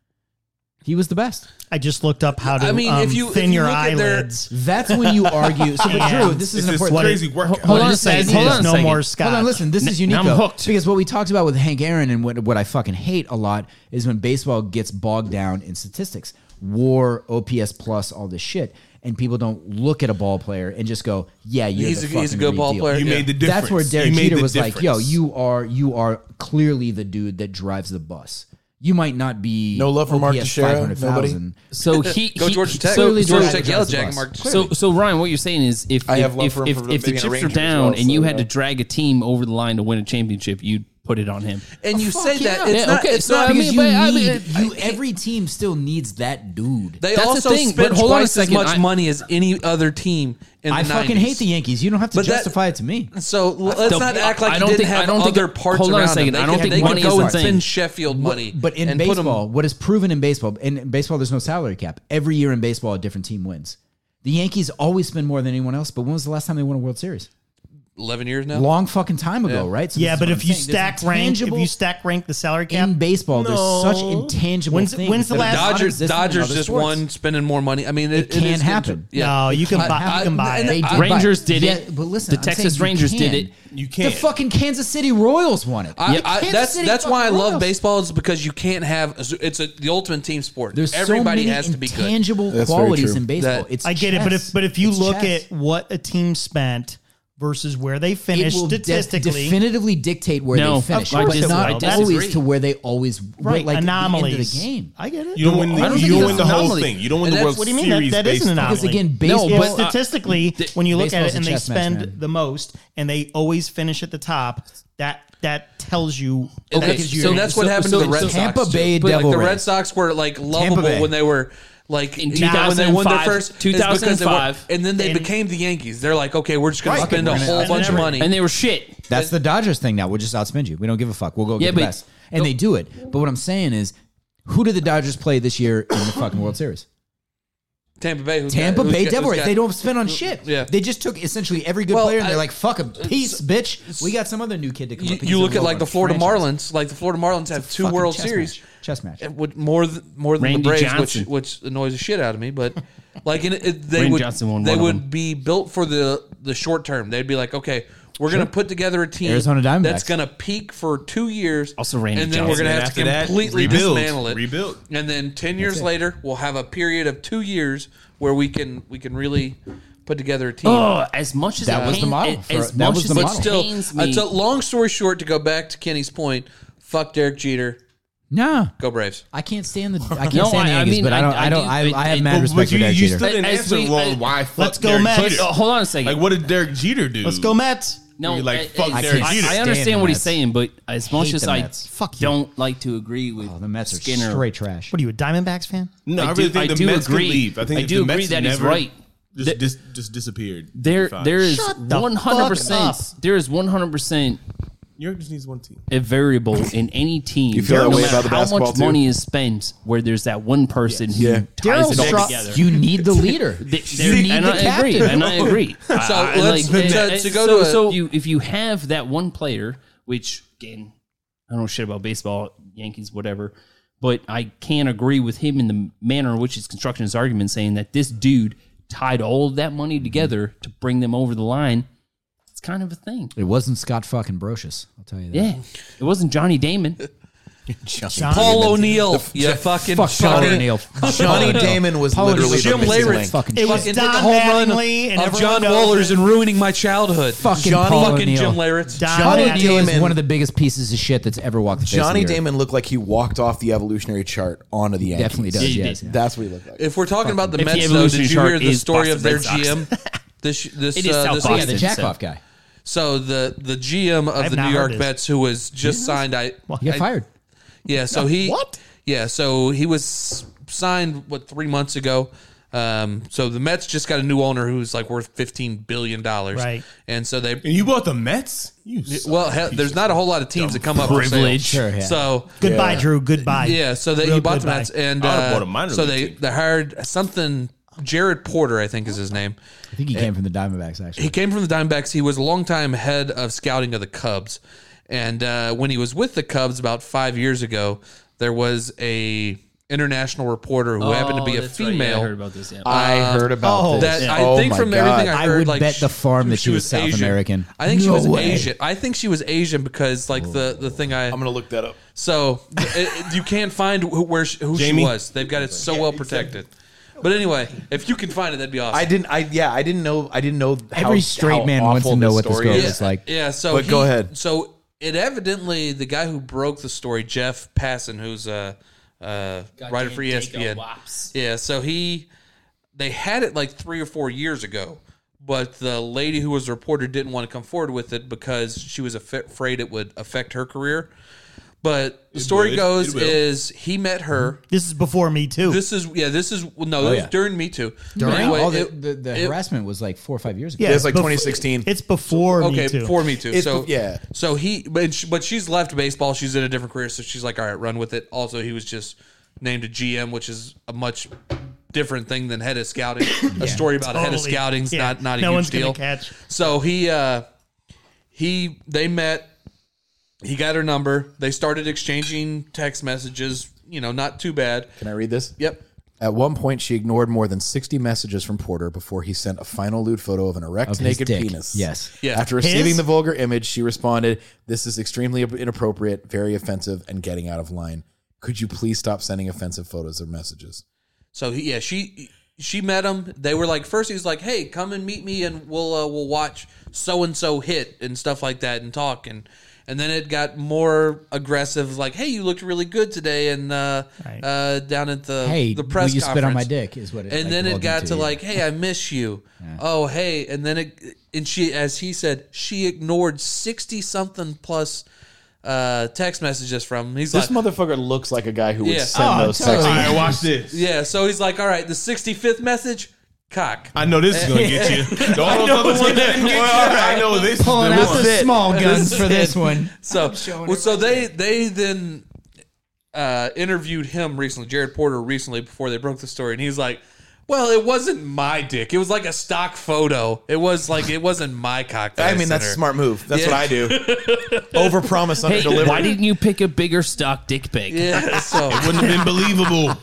S4: He was the best.
S6: I just looked up how to
S7: I mean,
S6: um,
S7: if you- if
S6: thin
S7: you
S6: your
S7: look at their-
S6: eyelids.
S4: That's when you argue. So, but Drew, this is
S5: It's
S4: an
S5: this
S4: important.
S5: crazy workout.
S4: Hold
S6: What
S4: on
S6: it
S4: a
S6: says
S4: second.
S2: hold
S6: is
S2: on a
S6: no
S2: second.
S6: more Scott.
S4: Hold on, listen. This is
S2: N-
S4: unique
S2: now I'm
S4: though,
S2: hooked.
S4: because what we talked about with Hank Aaron and what, what I fucking hate a lot is when baseball gets bogged down in statistics, WAR, OPS plus, all this shit, and people don't look at a ball player and just go, "Yeah, you're
S7: He's
S4: the
S7: a-
S4: fucking
S7: he's a good
S4: real
S7: ball
S4: deal.
S7: player.
S5: you
S7: Yeah.
S5: made the difference.
S4: That's where Derek
S5: You made
S4: Jeter
S5: the
S4: was like, "Yo,
S5: difference.
S4: you are you are clearly the dude that drives the bus. You might not be
S9: No love for Mark
S4: OPS
S9: Teixeira?
S4: 500,000.
S2: So he
S7: Go
S2: he-
S7: Georgia Tech.
S2: So,
S4: Clearly
S2: so,
S7: Georgia
S4: George
S7: Tech
S4: Tech
S7: yellow
S4: drives the
S7: jacket
S4: bus.
S7: marked.
S2: so so Ryan, what you're saying is if
S9: I
S2: if
S9: have love
S2: if,
S9: for him
S2: if,
S9: for
S2: if the
S9: being a
S2: chips are
S9: Ranger as
S2: down
S9: well,
S2: and
S9: so,
S2: you had
S9: yeah.
S2: to drag a team over the line to win a championship, you'd put it on him.
S7: and you say that it's
S2: Yeah,
S7: not.
S2: okay,
S7: It's
S2: so
S7: not
S2: I mean,
S4: Because you
S2: but I mean,
S4: need
S2: I-
S4: you, every team still needs that dude.
S7: They
S2: That's the
S7: also
S2: thing,
S7: spent
S2: but hold on a
S7: twice as
S2: second,
S7: much
S2: I-
S7: money as any other team in
S4: I
S7: the
S4: fucking
S7: 90s.
S4: hate the Yankees. You don't have to
S7: But that-
S4: justify it to me.
S7: So let's
S2: The-
S7: not act like
S2: I don't
S7: you didn't
S2: think-
S7: have
S2: I don't think-
S7: other parts
S2: hold on a
S7: around
S2: second,
S7: them.
S2: I don't
S7: they,
S2: think
S7: they could
S2: money
S7: go
S2: is
S7: and
S2: the thing.
S7: spend Sheffield money.
S4: But in
S7: and put 'em-
S4: baseball, what is proven in baseball, in, in baseball, there's no salary cap. Every year in baseball, a different team wins. The Yankees always spend more than anyone else. But when was the last time they won a World Series?
S7: eleven years now.
S4: Long fucking time ago, right? So this
S6: Yeah,
S4: is
S6: but
S4: what
S6: if
S4: I'm
S6: you
S4: saying. There's
S6: stack rank, if
S4: intangible-
S6: you stack rank the salary cap,
S4: in baseball, there's such intangible
S6: When's-
S4: things.
S6: when's the
S4: that are
S6: last-
S7: Dodgers,
S4: non-existent in
S7: Dodgers
S4: other
S7: just
S4: sports.
S7: won, spending more money. I mean, it,
S4: It can
S7: is-
S4: happen.
S7: Yeah.
S6: No, you can
S7: I-
S6: buy- you
S7: I-
S6: can buy
S7: and
S6: it.
S4: They
S7: I-
S4: did,
S2: Rangers
S4: but-
S2: did it.
S4: Yeah, but listen,
S2: The
S4: I'm
S2: Texas
S4: saying you
S2: Rangers did
S4: can.
S2: it.
S5: You
S4: The
S5: can't.
S4: fucking Kansas City Royals won it.
S7: I,
S4: Yeah,
S7: I,
S4: Kansas
S7: that's
S4: City
S7: that's why I
S4: fucking
S7: love
S4: Royals.
S7: baseball is because you can't have it's a, the ultimate team sport.
S4: There's
S7: Everybody
S4: so many
S7: has to be good.
S4: intangible
S9: That's very
S4: qualities
S9: true.
S4: in baseball.
S7: That-
S4: it's
S6: I get it. But
S4: chess.
S6: if but if you
S4: It's
S6: look
S4: chess.
S6: at what a team spent versus where they
S4: it
S6: finished
S4: will de-
S6: statistically,
S4: definitively dictate where
S2: No,
S4: they
S2: of
S4: finish.
S2: course
S4: It's
S6: it
S4: not
S6: will. I
S4: always
S2: disagree.
S4: to where they always
S6: right?
S4: like at the end of
S6: anomalies.
S4: the game.
S6: I get it.
S5: You don't win the,
S2: I don't think
S5: you
S2: it's
S5: don't win the whole
S2: anomaly.
S5: thing. You don't win
S7: And
S5: the
S7: that's-
S5: World
S6: What do you mean? That,
S5: Series.
S6: that is an
S5: based on-
S6: anomaly.
S4: Because again,
S2: No,
S4: baseball.
S6: Yeah,
S2: but-
S6: but statistically,
S2: th-
S6: when you look at
S4: baseball's
S6: it
S4: a
S6: and they
S4: chess match,
S6: spend
S4: man.
S6: the most and they always finish at the top, that that tells you
S7: And
S2: Okay,
S7: that's,
S2: so-
S7: and that's what
S2: so-
S7: happened
S2: so-
S7: to the Red
S2: so
S7: Sox.
S4: Tampa
S7: too.
S4: Bay
S7: But, like,
S4: Devil
S7: the Red
S4: Rays.
S7: Sox were like lovable
S4: Bay.
S7: when they were Like
S2: In
S7: even when they won their
S2: 2005
S7: first it's because they won-
S2: 2005.
S7: and then they
S6: And-
S7: became the Yankees. They're like, okay, we're just going
S4: Right.
S7: to spend a
S4: And
S7: whole
S4: then
S7: bunch of
S6: every-
S7: money.
S2: and they were shit.
S4: That's the Dodgers thing now. We'll just outspend you. We don't give a fuck. We'll go get
S2: Yeah,
S4: the
S2: but-
S4: best. And they do it. But what I'm saying is, who did the Dodgers play this year in the fucking World Series?
S7: Tampa Bay, who's
S4: Tampa
S7: got- who's
S4: Bay
S7: got-
S4: Devil
S7: who's
S4: Rays.
S7: got-
S4: They don't spend on shit.
S7: yeah.
S4: They just took essentially every good
S7: Well,
S4: player and they're
S7: I-
S4: like, fuck a peace, bitch. We got some other new kid to come
S7: You,
S4: up. and
S7: you
S4: he's
S7: look
S4: a
S7: at like the
S4: local
S7: Florida
S4: franchise.
S7: Marlins. Like the Florida Marlins have two
S4: Fucking
S7: World
S4: chess
S7: Series.
S4: match. Chess match.
S7: It would more th- more than
S2: Randy
S7: the Braves,
S2: Johnson.
S7: which which annoys the shit out of me. But like, in, it, they
S2: Randy
S7: would
S2: Johnson won
S7: they
S2: one of
S7: would
S2: them.
S7: be built for the the short term. They'd be like, okay, we're gonna put together a team
S4: Arizona Diamondbacks.
S7: that's gonna peak for two years.
S2: Also Randy
S7: and then we're
S2: Johnson.
S7: gonna
S5: And
S7: have to
S5: after that,
S7: completely
S5: rebuild,
S7: dismantle it.
S5: rebuild.
S7: And then ten years later, we'll have a period of two years where we can we can really put together a team.
S2: Oh, as much as
S4: That
S2: it
S4: was the
S2: pain-
S4: model
S2: a-
S4: for-
S2: as
S4: that
S2: much
S4: was
S2: as
S4: the
S2: it
S4: model.
S7: Still,
S2: pains
S7: uh,
S2: me-
S7: to- long story short, to go back to Kenny's point, fuck Derek Jeter,
S4: No,
S7: go Braves.
S4: I can't stand the. I can't
S2: No,
S4: stand the
S2: I- I
S4: Yankees,
S2: mean,
S4: but I
S2: I-
S4: don't.
S2: I
S4: I don't.
S2: do-
S4: I,
S2: but-
S4: I have
S2: but-
S4: mad
S5: But,
S4: respect for
S5: you,
S4: Derek
S5: you
S4: Jeter.
S5: still didn't
S2: As
S5: answer
S2: we-
S5: well,
S2: I-
S5: why fuck
S6: Let's go,
S5: Derek
S6: Mets.
S5: Jeter?
S2: Uh, hold on a second.
S5: Like, what did Derek Jeter do?
S6: Let's go Mets.
S2: No,
S5: You're like,
S2: it-
S5: fuck
S2: it's-
S5: Derek
S2: I,
S5: Jeter.
S2: I
S5: Stand
S2: understand
S4: the
S2: what
S4: Mets.
S2: he's saying, but as much
S4: Hate
S2: as
S4: the
S2: I
S4: Mets. Fuck you.
S2: don't like to agree with
S4: Oh, the Mets are
S2: Skinner.
S4: straight trash.
S6: What are you, a Diamondbacks fan?
S5: No, I,
S2: I
S5: really
S2: do-
S5: think
S2: I
S5: the
S2: do
S5: Mets could
S2: agree.
S5: leave. I think
S2: I
S5: if
S2: do
S5: the
S2: agree
S5: Mets
S2: that he's
S5: never
S2: right.
S5: Just,
S2: Th-
S5: dis- just disappeared.
S2: There, there is
S6: Shut the
S2: one hundred percent.
S6: fuck up.
S2: There is one hundred percent
S5: New York just needs one team.
S2: a variable in any team. You
S9: feel that
S2: no
S9: way
S2: matter
S9: about the
S2: how
S9: basketball,
S2: much
S9: too?
S2: money is spent, where there's that one person who
S9: Yeah.
S2: ties
S6: Daryl
S2: it all
S6: Stra-
S2: together.
S4: You need the leader.
S2: Th-
S4: you
S2: there-
S4: need
S2: and
S4: the
S2: I
S4: captain.
S2: agree. And I agree. so
S7: let's- to- to go
S2: so,
S7: to a-
S2: so you, if you have that one player, which again, I don't know shit about baseball, Yankees, whatever, but I can agree with him in the manner in which he's constructing his argument, saying that this dude tied all of that money together to bring them over the line. It's kind of a thing.
S4: It wasn't Scott fucking Brocious. I'll tell you that.
S2: Yeah, it wasn't Johnny Damon.
S7: Paul O'Neill, you
S4: Fuck
S7: fucking
S4: Paul
S7: fucking-
S4: O'Neill.
S9: Johnny Damon was
S4: Paul
S9: literally the
S4: O'Neill.
S7: Jim
S9: missing
S7: Leyritz.
S9: link.
S4: Fucking
S6: It was
S4: shit.
S7: Fucking hit the
S6: Don
S7: home run
S6: Mattingly and
S7: of
S6: everyone
S7: John
S6: knows
S7: Wallers and ruining my childhood.
S4: Fucking
S7: Johnny
S4: Paul
S7: fucking
S4: O'Neill.
S7: Jim Leyritz.
S6: Don
S4: Paul
S6: Mattingly.
S4: O'Neill is
S9: Damon-
S4: one of the biggest pieces of shit that's ever walked the face of
S9: Johnny
S4: the earth.
S9: Damon looked like he walked off the evolutionary chart onto the Yankees.
S4: definitely does.
S2: Yeah, you
S4: yes,
S2: did.
S4: yeah.
S9: That's what he looked like.
S7: If we're talking about the
S2: If the
S7: Mets, though, did you
S2: evolutionary
S7: hear the
S2: is
S7: story
S2: Boston
S7: of their
S2: Red Sox.
S7: GM? This this,
S2: It is
S7: uh,
S2: South
S7: this
S2: Boston.
S4: yeah, the
S7: weekend.
S2: Jack-
S4: Jackoff guy.
S7: So the the GM of
S6: have
S7: the
S6: not
S7: New
S6: heard
S7: York
S6: this.
S7: Mets, who was just signed, I
S4: He got
S7: I-
S4: fired.
S7: Yeah, so he
S6: What?
S7: Yeah, so he was signed what three months ago. Um, so the Mets just got a new owner who's like worth fifteen billion dollars,
S6: Right.
S7: And so they
S5: And you bought the Mets? You
S7: well, hell, there's not a whole lot of teams that come up
S2: privilege.
S7: for sale.
S4: Sure, yeah.
S7: So
S6: Goodbye, Drew. Goodbye.
S7: yeah, so they, he
S6: Real
S7: bought the
S6: goodbye.
S7: Mets, and
S5: I would've
S7: uh,
S5: bought a minor
S7: so
S5: league
S7: they
S5: team.
S7: they hired something. Jared Porter, I think, is his name.
S4: I think he came from the Diamondbacks
S7: He
S4: actually.
S7: came from the Diamondbacks. He was a longtime head of scouting of the Cubs, and uh, when he was with the Cubs about five years ago, there was a international reporter who happened to
S4: Oh,
S7: be a female.
S2: I heard about this. Yeah.
S9: I heard about
S6: oh,
S9: this.
S7: That I
S9: Oh
S7: think
S9: my
S7: from
S9: God.
S7: everything I
S4: I
S7: heard,
S4: would
S7: like
S4: bet the farm that she was South
S7: Asian.
S4: American.
S7: I think she
S4: No
S7: was
S4: way.
S7: Asian. I think she was Asian because like the the thing I
S9: I'm gonna look that up.
S7: so it, it- you can't find who, where she, who
S5: Jamie?
S7: she was. They've got it so well protected. But anyway, if you can find it, that'd be awesome.
S9: I didn't. I yeah. I didn't know. I didn't know. How,
S4: Every straight
S9: how
S4: man wants to
S9: awful
S4: know
S9: this
S4: what this
S9: story
S4: girl
S9: is.
S4: looks like.
S7: Yeah, so
S9: But
S7: he-
S9: go ahead.
S7: So it evidently the guy who broke the story, Jeff Passan, who's a uh, writer for ESPN. Yeah, so he they had it like three or four years ago, but the lady who was a reporter didn't want to come forward with it because she was af- afraid it would affect her career. But the story
S5: would. It
S7: goes
S5: will.
S7: is he met her.
S6: This is before me too.
S7: This is yeah. This is well,
S9: Oh,
S7: no. it was
S4: yeah.
S7: during Me Too. But
S4: During
S7: anyway,
S6: Oh,
S4: all the,
S7: it-
S4: the, the
S7: it-
S4: harassment was like four or five years ago.
S6: yeah,
S9: It's like
S6: befo-
S9: 2016.
S6: It's before
S7: Okay,
S6: me too.
S7: for me too.
S9: It's
S7: so
S9: bef- yeah.
S7: So he, but she, but she's left baseball. She's in a different career. So she's like, all right, run with it. Also, he was just named a GM, which is a much different thing than head of scouting. A story about a head of
S6: Totally.
S7: scouting's
S6: Yeah.
S7: not not a
S6: No
S7: huge
S6: one's gonna
S7: deal.
S6: catch.
S7: So he uh he they met. He got her number. They started exchanging text messages. You know, not too bad.
S9: Can I read this?
S7: Yep.
S9: At one point, she ignored more than 60 messages from Porter before he sent a final lewd photo of an erect
S4: Of his
S9: naked
S4: dick.
S9: penis.
S4: Yes.
S7: Yeah.
S9: After receiving
S6: His?
S9: the vulgar image, she responded, This is extremely inappropriate, very offensive, and getting out of line. Could you please stop sending offensive photos or messages?
S7: So he, yeah, she she met him. They were like, first he was like, "Hey, come and meet me, and we'll uh, we'll watch so and so hit and stuff like that, and talk." And and then it got more aggressive, like, "Hey, you looked really good today," and uh,
S6: Right.
S7: uh, down at the
S4: Hey,
S7: the press
S4: will you spit on my
S7: conference."
S4: dick? Is what. It,
S7: And
S4: like,
S7: then it
S4: boiled
S7: got to
S4: into, yeah.
S7: like, "Hey, I miss you." Oh, hey, and then it and she, as he said, she ignored sixty something plus. uh, text messages from him. He's
S9: This
S7: like,
S9: motherfucker looks like a guy who would
S7: Yeah.
S9: send
S6: Oh,
S9: those
S6: totally.
S9: texts.
S5: All right, watch this.
S7: yeah. So he's like, all right, the 65th message, cock.
S5: I know this is gonna get you. The all those other ones didn't get you. I know this.
S4: Pulling
S5: is the
S4: out
S5: one.
S4: the small guns
S7: This
S4: for this
S7: is-
S4: one.
S7: So, well, so they they then uh, interviewed him recently, Jared Porter recently before they broke the story, and he's like, "Well, it wasn't my dick. It was like a stock photo. It was like it wasn't my cock." that
S9: I mean,
S7: sent
S9: that's a
S7: her."
S9: smart move. That's
S7: Yeah.
S9: what I do. Overpromise,
S2: Hey,
S9: underdeliver.
S2: why didn't you pick a bigger stock dick pic?
S7: Yeah. So
S5: Wouldn't have been believable.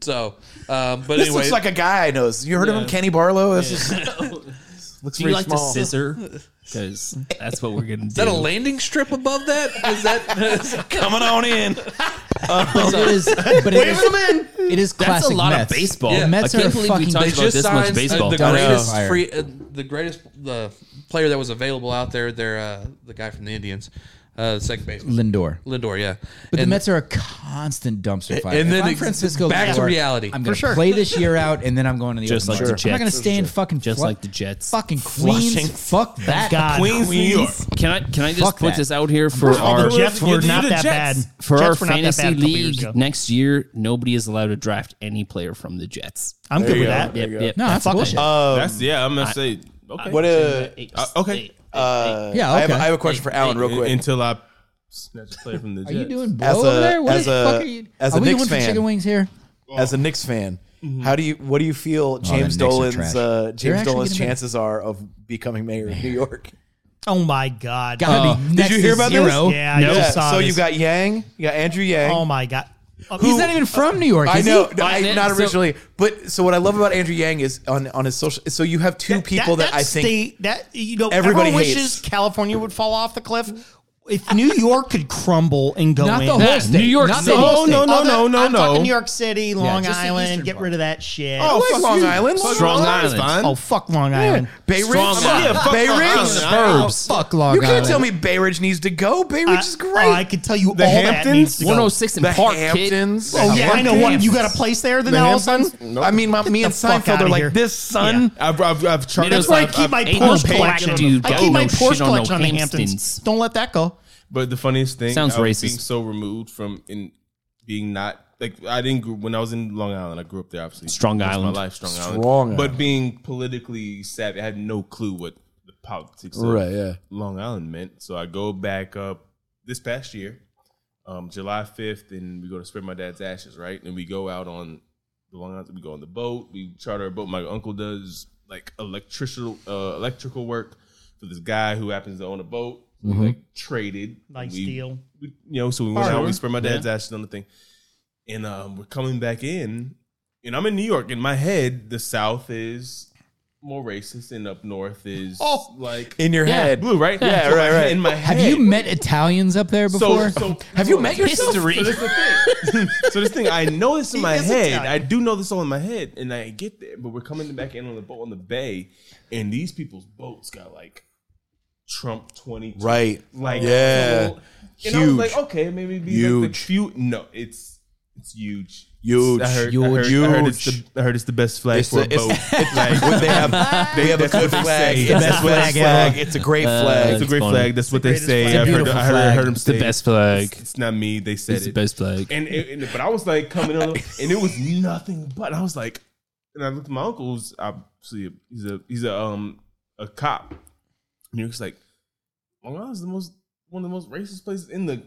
S7: so, um, but
S9: this
S7: anyway,
S9: looks like a guy I know. You heard of him, Kenny Barlow? This is, looks
S2: Do
S9: pretty
S2: you like
S9: small.
S2: to scissor? Because that's what we're gonna do.
S7: is that a landing strip above that? Is that is-
S9: Coming on in.
S4: But it is, but it is, it is classic
S2: That's a lot
S4: Mets.
S2: of baseball.
S7: Yeah.
S4: Mets
S2: I can't
S4: are
S2: believe
S4: fucking-
S2: we
S4: they
S2: talked about
S7: just
S2: this much
S7: signed uh,
S2: baseball.
S7: the
S4: Don't
S7: greatest
S4: know.
S7: free, uh, the greatest the player that was available out there? There, uh, the guy from the Indians, uh, second baseman
S4: Lindor.
S7: Lindor. Yeah,
S4: But
S7: And-
S4: the Mets are a constant dumpster fire.
S7: and
S4: If
S7: then
S4: I'm
S7: it-
S4: Francisco
S7: back to
S4: Lindor,
S7: reality.
S4: I'm
S7: For
S4: going to play this year out, and then I'm going to the
S2: Just
S4: open
S2: like the
S4: market. I'm not going to
S2: Jets.
S4: stay in fucking
S2: Just
S4: Fla-
S2: like the Jets.
S4: fucking Queens.
S9: Flushing.
S4: Fuck that.
S6: God,
S5: Queens, New York.
S2: Can I can I just
S4: Fuck
S2: put
S4: that.
S2: this out here for
S6: The
S2: our
S6: Jets
S5: You
S6: were
S5: do
S6: not
S5: the
S6: that bad.
S5: Jets.
S2: for
S6: Jets
S2: our
S6: were not that bad
S2: fantasy
S6: a couple years
S2: league
S6: ago.
S2: next year? Nobody is allowed to draft any player from the Jets.
S6: I'm good with that.
S2: Yep, yep.
S4: No, that's
S6: Fuck
S4: bullshit.
S6: that.
S5: That's yeah. I'm gonna say okay.
S9: What a.
S5: Uh, okay.
S9: Uh,
S4: Yeah,
S9: I, have,
S4: okay.
S9: I have a question for Alan, real quick.
S5: Until I snatch a player from the
S4: Are
S5: Jets.
S4: you doing blow
S9: As
S4: over
S9: a-
S4: there? What
S9: as
S4: the
S9: a-
S4: fuck are you?
S9: as
S4: are
S9: a
S4: we
S9: Knicks
S4: going
S9: fan.
S4: for chicken wings here?
S9: As a Knicks fan, how do you? What do you feel James
S4: Knicks are
S9: Dolan's
S4: trash.
S9: uh,
S4: They're
S9: James
S4: actually
S9: Dolan's
S4: getting better.
S9: chances are of becoming mayor of New York?
S6: Oh my god.
S4: Gotta be next
S9: you
S4: to
S9: hear about this?
S4: zero.
S6: yeah, I just
S9: Yeah,
S6: saw
S9: so
S6: this.
S9: you got Yang, you got Andrew Yang.
S6: Oh my god. Oh,
S4: He's not even from New York.
S9: I
S4: is he?
S9: know, no, I-
S2: But-
S9: not
S2: so-
S9: originally. but so what I love about Andrew Yang is on on his social. So you have two people that, I think
S6: state, that you know
S9: everybody
S6: everybody
S9: hates.
S6: wishes California would fall off the cliff. If New York could crumble and go
S4: Not
S6: in,
S4: the whole state.
S2: New York
S4: Not the
S2: City.
S4: whole
S5: No,
S4: state.
S5: no, no,
S6: Other-
S5: no, no,
S6: I'm
S5: no.
S6: talking New York City, Long
S4: just the
S6: Island.
S4: eastern
S6: Get
S4: part.
S6: rid of that shit.
S9: Oh, fuck Long Island.
S5: Strong Island. Fine.
S6: Oh, fuck Long Island.
S9: Bay Ridge,
S5: Strong Island. Yeah,
S9: Bay
S5: fuck Long
S9: Ridge,
S5: Island. Suburbs.
S4: Fuck Long
S9: You can't
S4: Island.
S9: tell me Bay Ridge needs to go. Bay Ridge
S6: I-
S9: is
S6: oh,
S9: great.
S6: I could tell you
S5: The
S6: all that
S5: Hamptons?
S6: needs to go.
S2: 106 and
S9: the
S2: oh Park kid.
S9: Hamptons.
S6: Oh yeah, I know what you got a place there. Then all of a
S9: Hamptons?
S6: sudden,
S9: I mean, my, me and
S6: the fuck
S9: Seinfeld
S6: outta
S9: are like
S6: here.
S9: this, son.
S5: I've I've, I've charted.
S2: That's
S6: that's why I keep my
S2: Ain't no
S6: Porsche
S2: black
S6: collection.
S2: dude
S6: I
S2: got
S6: keep my
S2: no shit
S6: Porsche
S2: on no
S6: collection on the Hamptons.
S2: Hamptons.
S6: Don't let that go.
S5: But the funniest thing
S2: Sounds
S5: I was
S2: racist.
S5: Being so removed from in being not like I didn't grow, when I was in Long Island. I grew up there, obviously.
S2: Strong
S5: Most of
S2: Island.
S5: my life, Strong,
S9: Strong
S5: Island. But being politically savvy, I had no clue what the politics of
S9: Right, yeah.
S5: Long Island meant. So I go back up this past year, um, July fifth, and we go to spread my dad's ashes, right? And we go out on the Long Island. We go on the boat. We charter a boat. My uncle does like electrical uh, electrical work for this guy who happens to own a boat. We like traded.
S6: Nice
S5: we,
S6: deal.
S5: We, you know, so we went out.
S6: Sure.
S5: We spread my dad's ashes on the thing, and um, we're coming back in. And I'm in New York. In my head, the South is more racist, and up North is
S6: Oh.
S5: like
S9: In your head,
S5: blue, right? Yeah,
S9: right, right.
S5: In my head,
S4: Have you met Italians up there
S5: so,
S4: before?
S5: so
S9: have you met yourself?
S5: so this is the thing. so this thing, I know this in my
S6: is
S5: head.
S6: Italian.
S5: I do know this all in my head, and I get there. But we're coming back in on the boat on the bay, and these people's boats got like Trump twenty,
S9: Right.
S5: Like
S9: Yeah.
S5: little- And I was like,
S9: Huge.
S5: okay, maybe be Like
S9: Huge.
S5: the few. No, it's it's huge.
S9: Huge.
S5: I heard, I
S9: Huge.
S5: heard, I heard, it's, the,
S9: Huge.
S5: I heard it's the best flag
S9: It's
S5: for
S9: the-
S5: a
S9: it's-
S5: boat. like,
S9: they have they have a good flag.
S5: say.
S9: It's the best flag.
S5: ever. Uh,
S9: It's a great
S5: it's a
S9: flag.
S5: great
S2: funny.
S5: flag. That's what they
S6: greatest
S5: say.
S6: flag.
S5: I've heard,
S4: Beautiful
S5: I heard, I heard
S4: flag.
S5: them
S2: It's the
S5: say it.
S2: best flag.
S5: It's not me. They said
S2: It's the
S5: it.
S2: best flag.
S5: And, it, and but I was like coming on, and it was nothing but I was like, and I looked at my uncle who's obviously a, he's a he's a um a cop, and he was like, Long Island's the most one of the most racist places in the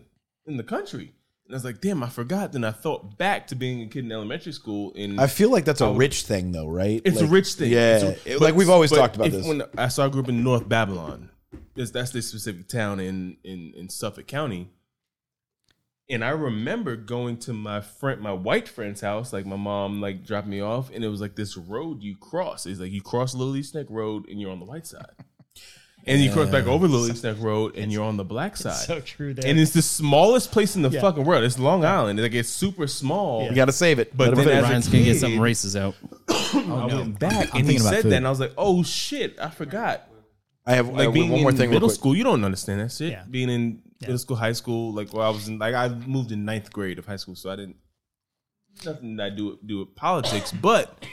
S5: in the country. And I was like, damn, I forgot. Then I thought back to being a kid in elementary school. And
S9: I feel like that's a
S5: Oh.
S9: rich thing, though, right?
S5: it's
S9: Like,
S5: a rich thing.
S9: Yeah,
S5: It's a-
S9: It-
S5: but-
S9: like we've always
S5: but
S9: talked about
S5: if-
S9: this.
S5: When I saw I grew up in North Babylon. That's, that's the specific town in, in in Suffolk County. And I remember going to my friend, my white friend's house. Like my mom, like dropped me off, and it was like this road you cross. It's like you cross Lily Snack Road, and you're on the white side. And you cross back over Lily Snack Road, and you're on the black side.
S6: So true. There.
S5: and it's the smallest place in the
S6: Yeah.
S5: fucking world. It's Long Island. Like it's super small.
S9: you got to save it.
S5: But
S9: Let 'em
S5: then
S9: finish.
S5: as a
S2: Ryan's gonna get
S5: kid-
S2: some races out.
S5: I went back
S4: I'm
S5: and he
S4: thinking about
S5: said
S4: food.
S5: that, and I was like, "Oh shit, I forgot."
S9: I have I
S5: Like
S9: have
S5: being
S9: one more
S5: in
S9: thing. real
S5: middle
S9: quick.
S5: school, you don't understand that shit.
S6: Yeah.
S5: Being in middle school, high school, like where I was in, like I moved in ninth grade of high school, so I didn't nothing I do do with politics. but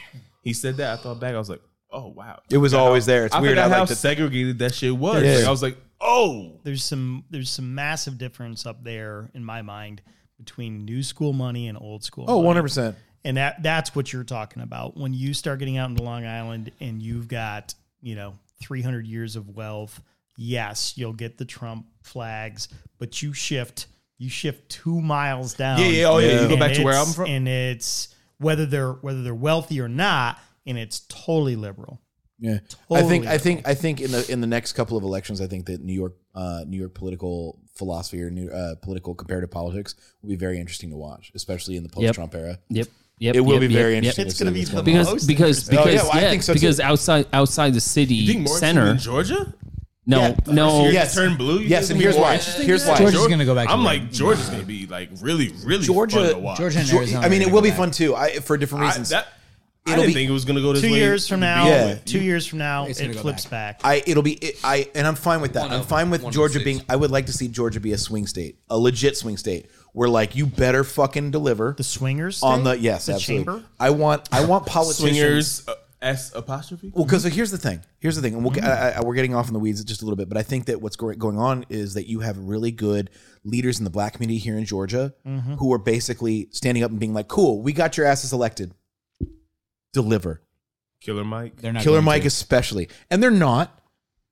S5: he said that, I thought back, I was like, "Oh wow."
S9: It was always there. It's
S5: I
S9: weird.
S5: forgot
S9: I
S5: how
S9: like to
S5: segregated that shit was.
S9: Yeah.
S5: Like, I was like, Oh,
S6: there's some there's some massive difference up there in my mind between new school money and old school.
S9: Oh,
S6: money.
S9: 100%.
S6: And that that's what you're talking about when you start getting out into Long Island and you've got you know 300 years of wealth. Yes, you'll get the Trump flags, but you shift you shift two miles down.
S5: Yeah, yeah, oh, yeah, you go
S6: And
S5: back to where
S6: it's-
S5: I'm from.
S6: and it's whether they're whether they're wealthy or not, and it's totally liberal.
S9: Yeah, I think I think I think in the in the next couple of elections, I think that New York uh, New York political philosophy or new uh, political comparative politics will be very interesting to watch, especially in the post Trump era.
S2: Yep. Yep.
S9: It will
S2: yep,
S9: be
S2: yep,
S9: very
S2: yep.
S9: interesting.
S6: It's
S9: to
S6: gonna
S9: see
S6: be
S9: what's going
S6: the
S2: Because
S6: Most Oh,
S2: because
S9: yeah,
S2: because
S9: well, I
S2: yeah,
S9: think so too.
S2: because outside outside the
S5: you think
S2: city
S5: more
S2: center.
S5: in Georgia?
S2: No, no.
S9: on.
S5: Yeah.
S9: yes,
S5: Turn blue? You
S9: Yes,
S5: think
S9: and
S5: it'll be
S9: here's
S5: more
S9: why.
S5: interesting
S9: Here's
S5: than
S9: why.
S5: that?
S4: Georgia's gonna go back to
S5: I'm
S4: the-
S5: like Georgia's gonna be like really, really
S9: Georgia-
S5: Fun to watch.
S4: Georgia and
S9: Sure,
S4: Arizona.
S9: I mean,
S4: are
S9: it
S4: gonna
S9: will
S4: go
S9: be
S4: back.
S9: fun too. I, for different
S5: I,
S9: reasons.
S5: that, I
S9: It'll
S5: didn't
S9: be-
S5: think it was gonna go this
S6: two
S5: way.
S6: years from now,
S9: Yeah.
S6: two years from now,
S4: It's gonna
S6: it
S4: go
S6: flips back.
S4: back.
S9: I it'll be it, I and I'm fine with that. I'm
S7: of-
S9: fine with
S7: one of
S9: Georgia
S7: six.
S9: being. I would like to see Georgia be a swing state, a legit swing state, where like you better fucking deliver
S6: the swingers
S9: on
S6: thing?
S9: the yes,
S6: the
S9: absolutely.
S6: chamber.
S9: I want I want politicians.
S5: Swingers uh, S apostrophe.
S9: Well, because here's the thing. Here's the thing, and we'll, get- I,
S7: Mm-hmm.
S9: I, we're getting off in the weeds just a little bit, but I think that what's going going on is that you have really good leaders in the black community here in Georgia
S6: Mm-hmm.
S9: who are basically standing up and being like, "Cool, we got your asses elected. Deliver."
S5: Killer Mike.
S4: They're not
S9: Killer
S4: going
S9: Mike
S4: to.
S9: especially, and they're not,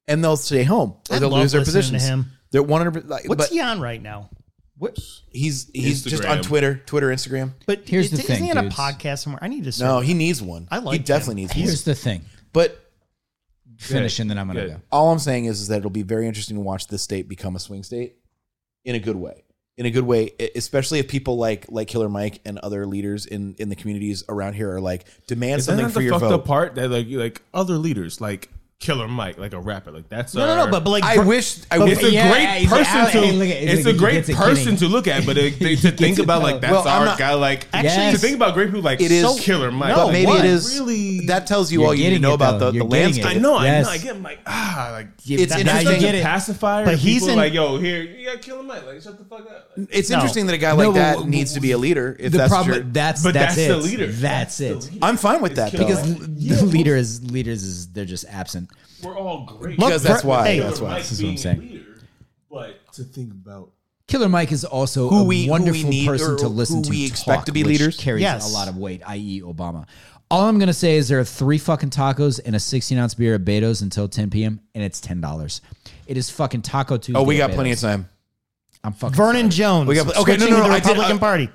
S9: and they'll stay home or
S6: I
S9: they'll
S6: love
S9: lose their
S6: listening to
S9: positions.
S6: him.
S9: They're one hundred. Like,
S6: What's
S9: but
S6: he on right now? What?
S9: he's he's just
S5: Instagram.
S9: on Twitter, Twitter, Instagram.
S6: But
S4: Here's
S6: is-
S4: the thing,
S6: Isn't he on a
S4: dudes.
S6: podcast somewhere? I need to.
S9: No,
S6: Start.
S9: he needs one.
S6: I
S9: He
S6: like him.
S9: definitely needs one.
S4: Here's the thing.
S9: But
S4: Finish and then I'm gonna
S5: Good.
S4: go.
S9: all I'm saying is, is that it'll be very interesting to watch this state become a swing state in a good way. In a good way, e- especially if people like like Killer Mike and other leaders in in the communities around here are like demand
S5: Is that
S9: something
S5: not
S9: for
S5: the
S9: your
S5: fucked
S9: vote.
S5: up part that like you- like other leaders like Killer Mike, like a rapper, like that's
S6: No, no,
S5: our-
S6: no. But, but like,
S9: I wish I
S6: but-
S9: wish.
S5: It's a
S4: Yeah,
S5: great
S4: he's
S5: person
S4: out.
S5: to.
S4: Hey, look at- he's like,
S5: it's a
S4: he
S5: great
S4: gets a
S5: person
S4: killing.
S5: to look at, but it, they, to think
S4: gets a
S5: about like
S4: killing.
S5: that's
S9: Well, I'm
S5: our
S9: not-
S5: guy. Like
S6: Actually,
S5: to think about great people like
S9: It is-
S5: so killer Mike.
S9: but maybe
S6: what?
S9: it is
S5: Really-
S9: that tells you
S4: You're
S9: all you need to
S4: getting
S9: know
S4: it,
S9: about the,
S4: though.
S9: the
S4: You're getting
S9: landscape.
S5: I know,
S4: Yes.
S5: I know, I get him like ah, like
S9: It's
S6: that- now
S9: interesting.
S6: you get it.
S5: pacifier.
S6: But
S5: to
S6: he's
S5: people
S6: in-
S5: like yo here you got Killer Mike. Like shut the fuck up. Like,
S9: It's
S6: No.
S9: interesting that a guy
S4: No,
S9: like
S4: but
S9: that
S4: w-
S9: needs to be a leader. If
S4: the
S9: that's
S4: problem
S9: your,
S4: that's
S5: but
S4: that's, it.
S5: that's, the leader.
S4: That's, it.
S5: the leader.
S9: I'm fine with
S5: It's
S9: that
S5: Killer
S9: though.
S4: Because
S5: Mike.
S4: l- the leader is leaders is they're just absent.
S5: we're all great.
S9: because that's why
S6: hey,
S9: that's why.
S5: Mike
S4: This is what I'm
S5: being a
S4: saying.
S5: leader, But to think about
S4: Killer Mike is also
S9: Who
S4: a
S9: we- who
S4: wonderful
S9: we need
S4: person
S9: or
S4: to listen
S9: who
S4: to.
S9: we
S4: talk,
S9: expect to be
S4: which
S9: leaders?
S4: carries
S6: Yes.
S4: a lot of weight, i.e., Obama. All I'm gonna say is there are three fucking tacos and a 16 ounce beer at Beto's until 10 p.m. and it's ten dollars. It is fucking Taco Tuesday.
S9: Oh, we
S4: at
S9: got plenty of
S4: Beto's.
S9: time.
S4: I'm fucking.
S6: Vernon
S4: sorry.
S6: Jones.
S9: We got- okay, no,
S6: switching
S9: no,
S6: to
S9: no,
S6: the
S9: I did-
S6: Republican
S9: I-
S6: Party,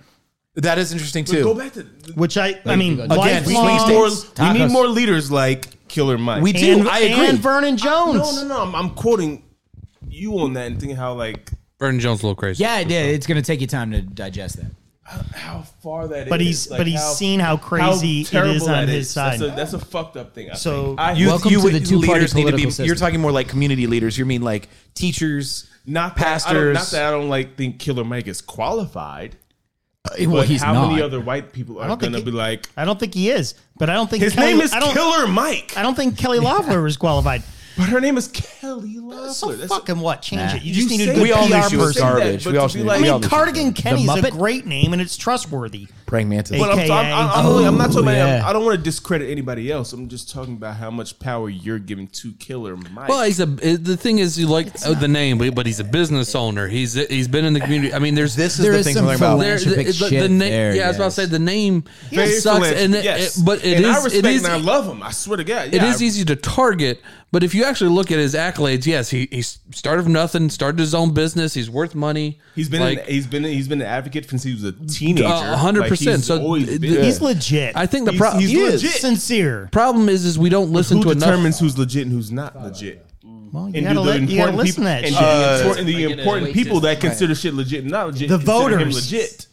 S9: That is interesting too.
S5: go back to the,
S6: which I, I mean,
S4: Again,
S5: Again, we
S6: lifelong-
S5: need more. We
S4: Tacos.
S5: need more leaders like Killer Mike.
S9: We do.
S6: and,
S9: I agree.
S6: and Vernon Jones.
S5: No, no, no. I'm, I'm quoting you on that and thinking how like
S7: Vernon Jones a little crazy.
S4: Yeah, it did. It's gonna take you time to digest that.
S5: how far that is.
S6: But he's-
S5: like,
S6: but he's seen how crazy it
S5: terrible
S6: is on
S5: that
S6: his side.
S5: That's a, that's a fucked up thing. I
S6: So-
S5: think. I,
S9: You,
S4: Welcome
S9: you
S4: to
S9: would-
S4: the two-party
S9: leaders need to be.
S4: political system.
S9: You're talking more like community leaders. You mean like teachers,
S5: not that, I
S9: pastors.
S5: don't- not that I don't like think Killer Mike is qualified.
S4: well,
S5: but
S4: he's
S5: how
S4: not.
S5: many other white people are
S6: don't think
S5: gonna
S6: he-
S5: be like?
S6: I don't think he is. But I don't think
S5: His
S6: Kelly-
S5: name is
S6: I don't,
S5: Killer Mike,
S6: I don't think Kelly Loeffler was qualified.
S5: but her name is Kelly Loeffler.
S6: So
S5: That's a-
S6: fucking what? Change
S4: Nah.
S6: it. You just
S5: you
S6: need a
S5: say
S6: good
S9: We all knew
S6: PR
S9: she was
S5: Say
S6: person.
S5: that,
S9: garbage.
S5: but
S9: We
S5: to
S9: all
S5: be
S9: knew-
S5: like-
S9: we
S6: I
S9: all
S6: mean,
S9: knew-
S6: Cardigan Kenny's a
S4: Muppet?
S6: great name and it's trustworthy.
S9: praying mantis.
S5: But I'm,
S6: AKA
S5: talking, I'm, I'm, only- I'm not talking
S4: yeah.
S5: about. I don't want to discredit anybody else. I'm just talking about how much power you're giving to Killer Mike.
S7: Well, he's a it- the thing is you like oh, the name, but- but he's a business owner. He's he's been in the community. I mean, there's
S9: this is
S4: There
S9: the
S4: is
S9: thing
S4: some
S9: I'm talking about.
S4: philanthrop- Philanthropic shit
S7: name.
S4: there,
S7: yeah, I was about to
S4: yes.
S7: say the name
S5: Very
S7: sucks,
S5: influential,
S7: and it,
S5: yes.
S7: it- but it
S5: and I
S7: is
S5: respect
S7: it is e-
S5: and I love him. I swear to God,
S7: it
S5: yeah,
S7: is e-
S5: I-
S7: easy to target. But if you actually look at his accolades, yes, he he started from nothing, started his own business. He's worth money.
S5: He's been
S7: like
S5: an, he's been he's been an advocate since he was a teenager.
S7: Uh, 100%.
S5: he's
S7: So
S5: always
S7: th-
S5: been-
S7: th-
S6: He's legit.
S7: I think the
S5: He's-
S7: problem
S5: he's
S6: he
S5: legit.
S6: is sincere.
S7: problem is is we don't listen
S5: who
S7: to enough.
S5: determines who's legit and who's not legit.
S6: Well, you gotta,
S5: And do the
S6: li- you gotta
S5: important
S6: listen
S5: people
S6: to that.
S5: and
S6: shit.
S7: Uh,
S5: the important, the important people that consider shit legit and not legit.
S6: The
S5: consider him
S6: voters.
S5: legit.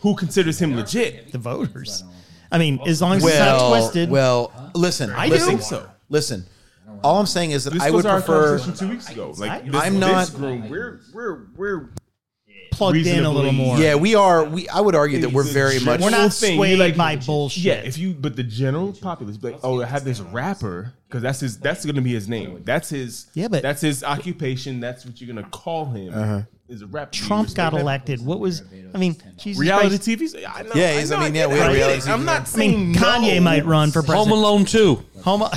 S5: Who considers him legit?
S6: the voters. I mean, as long as it's not
S9: well,
S6: twisted.
S9: well, listen. I
S6: do.
S9: listen,
S6: think
S5: so.
S9: Listen. All I'm saying is that
S5: This
S9: I
S5: was
S9: would
S5: our
S9: prefer.
S5: conversation two weeks ago. Like this,
S9: I'm
S5: this
S9: not-
S5: room, we're we're we're
S6: plugged in a little
S5: reasonably-
S6: more.
S9: Yeah, we are. We I would argue that we're very much.
S6: We're not
S5: thing,
S6: swayed
S5: you like-
S6: by bullshit.
S5: Yeah, if you but the general populace be like, oh, I have this rapper because that's his that's gonna be his name. That's his
S6: Yeah, but-
S5: that's his occupation. That's what you're gonna call him
S9: Uh-huh.
S5: is a rapper.
S6: Trump
S5: You
S6: got
S5: respect
S6: elected, what was? I mean, Jesus
S5: that. reality
S6: Christ.
S5: TV. I know,
S9: Yeah, he's- I
S5: know,
S9: mean, yeah,
S5: get
S9: we had
S5: it. I get
S9: reality
S5: it.
S9: TV.
S5: I'm not
S6: I mean,
S5: saying
S6: Kanye
S5: no.
S6: might run for president.
S7: Home Alone Two.
S6: Homo-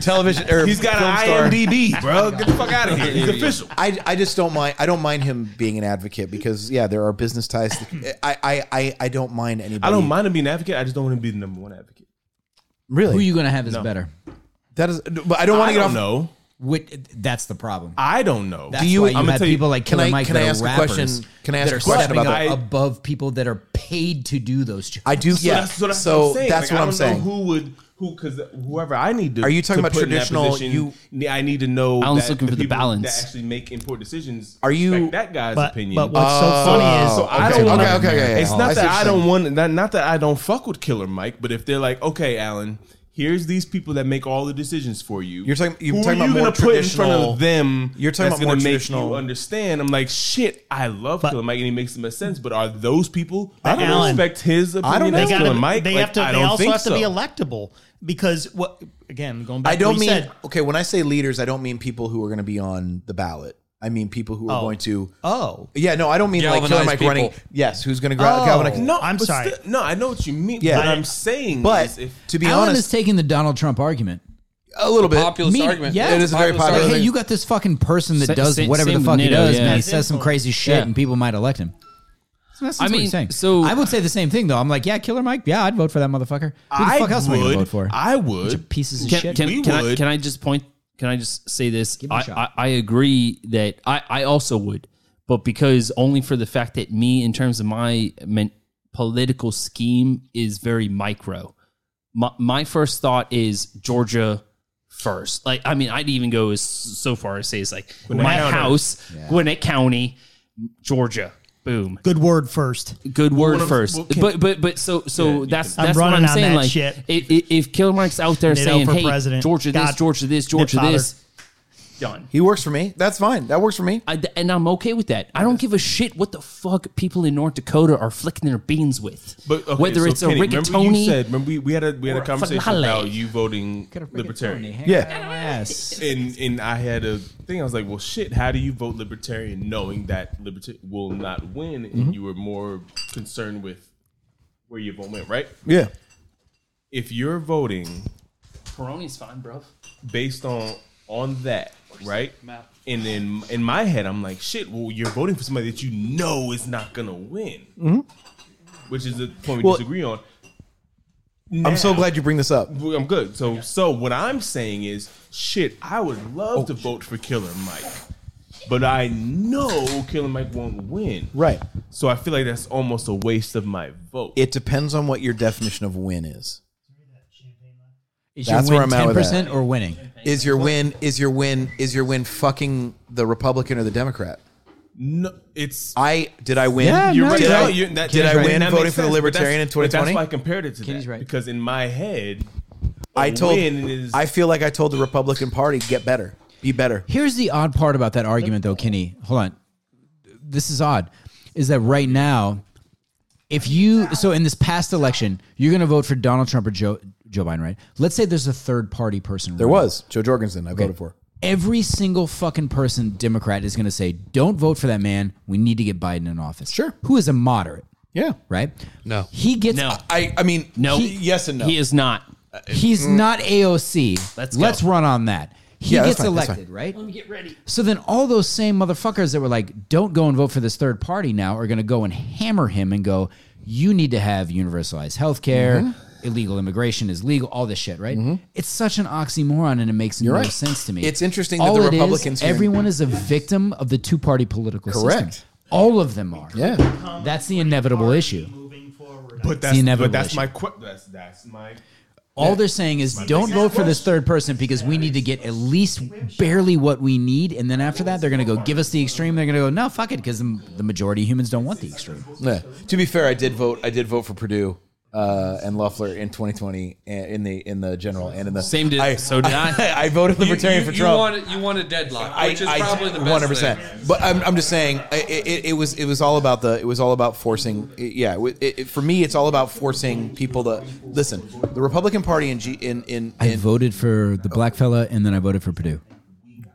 S9: television or
S5: He's got
S9: film
S5: an
S9: star.
S5: IMDb, bro. Get the fuck out of here. He's official.
S9: I, I just don't mind I don't mind him being an advocate because yeah there are business ties. I I I, I don't mind anybody.
S5: I don't mind him being an advocate. I just don't want him to be the number one advocate.
S9: really.
S4: Who you gonna have is better?
S9: that is, but I don't want
S5: I
S9: to get
S5: don't
S9: off.
S5: know.
S4: Which, that's the problem.
S5: I don't know.
S4: That's
S9: you-
S4: why you
S5: I'm gonna
S4: have
S5: tell you-
S4: people like
S9: can
S4: Killer
S9: I-
S4: Mike
S9: can
S4: that
S9: I
S4: are
S9: ask a
S4: rappers
S9: question? Can I ask
S4: that
S9: a
S4: are
S9: question
S4: stepping
S9: about
S4: up
S5: that?
S4: above people that are paid to do those jobs?
S9: I do yeah.
S5: that's what I'm
S9: so
S5: saying.
S9: that's
S5: Like,
S9: what I'm
S5: I don't
S9: saying.
S5: know who would who because whoever I need to.
S9: Are you talking
S5: to
S9: about
S5: put in that
S9: traditional-
S5: position, I need to know.
S2: I was
S5: that
S2: looking for the
S5: people
S2: balance.
S5: that actually make important decisions.
S9: Are you-
S5: respect that guy's
S6: But,
S5: opinion?
S6: but what's so funny is
S5: so I
S9: Oh. okay,
S5: don't. want
S9: okay, okay, okay, yeah,
S5: It's
S9: yeah, I
S5: not
S9: see
S5: that
S9: what
S5: I
S9: you're
S5: don't want. Not, not that I don't fuck with Killer Mike, but if they're like, okay, Alan, here's these people that make all the decisions for you.
S9: You're talking- you're
S5: who
S9: talking
S5: are you
S9: about more
S5: gonna put in front
S9: traditional-
S5: of them.
S9: You're talking
S5: that's
S9: about more
S5: gonna make
S9: traditional-
S5: You understand? I'm like, shit. I love
S6: But-
S5: Killer Mike, and he makes the most sense. But are those people? I
S6: don't know.
S5: respect his opinion.
S9: don't
S6: They
S5: as
S9: know.
S6: got
S5: Killer
S6: to.
S5: Mike.
S6: They
S5: Like,
S6: have to.
S5: I
S6: They
S5: don't
S6: also
S5: think
S6: have to be
S5: so.
S6: electable because what? Again, going back.
S9: I
S6: to
S9: don't
S6: what
S9: mean
S6: you said,
S9: okay. When I say leaders, I don't mean people who are going to be on the ballot. I mean people who are
S6: Oh.
S9: going to.
S6: Oh,
S9: Yeah, no, I don't mean like Killer
S7: Galvanize
S9: Mike
S7: people.
S9: running. Yes, who's going to grab
S6: Oh.
S9: Galvanize? No,
S5: No,
S6: I'm
S5: but
S6: sorry.
S5: still- no, I know what you mean.
S9: Yeah.
S5: Yeah, what I'm saying,
S9: but
S5: is if,
S9: to be
S4: Alan
S9: honest,
S4: is taking the Donald Trump argument.
S9: a little bit.
S7: Populist
S4: Me-
S7: argument.
S4: yeah.
S9: It is a very
S7: Populist
S9: popular
S4: Like,
S9: Other
S4: hey,
S9: thing-
S4: you got this fucking person that
S2: Sa-
S4: does
S2: sa-
S4: whatever the
S2: same
S4: fuck he
S2: Nitto,
S4: does,
S2: yeah.
S4: man. He
S2: His
S4: says some
S6: influence.
S4: crazy shit,
S2: Yeah.
S4: and people might elect him. So that's, that's
S2: I
S4: what
S2: mean,
S4: he's saying.
S2: so-
S4: I would say the same thing though. I'm like, yeah, Killer Mike. Yeah, I'd vote for that motherfucker. Who the
S5: I
S4: fuck else am I
S5: would,
S4: gonna vote for?
S5: I
S4: Bunch
S5: would.
S4: of pieces of
S2: Can,
S4: shit.
S2: can,
S5: We
S2: can I,
S5: would.
S2: can I just point? Can I just say this?
S4: it a
S2: I, I,
S4: shot.
S2: I agree that I, I also would, but because only for the fact that me, in terms of my men, political scheme, is very micro. My, my first thought is Georgia first. Like, I mean, I'd even go as so far as say it's like my
S5: County.
S2: house, Gwinnett County, Georgia. Boom.
S6: good word first.
S2: Good word
S5: Well,
S2: first,
S5: well, can-
S2: but but but so so that's
S6: I'm
S2: that's what
S6: running
S2: I'm
S6: on
S2: saying.
S6: that
S2: Like
S6: shit.
S2: If, if- if Killer Mike's out there
S6: Nitto
S2: saying,
S6: for
S2: "Hey,
S6: president.
S2: Georgia this,
S6: God.
S2: Georgia this, Georgia
S6: Nitfather.
S2: this," done.
S9: he works for me. That's fine. That works for me.
S2: I, and I'm okay with that. I don't give a shit what the fuck people in North Dakota are flicking their beans with.
S5: But okay,
S2: whether
S5: so
S2: it's
S5: Kenny,
S2: a
S5: remember
S2: rigatoni,
S5: you said remember we, we had a we had
S2: or
S5: a
S2: a
S5: conversation
S2: finale.
S5: about you voting libertarian,
S9: Yeah.
S5: and and I had a thing. I was like, well, shit. How do you vote libertarian knowing that liberty will not win, and
S2: Mm-hmm.
S5: you were more concerned with where your vote went, right?
S9: Yeah.
S5: If you're voting
S2: Peroni's fine, bro.
S5: based on on that, right? And then in my head, I'm like, shit. Well, you're voting for somebody that you know is not gonna win,
S2: Mm-hmm.
S5: which is the point we
S9: Well-
S5: disagree on.
S9: I'm so glad you bring this up.
S5: Well, I'm good. So, so what I'm saying is, shit. I would love
S4: Oh,
S5: to vote for Killer Mike, but I know Killer Mike won't win.
S9: Right.
S5: So I feel like that's almost a waste of my vote.
S9: It depends on what your definition of win is.
S4: Is
S9: That's where I'm at with that.
S4: percent or winning?
S9: Is your win is your win is your win fucking the Republican or the Democrat?
S5: no, it's.
S9: I did I win?
S4: Yeah, You're no, right.
S9: Did
S4: no,
S9: I,
S5: you're- that-
S9: did
S5: that's
S9: I
S5: right.
S9: win
S5: That
S9: voting
S5: makes
S9: for the
S5: sense, but
S9: Libertarian in
S5: that's- but
S9: 2020?
S5: That's why I compared it to
S4: Kenny's
S5: that
S4: right.
S5: because in my head,
S9: I told
S5: win is-
S9: I feel like I told the Republican Party get better, be better.
S4: Here's the odd part about that argument, though, Kenny. Hold on. This is odd. Is that right now, if you, so in this past election, you're going to vote for Donald Trump or Joe, Joe Biden, right? Let's say there's a third party person.
S9: There was Joe Jorgensen I voted for.
S4: Every single fucking person, Democrat, is going to say, don't vote for that man. We need to get Biden in office.
S9: Sure.
S4: Who is a moderate,
S9: Yeah.
S4: right?
S7: No.
S4: He gets,
S2: No,
S9: I I mean
S2: no.
S9: he- yes and no.
S2: He is not.
S4: he's not AOC.
S2: Let's
S4: Let's,
S2: go.
S4: run on that. He
S9: Mm. Yeah, that's
S4: gets
S9: fine, that's
S4: elected, right?
S2: Get ready.
S4: So then all those same motherfuckers that were like, don't go and vote for this third party now are going to go and hammer him and go, you need to have universalized health care.
S9: Mm-hmm.
S4: Illegal immigration is legal, all this shit, right? It's such an oxymoron and it makes no
S9: right.
S4: sense to me.
S9: It's interesting that the
S4: it is,
S9: Republicans here-
S4: everyone is a victim of the two party political system.
S9: Correct.
S4: All of them are.
S9: yeah.
S4: That's the inevitable issue.
S6: Moving forward.
S5: but that's
S4: inevitable
S5: but that's
S4: issue.
S5: my que- that's that's my
S4: All they're saying is don't vote for this third person because we need to get at least barely what we need. And then after that, they're going to go give us the extreme. They're going to go, no, fuck it, because the the majority of humans don't want the extreme.
S9: Yeah. To be fair, I did vote. I did vote for Purdue uh, and Loeffler in 2020 and in the in the general and in the
S2: Same did-
S9: I,
S2: so did I.
S9: I voted Libertarian for
S7: you
S9: Trump.
S7: Want, you want a deadlock,
S9: I,
S7: which is probably the best
S9: 100%.
S7: thing.
S9: But I'm, I'm just saying, I- it, it, it was it was all about the it was all about forcing. It, yeah, it, it, for me, it's all about forcing people to listen. The Republican Party in G, in in,
S4: I
S9: in
S4: voted for the black fella and then I voted for Purdue.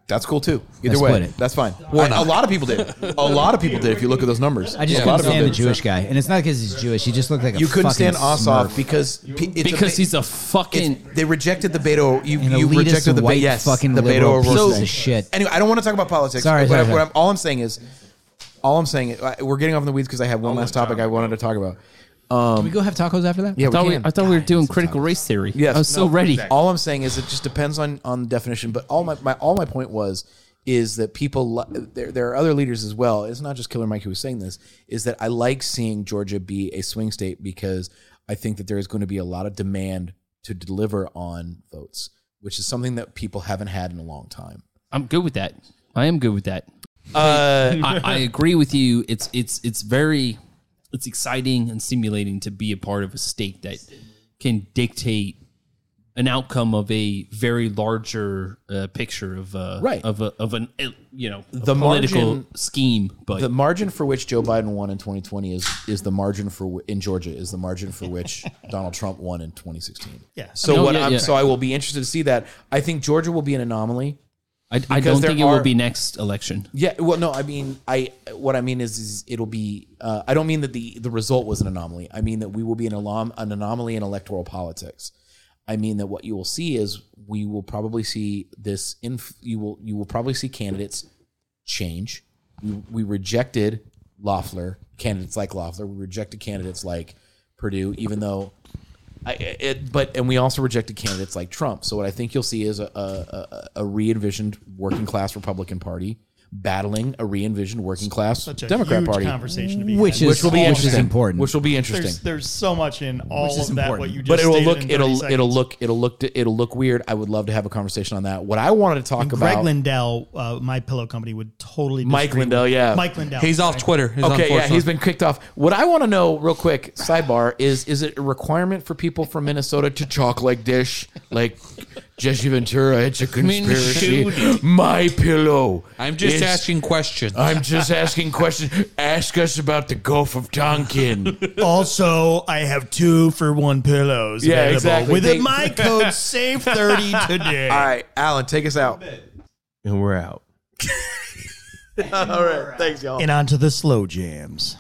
S9: That's cool too. Either
S4: I
S9: way,
S4: split it.
S9: that's fine. I- a lot of people did. A lot of people did. If you look at those numbers,
S4: I just
S9: a lot of
S4: couldn't
S9: people
S4: stand the
S9: did.
S4: Jewish guy, and it's not because he's Jewish. He just looked like a
S9: You couldn't
S4: fucking
S9: stand Ossoff
S4: Smurf.
S9: because pe- it's
S2: because
S9: ama-
S2: he's a
S9: it's-
S2: fucking.
S9: they rejected the Beto. You,
S4: An
S9: you
S4: elitist
S9: rejected the Be-
S4: white
S9: yes,
S4: fucking
S9: the Beto
S4: liberal
S9: O'Rourke
S4: piece
S9: thing.
S4: of shit.
S9: Anyway, I don't want to talk about politics.
S4: Sorry,
S9: but
S4: sorry,
S9: I- what
S4: sorry.
S9: I'm- all I'm saying is, all I'm saying is, I- we're getting off in the weeds because I
S2: Oh
S9: have one last topic I wanted to talk about.
S4: Can we go have tacos after that?
S9: Yeah,
S2: I thought
S9: we
S2: we,
S9: can.
S2: I thought we were doing critical race theory.
S9: Yes.
S2: I was so
S9: No,
S2: ready.
S9: All I'm saying is it just depends on on the definition. But all my, my all my point was is that people li- there there are other leaders as well. It's not just Killer Mike who was saying this. Is that I like seeing Georgia be a swing state because I think that there is going to be a lot of demand to deliver on votes, which is something that people haven't had in a long time.
S2: I'm good with that. I am good with that.
S9: Uh,
S2: I, I agree with you. It's it's it's very it's exciting and stimulating to be a part of a state that can dictate an outcome of a very larger uh, picture of uh,
S9: Right.
S2: of a, of an uh, you know the
S9: The
S2: political
S9: margin-
S2: scheme. But
S9: The margin for which Joe Biden won in 2020 is is the margin for wh- in Georgia is the margin for which Donald Trump won in 2016.
S6: Yeah.
S9: So
S2: No,
S9: what?
S2: yeah,
S9: I'm,
S2: yeah.
S9: So I will be interested to see that. I think Georgia will be an anomaly.
S2: I, I
S9: because
S2: don't
S9: there
S2: think it
S9: are-
S2: will be next election.
S9: Yeah, well, no, I mean, I what I mean is, is it'll be. Uh, I don't mean that the the result was an anomaly. I mean that we will be an alum, um, an anomaly in electoral politics. I mean that what you will see is we will probably see this. Inf- you will you will probably see candidates change. We, we rejected Loeffler candidates like Loeffler. We rejected candidates like Purdue, even though. I, it, but and we also rejected candidates like Trump. So what I think you'll see is a a, a, a re-envisioned working class Republican Party battling a re-envisioned working class
S6: Such a
S9: Democrat
S6: huge
S9: Party,
S6: conversation to be
S4: Which
S6: had.
S4: is- Which will be
S9: Which
S4: Which
S9: is
S4: is important.
S9: Which will be interesting.
S6: there's there's so much in all
S4: is
S6: of that
S4: important.
S6: what you just
S9: but it'll
S6: stated
S9: look
S6: in
S9: it'll
S6: 30
S9: it'll
S6: seconds.
S9: look it'll look it'll look weird. I would love to have a conversation on that. What I wanted to talk
S6: Greg
S9: about
S6: Lindell, uh, my pillow company would totally disagree
S9: Mike
S6: with-
S9: Lindell, yeah.
S6: Mike Lindell.
S7: He's off
S6: Sorry.
S7: Twitter. He's on
S9: Okay, yeah,
S7: 4chan.
S9: he's been kicked off. What I want to know, real quick, sidebar, is is it a requirement for people from Minnesota to talk like this, like Jesse Ventura? It's a conspiracy. My pillow.
S7: I'm just
S9: is-
S7: asking questions.
S9: I'm just asking questions. Ask us about the Gulf of Tonkin.
S6: Also, I have two for one pillows.
S9: Yeah,
S6: available
S9: exactly.
S6: With
S9: They-
S6: my code save thirty today.
S9: All right, Alan, take us out.
S5: And we're out.
S6: And on to the slow jams.